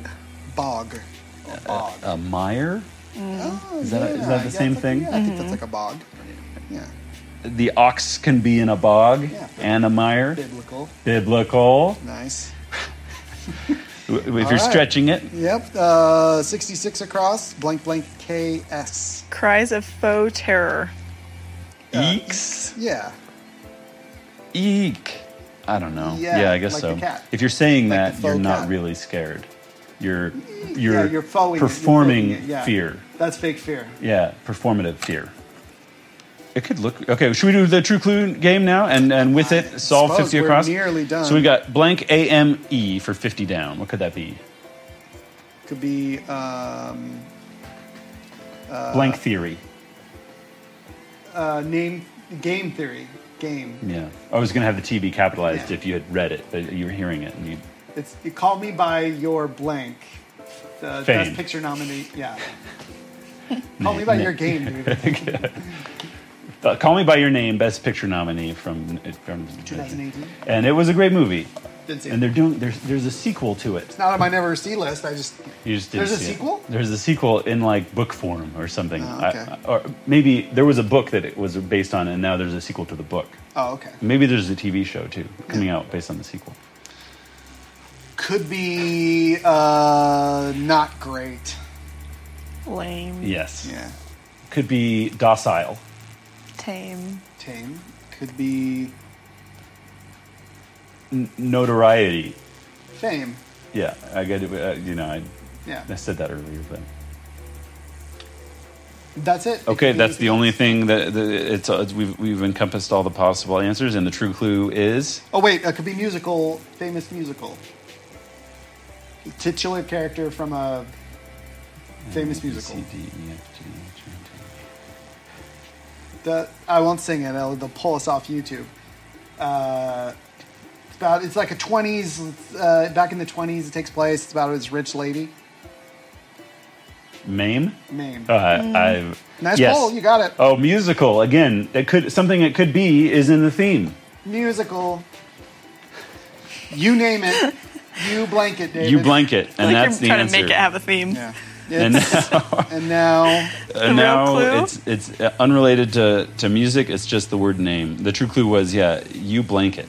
[SPEAKER 1] bog. Or bog.
[SPEAKER 2] A mire.
[SPEAKER 1] Oh,
[SPEAKER 2] Uh, Is that a- is that
[SPEAKER 1] yeah,
[SPEAKER 2] the same
[SPEAKER 1] it's like-
[SPEAKER 2] thing?
[SPEAKER 1] Yeah, I think that's like a bog. Yeah.
[SPEAKER 2] The ox can be in a bog
[SPEAKER 1] Yeah.
[SPEAKER 2] and a mire.
[SPEAKER 1] Biblical.
[SPEAKER 2] Biblical.
[SPEAKER 1] Nice.
[SPEAKER 2] W- If you're
[SPEAKER 1] right.
[SPEAKER 2] stretching it,
[SPEAKER 1] Yep. Uh, 66 across blank blank KS.
[SPEAKER 3] Cries of faux terror.
[SPEAKER 2] eeks
[SPEAKER 1] Yeah.
[SPEAKER 2] eek. I don't know.
[SPEAKER 1] Yeah,
[SPEAKER 2] I guess
[SPEAKER 1] like
[SPEAKER 2] so.
[SPEAKER 1] the cat.
[SPEAKER 2] If you're saying
[SPEAKER 1] Like the
[SPEAKER 2] that,
[SPEAKER 1] faux
[SPEAKER 2] you're not
[SPEAKER 1] cat.
[SPEAKER 2] really scared. You're
[SPEAKER 1] yeah,
[SPEAKER 2] you're,
[SPEAKER 1] you're following it, you're
[SPEAKER 2] performing
[SPEAKER 1] faking it, yeah.
[SPEAKER 2] fear.
[SPEAKER 1] That's fake fear.
[SPEAKER 2] Yeah, performative fear. It could look okay. Should we do the true clue game now, and and with
[SPEAKER 1] I
[SPEAKER 2] it solve
[SPEAKER 1] suppose
[SPEAKER 2] fifty
[SPEAKER 1] we're
[SPEAKER 2] across?
[SPEAKER 1] nearly done.
[SPEAKER 2] So we got blank A M E for fifty down. What could that be?
[SPEAKER 1] Could be um,
[SPEAKER 2] blank theory.
[SPEAKER 1] uh, name game theory. Game.
[SPEAKER 2] Yeah, I was gonna have the TV capitalized
[SPEAKER 1] Yeah.
[SPEAKER 2] if you had read it, but you were hearing it. And you,
[SPEAKER 1] It's you call me by your blank. The
[SPEAKER 2] Fame.
[SPEAKER 1] best picture nominee.
[SPEAKER 2] [laughs]
[SPEAKER 1] Yeah. call me by your game, dude.
[SPEAKER 2] Uh, Call Me by Your Name, Best Picture nominee from from
[SPEAKER 1] 2018.
[SPEAKER 2] and it was a great movie.
[SPEAKER 1] Didn't see
[SPEAKER 2] And
[SPEAKER 1] it.
[SPEAKER 2] they're doing there's there's a sequel to it.
[SPEAKER 1] Not on my never see list. I just
[SPEAKER 2] You just didn't
[SPEAKER 1] There's a
[SPEAKER 2] see it.
[SPEAKER 1] sequel?
[SPEAKER 2] There's a sequel in like book form or something.
[SPEAKER 1] Oh, okay.
[SPEAKER 2] I- or maybe there was a book that it was based on, and now there's a sequel to the book.
[SPEAKER 1] oh okay.
[SPEAKER 2] Maybe there's a TV show too coming out based on the sequel.
[SPEAKER 1] Could be uh, not great.
[SPEAKER 3] Lame.
[SPEAKER 2] Yes,
[SPEAKER 1] Yeah.
[SPEAKER 2] could be docile.
[SPEAKER 3] Tame.
[SPEAKER 1] Tame. Could be
[SPEAKER 2] N- notoriety.
[SPEAKER 1] fame.
[SPEAKER 2] Yeah, I get it. Uh, you know, I,
[SPEAKER 1] Yeah.
[SPEAKER 2] I said that earlier, but
[SPEAKER 1] That's it. It
[SPEAKER 2] okay,
[SPEAKER 1] could be
[SPEAKER 2] that's the
[SPEAKER 1] anything
[SPEAKER 2] only
[SPEAKER 1] else.
[SPEAKER 2] thing that, that it's, it's we've we've encompassed all the possible answers, and the true clue is
[SPEAKER 1] Oh wait, it could be musical, famous musical. Titular character from a famous musical.
[SPEAKER 2] C, D, E, F, G, H, I, J.
[SPEAKER 1] The, I won't sing it. They'll, they'll pull us off YouTube. Uh, it's about it's like a twenties uh, back in the twenties. It takes place. It's about this rich lady.
[SPEAKER 2] Mame.
[SPEAKER 1] Name.
[SPEAKER 2] Uh,
[SPEAKER 3] Mm.
[SPEAKER 2] I've
[SPEAKER 1] nice
[SPEAKER 2] yes.
[SPEAKER 1] poll. You got it.
[SPEAKER 2] Oh, musical again. It could something it could be is in the theme.
[SPEAKER 1] Musical. You name it. You blanket, David.
[SPEAKER 2] You blanket, and
[SPEAKER 3] like
[SPEAKER 2] that's the
[SPEAKER 3] you're trying
[SPEAKER 2] answer.
[SPEAKER 3] to make it have a theme.
[SPEAKER 1] Yeah.
[SPEAKER 3] [laughs]
[SPEAKER 2] and [laughs]
[SPEAKER 1] It's- and now,
[SPEAKER 2] And
[SPEAKER 3] real
[SPEAKER 2] now
[SPEAKER 3] clue?
[SPEAKER 2] it's it's uh, unrelated to, to music. It's just the word name. The true clue was yeah, you blanket,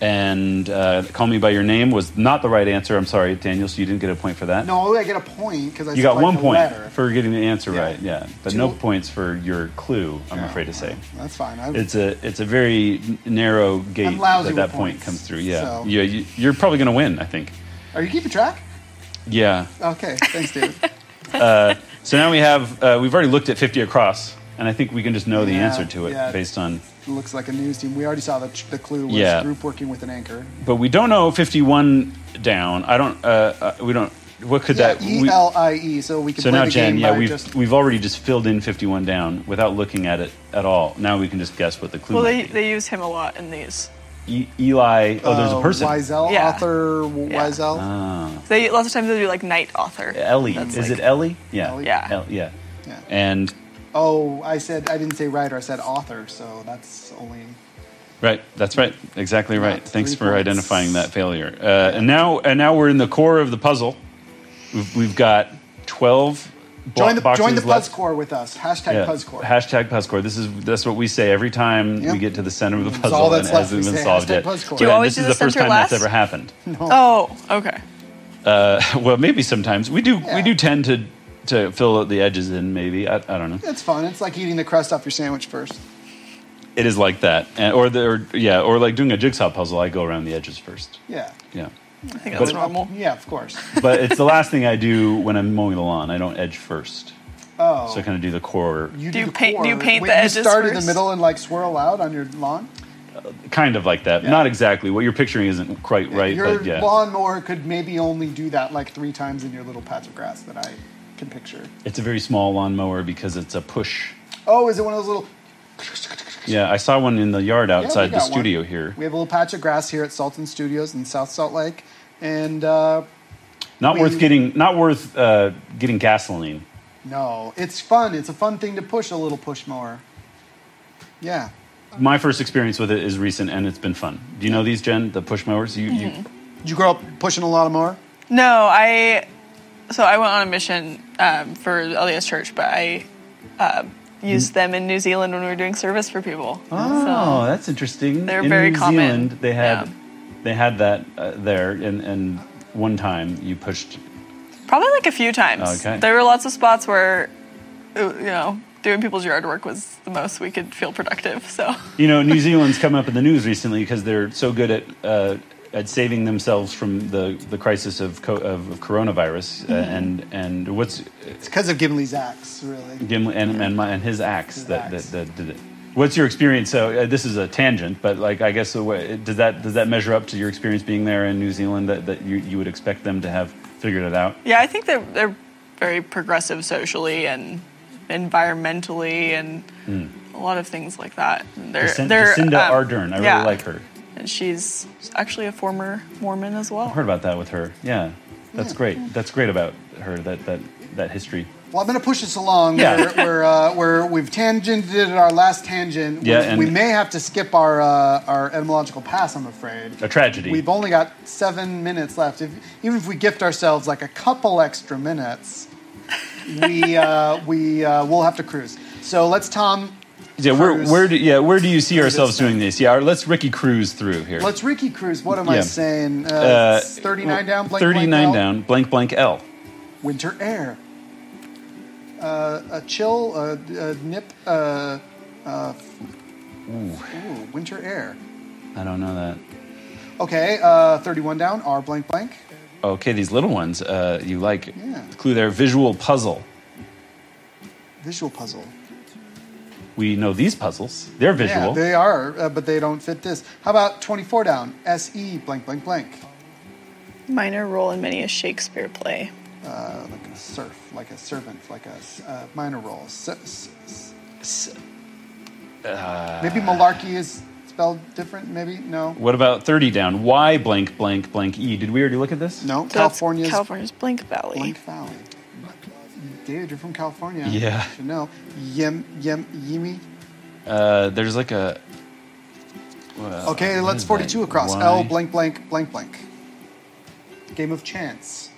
[SPEAKER 2] and uh, call me by your name was not the right answer. I'm sorry, Daniel. So you didn't get a point for that.
[SPEAKER 1] no, I get a point because I
[SPEAKER 2] you got
[SPEAKER 1] spelled
[SPEAKER 2] one
[SPEAKER 1] the
[SPEAKER 2] point
[SPEAKER 1] letter.
[SPEAKER 2] for getting the answer
[SPEAKER 1] Yeah.
[SPEAKER 2] right. Yeah, but
[SPEAKER 1] Two-
[SPEAKER 2] no points for your clue. I'm
[SPEAKER 1] Yeah.
[SPEAKER 2] afraid to say.
[SPEAKER 1] That's fine. I,
[SPEAKER 2] It's a it's a very n- narrow gate
[SPEAKER 1] I'm lousy
[SPEAKER 2] that that
[SPEAKER 1] with
[SPEAKER 2] point
[SPEAKER 1] points,
[SPEAKER 2] comes through. Yeah,
[SPEAKER 1] so-
[SPEAKER 2] yeah. You, you're probably going to win. I think.
[SPEAKER 1] are you keeping track?
[SPEAKER 2] Yeah.
[SPEAKER 1] Okay, thanks,
[SPEAKER 3] [laughs]
[SPEAKER 1] David.
[SPEAKER 2] So now we have uh, we've already looked at 50 across, and I think we can just know the
[SPEAKER 1] Yeah,
[SPEAKER 2] answer to it
[SPEAKER 1] yeah.
[SPEAKER 2] based on.
[SPEAKER 1] looks like a news team. We already saw the, the clue was
[SPEAKER 2] Yeah.
[SPEAKER 1] group working with an anchor.
[SPEAKER 2] But we don't know 51 down. I don't. Uh, uh, we don't. What could
[SPEAKER 1] Yeah,
[SPEAKER 2] that?
[SPEAKER 1] E
[SPEAKER 2] We,
[SPEAKER 1] L I E. So we can
[SPEAKER 2] so
[SPEAKER 1] play
[SPEAKER 2] now,
[SPEAKER 1] the
[SPEAKER 2] Jan,
[SPEAKER 1] game
[SPEAKER 2] yeah,
[SPEAKER 1] by
[SPEAKER 2] we've
[SPEAKER 1] just
[SPEAKER 2] we've already just filled in 51 down without looking at it at all. Now we can just guess what the clue.
[SPEAKER 3] Well,
[SPEAKER 2] might
[SPEAKER 3] they,
[SPEAKER 2] be.
[SPEAKER 3] they use him a lot in these.
[SPEAKER 2] E- Eli. Oh, there's
[SPEAKER 1] uh,
[SPEAKER 2] a person.
[SPEAKER 1] Wiesel,
[SPEAKER 3] Yeah.
[SPEAKER 1] author
[SPEAKER 3] Yeah.
[SPEAKER 1] Wiesel.
[SPEAKER 2] Ah,
[SPEAKER 3] They lots of times they do like night author.
[SPEAKER 2] Ellie.
[SPEAKER 3] That's
[SPEAKER 2] Is
[SPEAKER 3] like-
[SPEAKER 2] it Ellie? Yeah.
[SPEAKER 1] Ellie?
[SPEAKER 3] Yeah.
[SPEAKER 2] El- yeah.
[SPEAKER 1] Yeah.
[SPEAKER 2] And
[SPEAKER 1] Oh, I said I didn't say writer. I said author. So that's only
[SPEAKER 2] Right. That's right. Exactly right.
[SPEAKER 1] Not
[SPEAKER 2] Thanks
[SPEAKER 1] three
[SPEAKER 2] for
[SPEAKER 1] points.
[SPEAKER 2] identifying that failure. Uh, and now, and now we're in the core of the puzzle. We've, we've got twelve. Blo-
[SPEAKER 1] join the
[SPEAKER 2] boxes
[SPEAKER 1] join the
[SPEAKER 2] left.
[SPEAKER 1] PuzzCore with us. Hashtag
[SPEAKER 2] Yeah.
[SPEAKER 1] PuzzCore.
[SPEAKER 2] Hashtag PuzzCore. This is that's what we say every time
[SPEAKER 1] Yep.
[SPEAKER 2] we get to the center of the puzzle
[SPEAKER 1] all
[SPEAKER 2] and
[SPEAKER 1] that's
[SPEAKER 2] it
[SPEAKER 1] left.
[SPEAKER 2] hasn't
[SPEAKER 1] We
[SPEAKER 2] been
[SPEAKER 1] say
[SPEAKER 2] solved
[SPEAKER 1] hashtag
[SPEAKER 2] yet.
[SPEAKER 1] PuzzCore.
[SPEAKER 3] Do you
[SPEAKER 2] And
[SPEAKER 3] always
[SPEAKER 2] this
[SPEAKER 3] do
[SPEAKER 2] is the
[SPEAKER 3] the
[SPEAKER 2] first
[SPEAKER 3] center
[SPEAKER 2] time
[SPEAKER 3] last?
[SPEAKER 2] that's ever happened.
[SPEAKER 3] Oh, okay.
[SPEAKER 2] [laughs] well, maybe sometimes we do.
[SPEAKER 1] Yeah.
[SPEAKER 2] We do tend to to fill the edges in. Maybe I, I don't know.
[SPEAKER 1] It's fun. It's like eating the crust off your sandwich first.
[SPEAKER 2] It is like that, and, or the or, yeah, or like doing a jigsaw puzzle. I go around the edges first.
[SPEAKER 1] Yeah.
[SPEAKER 2] Yeah.
[SPEAKER 3] I think that's
[SPEAKER 2] But-
[SPEAKER 3] normal.
[SPEAKER 1] Yeah, of course.
[SPEAKER 2] but it's the last thing I do when I'm mowing the lawn. I don't edge first,
[SPEAKER 1] Oh.
[SPEAKER 2] so I kind of do the core,
[SPEAKER 3] Do you
[SPEAKER 1] the
[SPEAKER 3] paint- do you
[SPEAKER 1] core.
[SPEAKER 3] paint
[SPEAKER 1] Wait,
[SPEAKER 3] the
[SPEAKER 1] you
[SPEAKER 3] edges
[SPEAKER 1] start in the
[SPEAKER 3] first?
[SPEAKER 1] middle and like swirl out on your lawn?
[SPEAKER 2] kind of like that.
[SPEAKER 1] Yeah.
[SPEAKER 2] Not exactly. What you're picturing isn't quite right,
[SPEAKER 1] your
[SPEAKER 2] but yeah,
[SPEAKER 1] lawnmower could maybe only do that like three times in your little patch of grass that I can picture.
[SPEAKER 2] it's a very small lawnmower because it's a push.
[SPEAKER 1] Oh, is it one of those little?
[SPEAKER 2] Yeah, I saw one in the yard
[SPEAKER 1] Yeah, we
[SPEAKER 2] outside the
[SPEAKER 1] got one.
[SPEAKER 2] studio here.
[SPEAKER 1] We have a little patch of grass here at Salton Studios in South Salt Lake, and uh,
[SPEAKER 2] Not
[SPEAKER 1] we-
[SPEAKER 2] worth getting. Not worth uh, getting gasoline.
[SPEAKER 1] no, it's fun. It's a fun thing to push a little push mower. Yeah,
[SPEAKER 2] My first experience with it is recent, and it's been fun. Do you know these, Jen? The push mowers. You,
[SPEAKER 1] Mm-hmm.
[SPEAKER 2] you
[SPEAKER 1] did you grow up pushing a lot of mower?
[SPEAKER 3] No, I. So I went on a mission um, for LDS Church, but I uh, used them in New Zealand when we were doing service for people.
[SPEAKER 2] Oh, that's interesting.
[SPEAKER 3] They're
[SPEAKER 2] in
[SPEAKER 3] very
[SPEAKER 2] New
[SPEAKER 3] common.
[SPEAKER 2] Zealand, they had
[SPEAKER 3] Yeah.
[SPEAKER 2] they had that uh, there, and and one time you pushed.
[SPEAKER 3] Probably like a few times.
[SPEAKER 2] Okay.
[SPEAKER 3] There were lots of spots where, uh, you know, doing people's yard work was the most we could feel productive. So
[SPEAKER 2] You know, New Zealand's come up in the news recently because they're so good at uh, at saving themselves from the the crisis of co- of, of coronavirus, uh,
[SPEAKER 3] Mm-hmm.
[SPEAKER 2] and and what's
[SPEAKER 1] It's because of Gimli's axe, really.
[SPEAKER 2] Gimli and and, my, and his axe
[SPEAKER 1] His
[SPEAKER 2] that,
[SPEAKER 1] axe.
[SPEAKER 2] That, that did it. What's your experience? So uh, this is a tangent, but like I guess the way, does that does that measure up to your experience being there in New Zealand that, that you, you would expect them to have figured it out?
[SPEAKER 3] yeah, I think they're they're very progressive socially and environmentally and a lot of things like that. And They're,
[SPEAKER 2] Hmm. Jacinda,
[SPEAKER 3] they're
[SPEAKER 2] Jacinda
[SPEAKER 3] um,
[SPEAKER 2] Ardern. I
[SPEAKER 3] yeah.
[SPEAKER 2] really like her.
[SPEAKER 3] and she's actually a former Mormon as well.
[SPEAKER 2] I heard about that with her. Yeah, that's great. That's great about her. That that that history.
[SPEAKER 1] Well, I'm going to push us along.
[SPEAKER 2] Yeah.
[SPEAKER 1] We're, we're, uh, we're, we've tangented at our last tangent.
[SPEAKER 2] Yeah,
[SPEAKER 1] we,
[SPEAKER 2] and-
[SPEAKER 1] we may have to skip our uh, our etymological pass, I'm afraid.
[SPEAKER 2] A tragedy.
[SPEAKER 1] We've only got seven minutes left. If, even if we gift ourselves like a couple extra minutes, we
[SPEAKER 2] [laughs]
[SPEAKER 1] uh, we uh, will have to cruise. So let's Tom.
[SPEAKER 2] yeah, where
[SPEAKER 1] Cruise.
[SPEAKER 2] where do yeah where do you see ourselves
[SPEAKER 1] this thing.
[SPEAKER 2] doing this? Yeah, or let's Ricky Cruz through here.
[SPEAKER 1] Let's Ricky cruise. What am I
[SPEAKER 2] Yeah.
[SPEAKER 1] saying? Uh,
[SPEAKER 2] Uh,
[SPEAKER 1] Thirty nine down. Blank,
[SPEAKER 2] Thirty nine
[SPEAKER 1] blank,
[SPEAKER 2] down. Blank blank L.
[SPEAKER 1] out. Winter air. Uh, a chill. A, a nip. Uh, uh, ooh, winter air.
[SPEAKER 2] I don't know that.
[SPEAKER 1] Okay. Uh, Thirty one down. R blank blank.
[SPEAKER 2] Okay, these little ones uh, you like.
[SPEAKER 1] Yeah.
[SPEAKER 2] The clue there. Visual puzzle.
[SPEAKER 1] Visual puzzle.
[SPEAKER 2] We know these puzzles. They're
[SPEAKER 1] Yeah,
[SPEAKER 2] visual.
[SPEAKER 1] they are, uh, but they don't fit this. How about 24 down? SE blank blank blank.
[SPEAKER 3] Minor role in many a Shakespeare play.
[SPEAKER 1] Uh, like a serf, like a servant, like a s- uh, minor role. S- s- s-
[SPEAKER 2] S- uh,
[SPEAKER 1] maybe malarkey is spelled different, maybe? No.
[SPEAKER 2] what about thirty down? Y blank blank blank E. Did we already look at this?
[SPEAKER 1] No.
[SPEAKER 3] So that's
[SPEAKER 1] California's
[SPEAKER 3] California's Blink Valley.
[SPEAKER 1] blank valley. David, you're from California.
[SPEAKER 2] Yeah.
[SPEAKER 1] You should know. Yem, yem, yemi.
[SPEAKER 2] Uh, there's like a Well,
[SPEAKER 1] Okay, let's
[SPEAKER 2] why-
[SPEAKER 1] 42 across.
[SPEAKER 2] why-
[SPEAKER 1] L blank blank blank blank. Game of chance.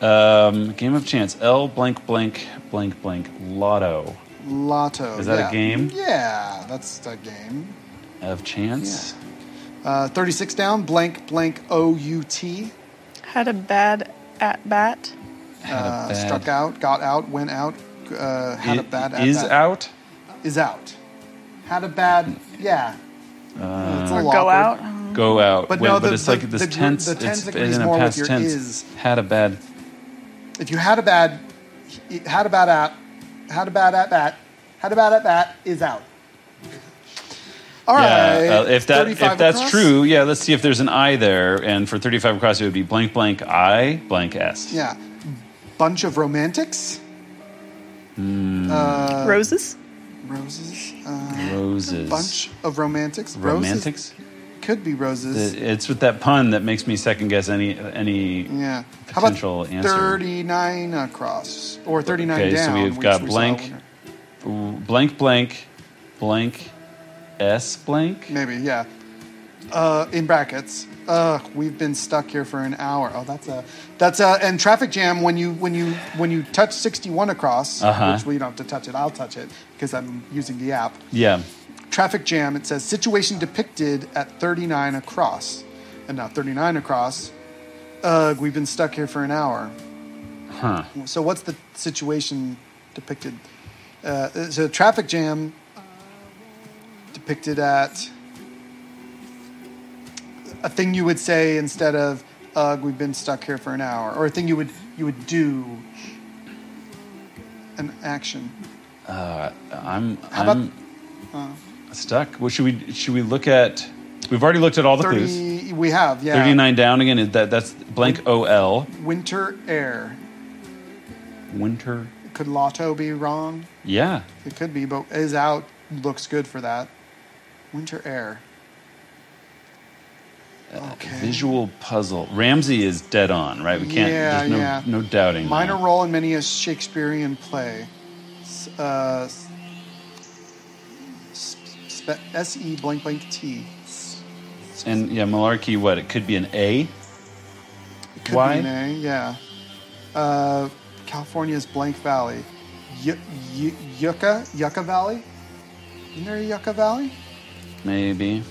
[SPEAKER 2] Um, game of chance. L blank blank blank blank lotto
[SPEAKER 1] Lotto.
[SPEAKER 2] Is that a
[SPEAKER 1] yeah.
[SPEAKER 2] game?
[SPEAKER 1] Yeah, that's a game.
[SPEAKER 2] of chance.
[SPEAKER 1] Uh, 36 down, blank, blank, O U T.
[SPEAKER 3] Had a bad at bat.
[SPEAKER 2] Had a
[SPEAKER 1] Uh,
[SPEAKER 2] bad-
[SPEAKER 1] struck out, got out, went out, uh, had a
[SPEAKER 2] I-
[SPEAKER 1] bad at
[SPEAKER 2] is
[SPEAKER 1] bat.
[SPEAKER 2] out.
[SPEAKER 1] Is out. Had a bad, yeah.
[SPEAKER 2] Uh,
[SPEAKER 1] It's a
[SPEAKER 3] Or
[SPEAKER 1] little
[SPEAKER 3] go
[SPEAKER 1] awkward.
[SPEAKER 3] out. um, I don't know.
[SPEAKER 2] Go out.
[SPEAKER 1] But
[SPEAKER 2] Wait,
[SPEAKER 1] no, the-
[SPEAKER 2] it's
[SPEAKER 1] the-
[SPEAKER 2] like this
[SPEAKER 1] the gr-
[SPEAKER 2] tense.
[SPEAKER 1] the tense
[SPEAKER 2] it's
[SPEAKER 1] agrees
[SPEAKER 2] in a
[SPEAKER 1] more with
[SPEAKER 2] past
[SPEAKER 1] your
[SPEAKER 2] tense.
[SPEAKER 1] is.
[SPEAKER 2] Had a bad.
[SPEAKER 1] If you had a bad, had a bad at, had a bad at bat, had a bad at bat, is out. All right.
[SPEAKER 2] Yeah, uh, if that if
[SPEAKER 1] 35
[SPEAKER 2] that's
[SPEAKER 1] across?
[SPEAKER 2] true, yeah. Let's see if there's an I there. And for 35 across, it would be blank blank I blank S.
[SPEAKER 1] Yeah. Bunch of romantics. uh,
[SPEAKER 3] Roses.
[SPEAKER 1] Roses. Uh,
[SPEAKER 2] Roses.
[SPEAKER 1] bunch of romantics. Roses
[SPEAKER 2] Romantics.
[SPEAKER 1] could be roses.
[SPEAKER 2] It- It's with that pun that makes me second guess any any.
[SPEAKER 1] yeah. How
[SPEAKER 2] potential
[SPEAKER 1] about
[SPEAKER 2] answer.
[SPEAKER 1] 39 across or 39
[SPEAKER 2] Okay, so
[SPEAKER 1] down?
[SPEAKER 2] we've
[SPEAKER 1] which
[SPEAKER 2] got
[SPEAKER 1] we saw
[SPEAKER 2] blank.
[SPEAKER 1] when-
[SPEAKER 2] blank blank blank s blank
[SPEAKER 1] Maybe, yeah. Uh, in brackets. Uh, we've been stuck here for an hour. Oh, that's a that's a and traffic jam when you when you when you touch 61 across,
[SPEAKER 2] Uh-huh.
[SPEAKER 1] which we don't have to touch it. I'll touch it because I'm using the app.
[SPEAKER 2] yeah
[SPEAKER 1] traffic jam. It says situation depicted at 39 across, and not 39 across. Ugh, we've been stuck here for an hour.
[SPEAKER 2] huh
[SPEAKER 1] So what's the situation depicted? Uh, it's a traffic jam depicted at a thing you would say instead of "Ugh, we've been stuck here for an hour," or a thing you would you would do. An action.
[SPEAKER 2] i'm
[SPEAKER 1] How about-
[SPEAKER 2] i'm stuck what should we should we look at we've already looked at all the clues
[SPEAKER 1] Thirty. We have yeah.
[SPEAKER 2] 39 down again is that that's blank ol
[SPEAKER 1] Winter air.
[SPEAKER 2] winter
[SPEAKER 1] Could Lotto be wrong?
[SPEAKER 2] yeah
[SPEAKER 1] It could be, but is out looks good for that. Winter air.
[SPEAKER 2] Uh,
[SPEAKER 1] Okay.
[SPEAKER 2] visual puzzle ramsey is dead on right we can't
[SPEAKER 1] Yeah,
[SPEAKER 2] there's no
[SPEAKER 1] yeah.
[SPEAKER 2] no doubting
[SPEAKER 1] Minor
[SPEAKER 2] that.
[SPEAKER 1] role in many a Shakespearean play. S- uh, s- spe- S E blank blank T.
[SPEAKER 2] and yeah malarkey what it could be an a
[SPEAKER 1] Could be
[SPEAKER 2] Why?
[SPEAKER 1] an A, yeah. Uh, California's Blank Valley. Y- y- yucca? Yucca Valley? Isn't there a Yucca Valley?
[SPEAKER 2] maybe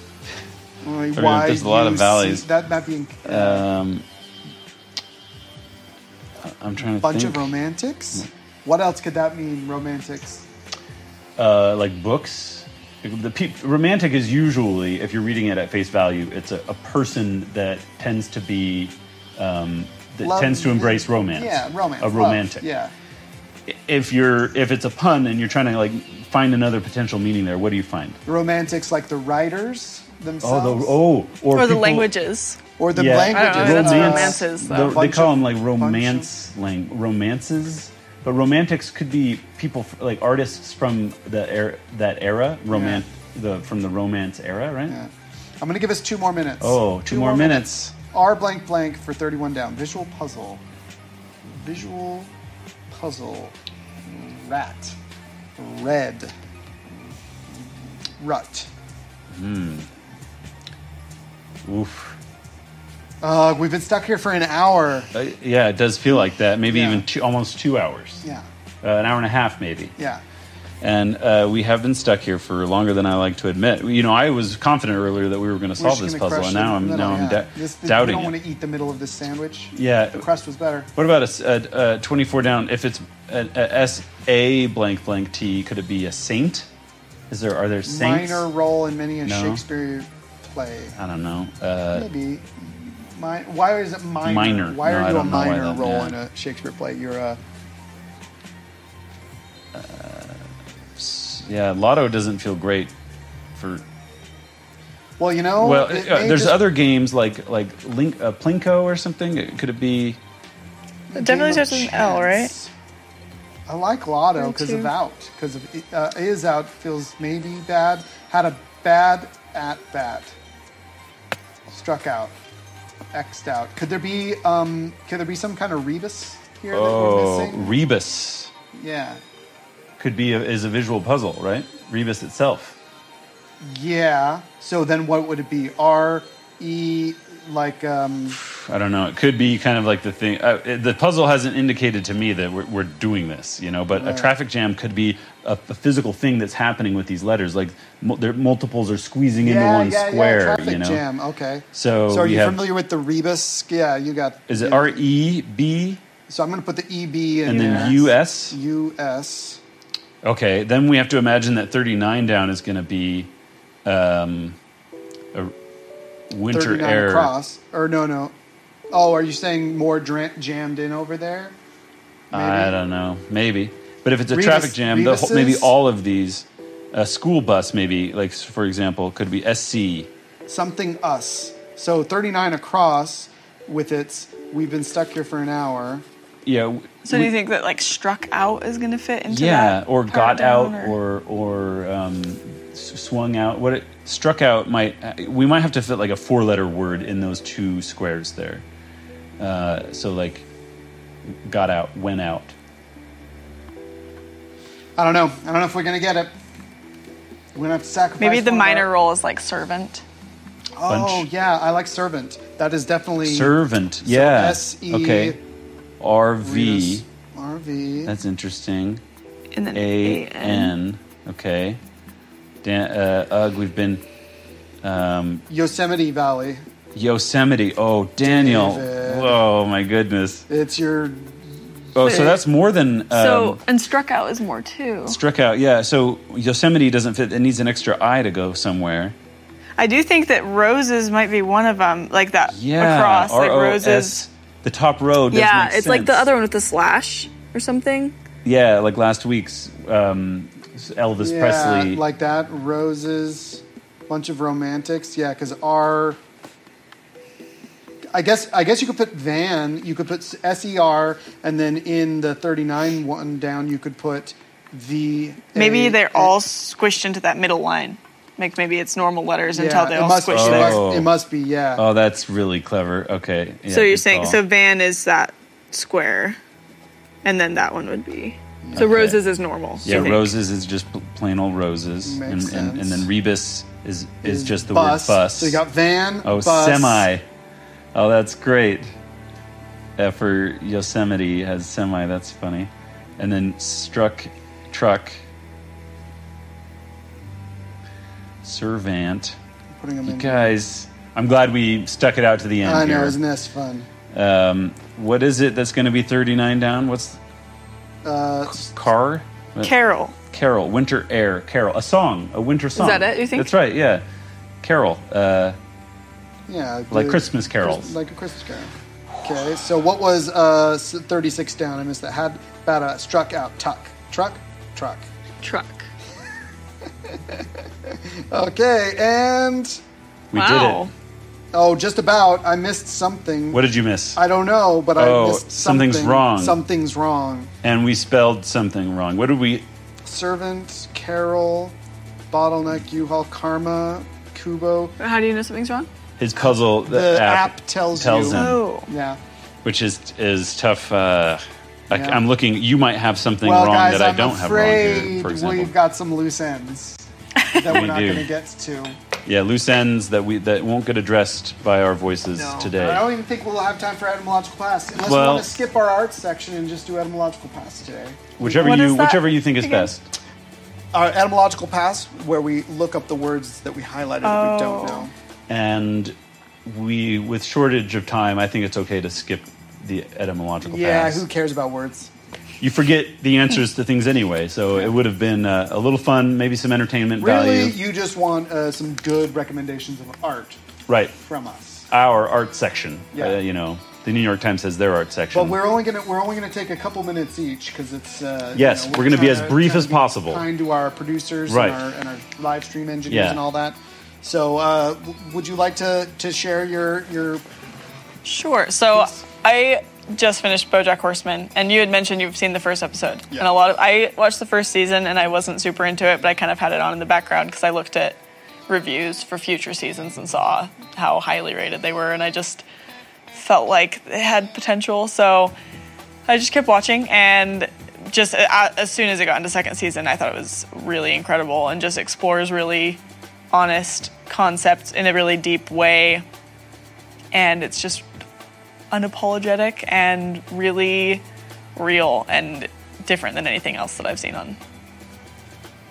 [SPEAKER 1] Like,
[SPEAKER 2] Sure, there's a lot of
[SPEAKER 1] YUC
[SPEAKER 2] valleys.
[SPEAKER 1] That, that being a
[SPEAKER 2] um I- i'm trying to
[SPEAKER 1] bunch
[SPEAKER 2] think
[SPEAKER 1] of romantics? What else could that mean, romantics?
[SPEAKER 2] uh, like books. The pe- romantic is usually, if you're reading it at face value, it's a, a person that tends to be um, that
[SPEAKER 1] Love-
[SPEAKER 2] tends to embrace romance.
[SPEAKER 1] Yeah, romance.
[SPEAKER 2] A
[SPEAKER 1] love,
[SPEAKER 2] romantic.
[SPEAKER 1] yeah.
[SPEAKER 2] If you're if it's a pun and you're trying to like find another potential meaning there, what do you find?
[SPEAKER 1] Romantics like the writers themselves.
[SPEAKER 2] Oh, the, oh, or,
[SPEAKER 3] Or the
[SPEAKER 2] people-
[SPEAKER 3] languages.
[SPEAKER 1] Or the
[SPEAKER 2] yeah.
[SPEAKER 1] languages.
[SPEAKER 3] I don't know, that's
[SPEAKER 1] uh,
[SPEAKER 3] romances, though.
[SPEAKER 2] the- they
[SPEAKER 1] Bunch
[SPEAKER 2] call
[SPEAKER 1] of-
[SPEAKER 2] them like
[SPEAKER 1] bunch
[SPEAKER 2] romance lang- romances. But romantics could be people f- like artists from the er- that era, romance the from the romance era, right?
[SPEAKER 1] Yeah. I'm going to give us two more minutes.
[SPEAKER 2] Oh, two more minutes.
[SPEAKER 1] R blank blank for 31 down. Visual puzzle. Visual puzzle. Rat. Red. Rut.
[SPEAKER 2] Oof.
[SPEAKER 1] Uh, we've been stuck here for an hour.
[SPEAKER 2] Uh, yeah, it does feel like that. Maybe
[SPEAKER 1] Yeah.
[SPEAKER 2] even two, almost two hours.
[SPEAKER 1] Yeah.
[SPEAKER 2] Uh, an hour and a half, maybe.
[SPEAKER 1] Yeah.
[SPEAKER 2] And uh, we have been stuck here for longer than I like to admit. You know, I was confident earlier that we were going to
[SPEAKER 1] We're
[SPEAKER 2] solve
[SPEAKER 1] just
[SPEAKER 2] this
[SPEAKER 1] gonna
[SPEAKER 2] puzzle,
[SPEAKER 1] crush
[SPEAKER 2] and
[SPEAKER 1] the
[SPEAKER 2] now I'm
[SPEAKER 1] middle,
[SPEAKER 2] now I'm
[SPEAKER 1] yeah.
[SPEAKER 2] da-
[SPEAKER 1] This- this-
[SPEAKER 2] doubting
[SPEAKER 1] We don't
[SPEAKER 2] it.
[SPEAKER 1] want to eat the middle of this sandwich.
[SPEAKER 2] Yeah.
[SPEAKER 1] The crust was better.
[SPEAKER 2] What about a, s- a- a 24 down? If it's a, a S A blank blank T, could it be a saint? Is there are there saints?
[SPEAKER 1] Minor role in many a
[SPEAKER 2] No.
[SPEAKER 1] Shakespeare play.
[SPEAKER 2] I don't know. Uh,
[SPEAKER 1] Maybe. Mi- why is it minor?
[SPEAKER 2] Minor.
[SPEAKER 1] Why
[SPEAKER 2] No,
[SPEAKER 1] are
[SPEAKER 2] I
[SPEAKER 1] you a
[SPEAKER 2] don't know why
[SPEAKER 1] minor
[SPEAKER 2] that-
[SPEAKER 1] role
[SPEAKER 2] yeah.
[SPEAKER 1] in a Shakespeare play? You're a.
[SPEAKER 2] s- yeah, Lotto doesn't feel great for
[SPEAKER 1] Well, you know.
[SPEAKER 2] Well,
[SPEAKER 1] it
[SPEAKER 2] uh,
[SPEAKER 1] may
[SPEAKER 2] there's
[SPEAKER 1] Oh, just-
[SPEAKER 2] other games like like Link, uh, Plinko or something. Could it be?
[SPEAKER 1] Game
[SPEAKER 3] It definitely
[SPEAKER 1] of
[SPEAKER 3] starts with an L, right?
[SPEAKER 1] Chance. I like Lotto
[SPEAKER 3] Me
[SPEAKER 1] because of
[SPEAKER 3] too.
[SPEAKER 1] out. Because of i- uh, is out feels maybe bad. Had a bad at bat. Struck out. X'd out. Could there be um? Could there be some kind of rebus here
[SPEAKER 2] Oh,
[SPEAKER 1] that we're missing?
[SPEAKER 2] Rebus
[SPEAKER 1] yeah.
[SPEAKER 2] could be a, is a visual puzzle, right? Rebus itself.
[SPEAKER 1] Yeah. So then what would it be? R E like um
[SPEAKER 2] I don't know. It could be kind of like the thing. Uh, it- the puzzle hasn't indicated to me that we're, we're doing this, you know. But a traffic jam could be a, a physical thing that's happening with these letters. Like mu- there, multiples are squeezing into one square,
[SPEAKER 1] traffic
[SPEAKER 2] you know.
[SPEAKER 1] jam. Okay.
[SPEAKER 2] So
[SPEAKER 1] so are
[SPEAKER 2] we
[SPEAKER 1] you
[SPEAKER 2] have-
[SPEAKER 1] familiar with the rebus? Yeah, you got.
[SPEAKER 2] Is it
[SPEAKER 1] yeah.
[SPEAKER 2] R E B
[SPEAKER 1] So I'm going to put the E B
[SPEAKER 2] and then U
[SPEAKER 1] there.
[SPEAKER 2] S?
[SPEAKER 1] U S.
[SPEAKER 2] Okay, then we have to imagine that 39 down is going to be um, a winter
[SPEAKER 1] 39
[SPEAKER 2] air.
[SPEAKER 1] across. Or no, no. Oh, are you saying more dra- jammed in over there?
[SPEAKER 2] I don't know. Maybe. But if it's a
[SPEAKER 1] Rebus-
[SPEAKER 2] traffic jam, the, whole- maybe
[SPEAKER 1] rebuses?
[SPEAKER 2] all of these. A school bus, maybe, like s- for example, could be SC.
[SPEAKER 1] Something us. So 39 across with its we've been stuck here for an hour.
[SPEAKER 2] Yeah. w-
[SPEAKER 3] So do you think that like struck out is going to fit into
[SPEAKER 2] yeah,
[SPEAKER 3] that?
[SPEAKER 2] or
[SPEAKER 3] part
[SPEAKER 2] got out,
[SPEAKER 3] down,
[SPEAKER 2] or or, um, s- swung out. What it struck out might uh, we might have to fit like a four-letter word in those two squares there. Uh, so like, got out, went out.
[SPEAKER 1] I don't know. I don't know if we're going to get it. We're going to have to sacrifice.
[SPEAKER 3] maybe the
[SPEAKER 1] one of our-
[SPEAKER 3] minor role is like servant.
[SPEAKER 1] Oh,
[SPEAKER 2] bunch.
[SPEAKER 1] yeah. I like servant. That is definitely.
[SPEAKER 2] Servant. Yeah.
[SPEAKER 1] SE
[SPEAKER 2] okay. RV.
[SPEAKER 1] Venus RV.
[SPEAKER 2] That's interesting.
[SPEAKER 3] And then
[SPEAKER 2] A N. Okay. Dan, uh, ugh, we've been
[SPEAKER 1] Yosemite Valley.
[SPEAKER 2] Yosemite. Oh, Daniel.
[SPEAKER 1] David.
[SPEAKER 2] Whoa, my goodness.
[SPEAKER 1] It's your.
[SPEAKER 2] Oh, so that's more than um,
[SPEAKER 3] So and struck out is more too.
[SPEAKER 2] struck out. Yeah. So Yosemite doesn't fit. It needs an extra I to go somewhere.
[SPEAKER 3] I do think that roses might be one of them, like that
[SPEAKER 2] Yeah.
[SPEAKER 3] across, like
[SPEAKER 2] R-O-S,
[SPEAKER 3] roses.
[SPEAKER 2] The top row. does
[SPEAKER 3] Yeah,
[SPEAKER 2] make
[SPEAKER 3] it's like the
[SPEAKER 2] sense.
[SPEAKER 3] other one with the slash or something.
[SPEAKER 2] Yeah, like last week's um, Elvis
[SPEAKER 1] Yeah,
[SPEAKER 2] Presley.
[SPEAKER 1] like that. Roses, bunch of romantics. Yeah, because R. I guess I guess you could put van. You could put S E R, and then in the thirty nine one down, you could put the.
[SPEAKER 3] Maybe
[SPEAKER 1] A-
[SPEAKER 3] they're all squished into that middle line. Like maybe it's normal letters
[SPEAKER 1] Yeah,
[SPEAKER 3] until they
[SPEAKER 1] it
[SPEAKER 3] all
[SPEAKER 1] must,
[SPEAKER 3] squish
[SPEAKER 1] it,
[SPEAKER 3] there.
[SPEAKER 1] must,
[SPEAKER 2] Oh.
[SPEAKER 1] it must be yeah.
[SPEAKER 2] Oh, that's really clever. Okay. yeah,
[SPEAKER 3] so you're
[SPEAKER 2] good
[SPEAKER 3] saying
[SPEAKER 2] call.
[SPEAKER 3] so van is that square, and then that one would be.
[SPEAKER 2] Okay.
[SPEAKER 3] So roses is normal.
[SPEAKER 2] Yeah,
[SPEAKER 3] I think.
[SPEAKER 2] roses is just pl- plain old roses,
[SPEAKER 1] Makes
[SPEAKER 2] and, and, and
[SPEAKER 1] sense.
[SPEAKER 2] then rebus is is just the
[SPEAKER 1] bus.
[SPEAKER 2] word bus.
[SPEAKER 1] So you got van.
[SPEAKER 2] oh,
[SPEAKER 1] bus,
[SPEAKER 2] semi. Oh, that's great. Uh, for Yosemite has semi. That's funny, and then struck, truck, servant.
[SPEAKER 1] Putting them
[SPEAKER 2] You
[SPEAKER 1] in.
[SPEAKER 2] guys, I'm glad we stuck it out to the end
[SPEAKER 1] I know,
[SPEAKER 2] here.
[SPEAKER 1] isn't this fun?
[SPEAKER 2] Um, what is it that's going to be 39 down? What's
[SPEAKER 1] Uh,
[SPEAKER 2] car? What-
[SPEAKER 3] Carol.
[SPEAKER 2] Carol, Winter Air, Carol, a song, a winter song.
[SPEAKER 3] that it, you think?
[SPEAKER 2] That's right, yeah. Carol, uh,
[SPEAKER 1] yeah,
[SPEAKER 2] like
[SPEAKER 1] the-
[SPEAKER 2] Christmas carols.
[SPEAKER 1] Christ- like a Christmas carol. Okay, so what was uh, s- 36 down? I missed that. Had about a struck out tuck. Truck? Truck. [laughs]
[SPEAKER 3] Truck.
[SPEAKER 1] Okay, and.
[SPEAKER 2] we
[SPEAKER 3] wow.
[SPEAKER 2] did
[SPEAKER 1] Oh, just about. I missed something.
[SPEAKER 2] it. What did you miss?
[SPEAKER 1] I don't know, but
[SPEAKER 2] Oh,
[SPEAKER 1] I missed something.
[SPEAKER 2] something's wrong.
[SPEAKER 1] Something's wrong.
[SPEAKER 2] and we spelled something wrong. What did we?
[SPEAKER 1] Servant, Carol, Bottleneck, U Haul, Karma, Kubo.
[SPEAKER 3] How do you know something's wrong?
[SPEAKER 2] His puzzle. The,
[SPEAKER 1] The app tells you.
[SPEAKER 2] him,
[SPEAKER 3] Oh.
[SPEAKER 1] Yeah.
[SPEAKER 2] which is is tough. Uh, I,
[SPEAKER 1] Yeah.
[SPEAKER 2] I'm looking. You might have something
[SPEAKER 1] Well,
[SPEAKER 2] wrong
[SPEAKER 1] guys,
[SPEAKER 2] that I
[SPEAKER 1] I'm
[SPEAKER 2] don't have wrong
[SPEAKER 1] afraid
[SPEAKER 2] here. For
[SPEAKER 1] we've
[SPEAKER 2] example,
[SPEAKER 1] got some loose
[SPEAKER 2] [laughs]
[SPEAKER 1] ends that we
[SPEAKER 2] We
[SPEAKER 1] are not
[SPEAKER 2] do.
[SPEAKER 1] going to get to.
[SPEAKER 2] yeah, loose ends that we that won't get addressed by our voices today.
[SPEAKER 1] I don't even think we'll have time for etymological pass unless
[SPEAKER 2] Well-
[SPEAKER 1] we want to skip our arts section and just do etymological pass today.
[SPEAKER 2] Whichever
[SPEAKER 3] What
[SPEAKER 2] you
[SPEAKER 3] is that
[SPEAKER 2] whichever you think is
[SPEAKER 3] again?
[SPEAKER 2] best.
[SPEAKER 1] Our etymological pass, where we look up the words that we highlighted that we don't
[SPEAKER 3] Oh.
[SPEAKER 1] know.
[SPEAKER 2] and we with shortage of time i think it's okay to skip the etymological
[SPEAKER 1] Yeah,
[SPEAKER 2] pass
[SPEAKER 1] who cares about words?
[SPEAKER 2] you forget the answers to things anyway so it would have been uh, a little fun maybe some entertainment
[SPEAKER 1] Really,
[SPEAKER 2] value
[SPEAKER 1] you just want uh, some good recommendations of art
[SPEAKER 2] right
[SPEAKER 1] from us.
[SPEAKER 2] our art section
[SPEAKER 1] Yeah.
[SPEAKER 2] uh, you know the new york times has their art section
[SPEAKER 1] But we're only gonna we're only gonna take a couple minutes each because it's uh,
[SPEAKER 2] Yes, we're gonna be
[SPEAKER 1] trying
[SPEAKER 2] as brief
[SPEAKER 1] trying
[SPEAKER 2] as
[SPEAKER 1] to be
[SPEAKER 2] possible.
[SPEAKER 1] Kind to our producers
[SPEAKER 2] Right.
[SPEAKER 1] and, our, and our live stream engineers
[SPEAKER 2] Yeah.
[SPEAKER 1] and all that. So, uh, w- would you like to to share your your
[SPEAKER 3] Sure. So I just finished BoJack Horseman, and you had mentioned you've seen the first episode,
[SPEAKER 1] Yeah.
[SPEAKER 3] and a lot of I watched the first season, and I wasn't super into it, but I kind of had it on in the background because I looked at reviews for future seasons and saw how highly rated they were, and I just felt like it had potential. So I just kept watching and just uh, as soon as it got into second season, I thought it was really incredible and just explores really honest concepts in a really deep way. And it's just unapologetic and really real and different than anything else that I've seen on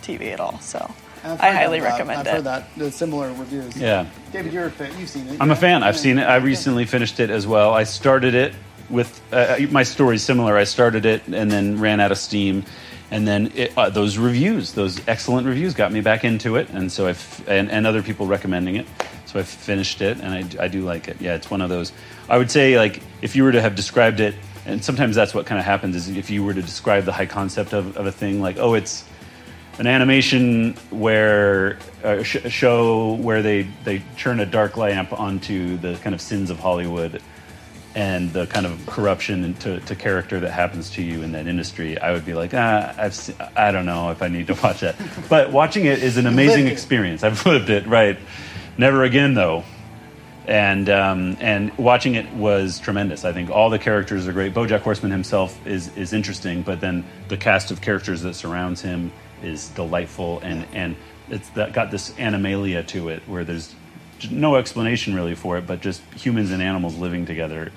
[SPEAKER 3] TV at all. So
[SPEAKER 1] I've
[SPEAKER 3] I
[SPEAKER 1] heard
[SPEAKER 3] highly
[SPEAKER 1] that.
[SPEAKER 3] recommend
[SPEAKER 1] I've
[SPEAKER 3] it.
[SPEAKER 1] heard that. The similar reviews.
[SPEAKER 2] Yeah.
[SPEAKER 1] David, you're a fan. You've seen it.
[SPEAKER 2] I'm a
[SPEAKER 1] yeah?
[SPEAKER 2] fan. I've
[SPEAKER 1] Yeah.
[SPEAKER 2] seen it. I
[SPEAKER 1] Okay.
[SPEAKER 2] recently finished it as well. I started it with uh, my story's similar. I started it and then ran out of steam, and then it, uh, those reviews, those excellent reviews, got me back into it. And so I f- and, and other people recommending it, so I finished it, and I d- I, do like it. Yeah, it's one of those. I would say like if you were to have described it, and sometimes that's what kind of happens is if you were to describe the high concept of, of a thing, like oh, it's an animation where a sh- a show where they they churn a dark lamp onto the kind of sins of Hollywood and the kind of corruption to, to character that happens to you in that industry. I would be like, ah, I've se- I don't know if I need to [laughs] watch that, but watching it is an amazing
[SPEAKER 1] it.
[SPEAKER 2] experience. I've [laughs] lived it, right? Never again though. And um, and watching it was tremendous. I think all the characters are great. BoJack Horseman himself is is interesting, but then the cast of characters that surrounds him is delightful, and and it's that got this animalia to it where there's j- no explanation really for it, but just humans and animals living together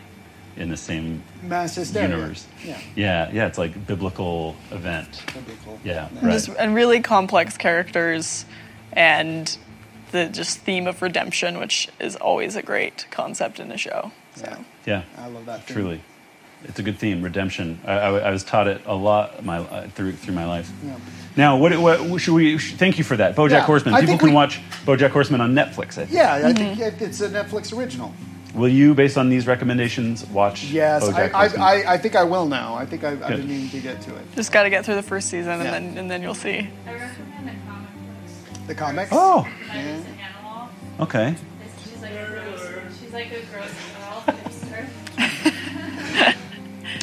[SPEAKER 2] in the same
[SPEAKER 1] Mass hysteria.
[SPEAKER 2] universe.
[SPEAKER 1] Yeah.
[SPEAKER 2] yeah, yeah. It's like biblical event.
[SPEAKER 1] That'd be cool.
[SPEAKER 2] Yeah,
[SPEAKER 1] Yeah.
[SPEAKER 2] right.
[SPEAKER 3] Just, and really complex characters and the just theme of redemption, which is always a great concept in a show. So
[SPEAKER 1] Yeah.
[SPEAKER 2] Yeah.
[SPEAKER 1] I love that. thing.
[SPEAKER 2] Truly, it's a good theme. Redemption. I, I, I was taught it a lot my uh, through through my life.
[SPEAKER 1] Yeah.
[SPEAKER 2] Now, what, what should we? Sh- thank you for that, BoJack
[SPEAKER 1] Yeah,
[SPEAKER 2] Horseman.
[SPEAKER 1] I
[SPEAKER 2] People
[SPEAKER 1] think
[SPEAKER 2] can
[SPEAKER 1] we-
[SPEAKER 2] watch BoJack Horseman on Netflix. I think.
[SPEAKER 1] Yeah, I think
[SPEAKER 3] Mm-hmm.
[SPEAKER 1] it- it's a Netflix original.
[SPEAKER 2] Will you, based on these recommendations, watch?
[SPEAKER 1] Yes, I,
[SPEAKER 2] BoJack
[SPEAKER 1] I,
[SPEAKER 2] Horseman?
[SPEAKER 1] I, I think I will now. I think I, I've
[SPEAKER 2] Good.
[SPEAKER 1] been meaning to get to it.
[SPEAKER 3] just got to get through the first season, and
[SPEAKER 1] Yeah.
[SPEAKER 3] then and then you'll see.
[SPEAKER 4] I recommend the comic books.
[SPEAKER 1] The comics.
[SPEAKER 2] Oh,
[SPEAKER 4] Mine is an animal.
[SPEAKER 2] okay.
[SPEAKER 4] It's- She's like a gross. She's like a gross girl hipster.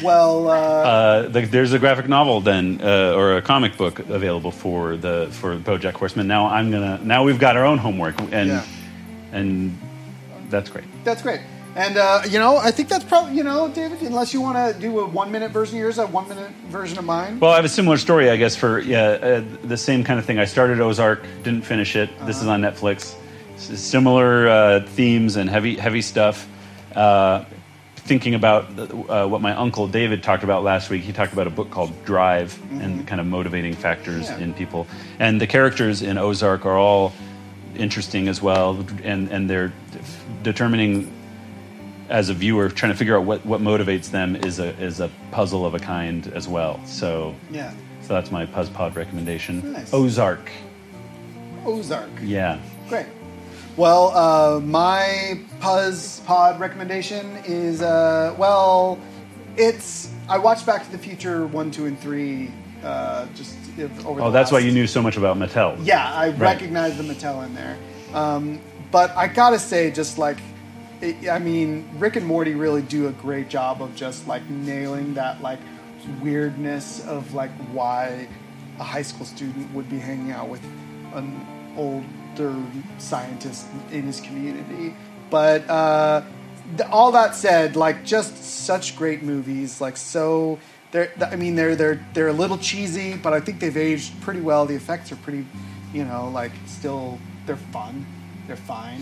[SPEAKER 1] Well, uh,
[SPEAKER 2] Uh, the, there's a graphic novel then, uh, or a comic book available for the for BoJack Horseman. Now I'm gonna. Now we've got our own homework, and
[SPEAKER 1] Yeah.
[SPEAKER 2] and that's great.
[SPEAKER 1] that's great. And uh, you know, I think that's probably you know, David. Unless you want to do a one-minute version of yours, a one-minute version of mine.
[SPEAKER 2] Well, I have a similar story, I guess, for yeah, uh, the same kind of thing. I started Ozark, didn't finish it. This is on Netflix. S- similar uh, themes and heavy, heavy stuff. Uh, thinking about uh, what my uncle David talked about last week, he talked about a book called Drive and kind of motivating factors
[SPEAKER 1] Yeah.
[SPEAKER 2] in people. And the characters in Ozark are all interesting as well, and and they're determining as a viewer trying to figure out what, what motivates them is a is a puzzle of a kind as well. So
[SPEAKER 1] yeah,
[SPEAKER 2] so that's my PuzzPod recommendation.
[SPEAKER 1] Nice.
[SPEAKER 2] Ozark.
[SPEAKER 1] Ozark.
[SPEAKER 2] Yeah.
[SPEAKER 1] Great. Well, uh, my Puzz Pod recommendation is uh, well, it's I watched Back to the Future one, two, and three. Uh, just if, over.
[SPEAKER 2] Oh,
[SPEAKER 1] the
[SPEAKER 2] that's why
[SPEAKER 1] last-
[SPEAKER 2] you knew so much about Mattel.
[SPEAKER 1] Yeah, I
[SPEAKER 2] Right.
[SPEAKER 1] recognize the Mattel in there. Um, but I gotta say, just like, it, I mean, Rick and Morty really do a great job of just like nailing that like weirdness of like why a high school student would be hanging out with an older scientist in his community. But uh, th- all that said, like, just such great movies, like so. They're, th- I mean, they're they're they're a little cheesy, but I think they've aged pretty well. The effects are pretty, you know, like still they're fun, they're fine.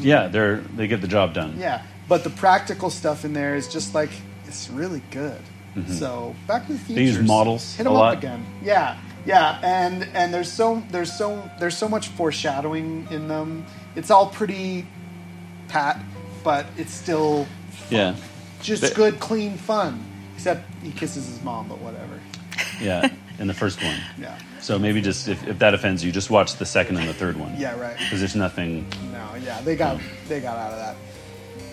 [SPEAKER 2] Yeah, they're they get the job done.
[SPEAKER 1] Yeah, but the practical stuff in there is just like it's really good. So back to the future.
[SPEAKER 2] Mm-hmm. They use models
[SPEAKER 1] Hit
[SPEAKER 2] a
[SPEAKER 1] them up
[SPEAKER 2] lot.
[SPEAKER 1] again. Yeah, yeah, and and there's so there's so there's so much foreshadowing in them. It's all pretty pat, but it's still
[SPEAKER 2] Yeah.
[SPEAKER 1] just
[SPEAKER 2] They-
[SPEAKER 1] good, clean fun. Except he kisses his mom, but whatever.
[SPEAKER 2] Yeah. In the first one.
[SPEAKER 1] Yeah,
[SPEAKER 2] So maybe just if, if that offends you, just watch the second and the third one.
[SPEAKER 1] yeah, right.
[SPEAKER 2] Because there's nothing
[SPEAKER 1] No, yeah, they got they got out of that.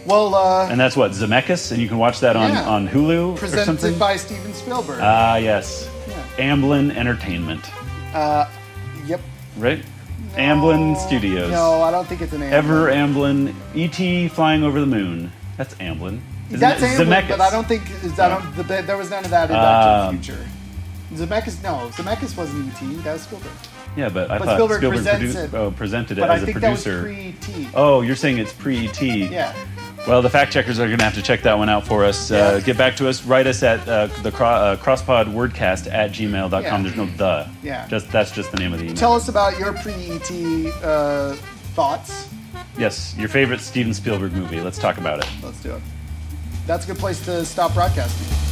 [SPEAKER 1] Well, uh,
[SPEAKER 2] and that's what, Zemeckis? And you can watch that on,
[SPEAKER 1] Yeah.
[SPEAKER 2] on Hulu or something?
[SPEAKER 1] presented by Steven Spielberg.
[SPEAKER 2] Ah yes.
[SPEAKER 1] Yeah.
[SPEAKER 2] Amblin Entertainment.
[SPEAKER 1] yep.
[SPEAKER 2] Right? Amblin
[SPEAKER 1] No,
[SPEAKER 2] Studios.
[SPEAKER 1] No, I don't think it's an Amblin.
[SPEAKER 2] Ever Amblin, E.T. flying over the moon. That's Amblin. Isn't
[SPEAKER 1] That's
[SPEAKER 2] it?
[SPEAKER 1] Amblin,
[SPEAKER 2] Zemeckis. Um,
[SPEAKER 1] but I don't think is I don't, the, there was none of that in Back to the Future. Zemeckis, no, Zemeckis wasn't ET. That was Spielberg.
[SPEAKER 2] Yeah, but I
[SPEAKER 1] But
[SPEAKER 2] thought
[SPEAKER 1] Spielberg
[SPEAKER 2] Spielberg,
[SPEAKER 1] presents
[SPEAKER 2] produ-
[SPEAKER 1] it.
[SPEAKER 2] oh, presented it
[SPEAKER 1] But
[SPEAKER 2] as
[SPEAKER 1] I think
[SPEAKER 2] a Oh,
[SPEAKER 1] that was
[SPEAKER 2] producer.
[SPEAKER 1] pre ET.
[SPEAKER 2] oh, you're saying it's pre ET.
[SPEAKER 1] Yeah.
[SPEAKER 2] Well, the fact checkers are going to have to check that one out for us. Uh,
[SPEAKER 1] Yeah.
[SPEAKER 2] get back to us. Write us at uh, the cro- uh, crosspodwordcast at gmail.com.
[SPEAKER 1] Yeah.
[SPEAKER 2] There's no the.
[SPEAKER 1] Yeah.
[SPEAKER 2] Just That's just the name of the email.
[SPEAKER 1] Tell us about your pre ET uh, thoughts.
[SPEAKER 2] yes, your favorite Steven Spielberg movie. Let's talk about it.
[SPEAKER 1] Let's do it. That's a good place to stop broadcasting.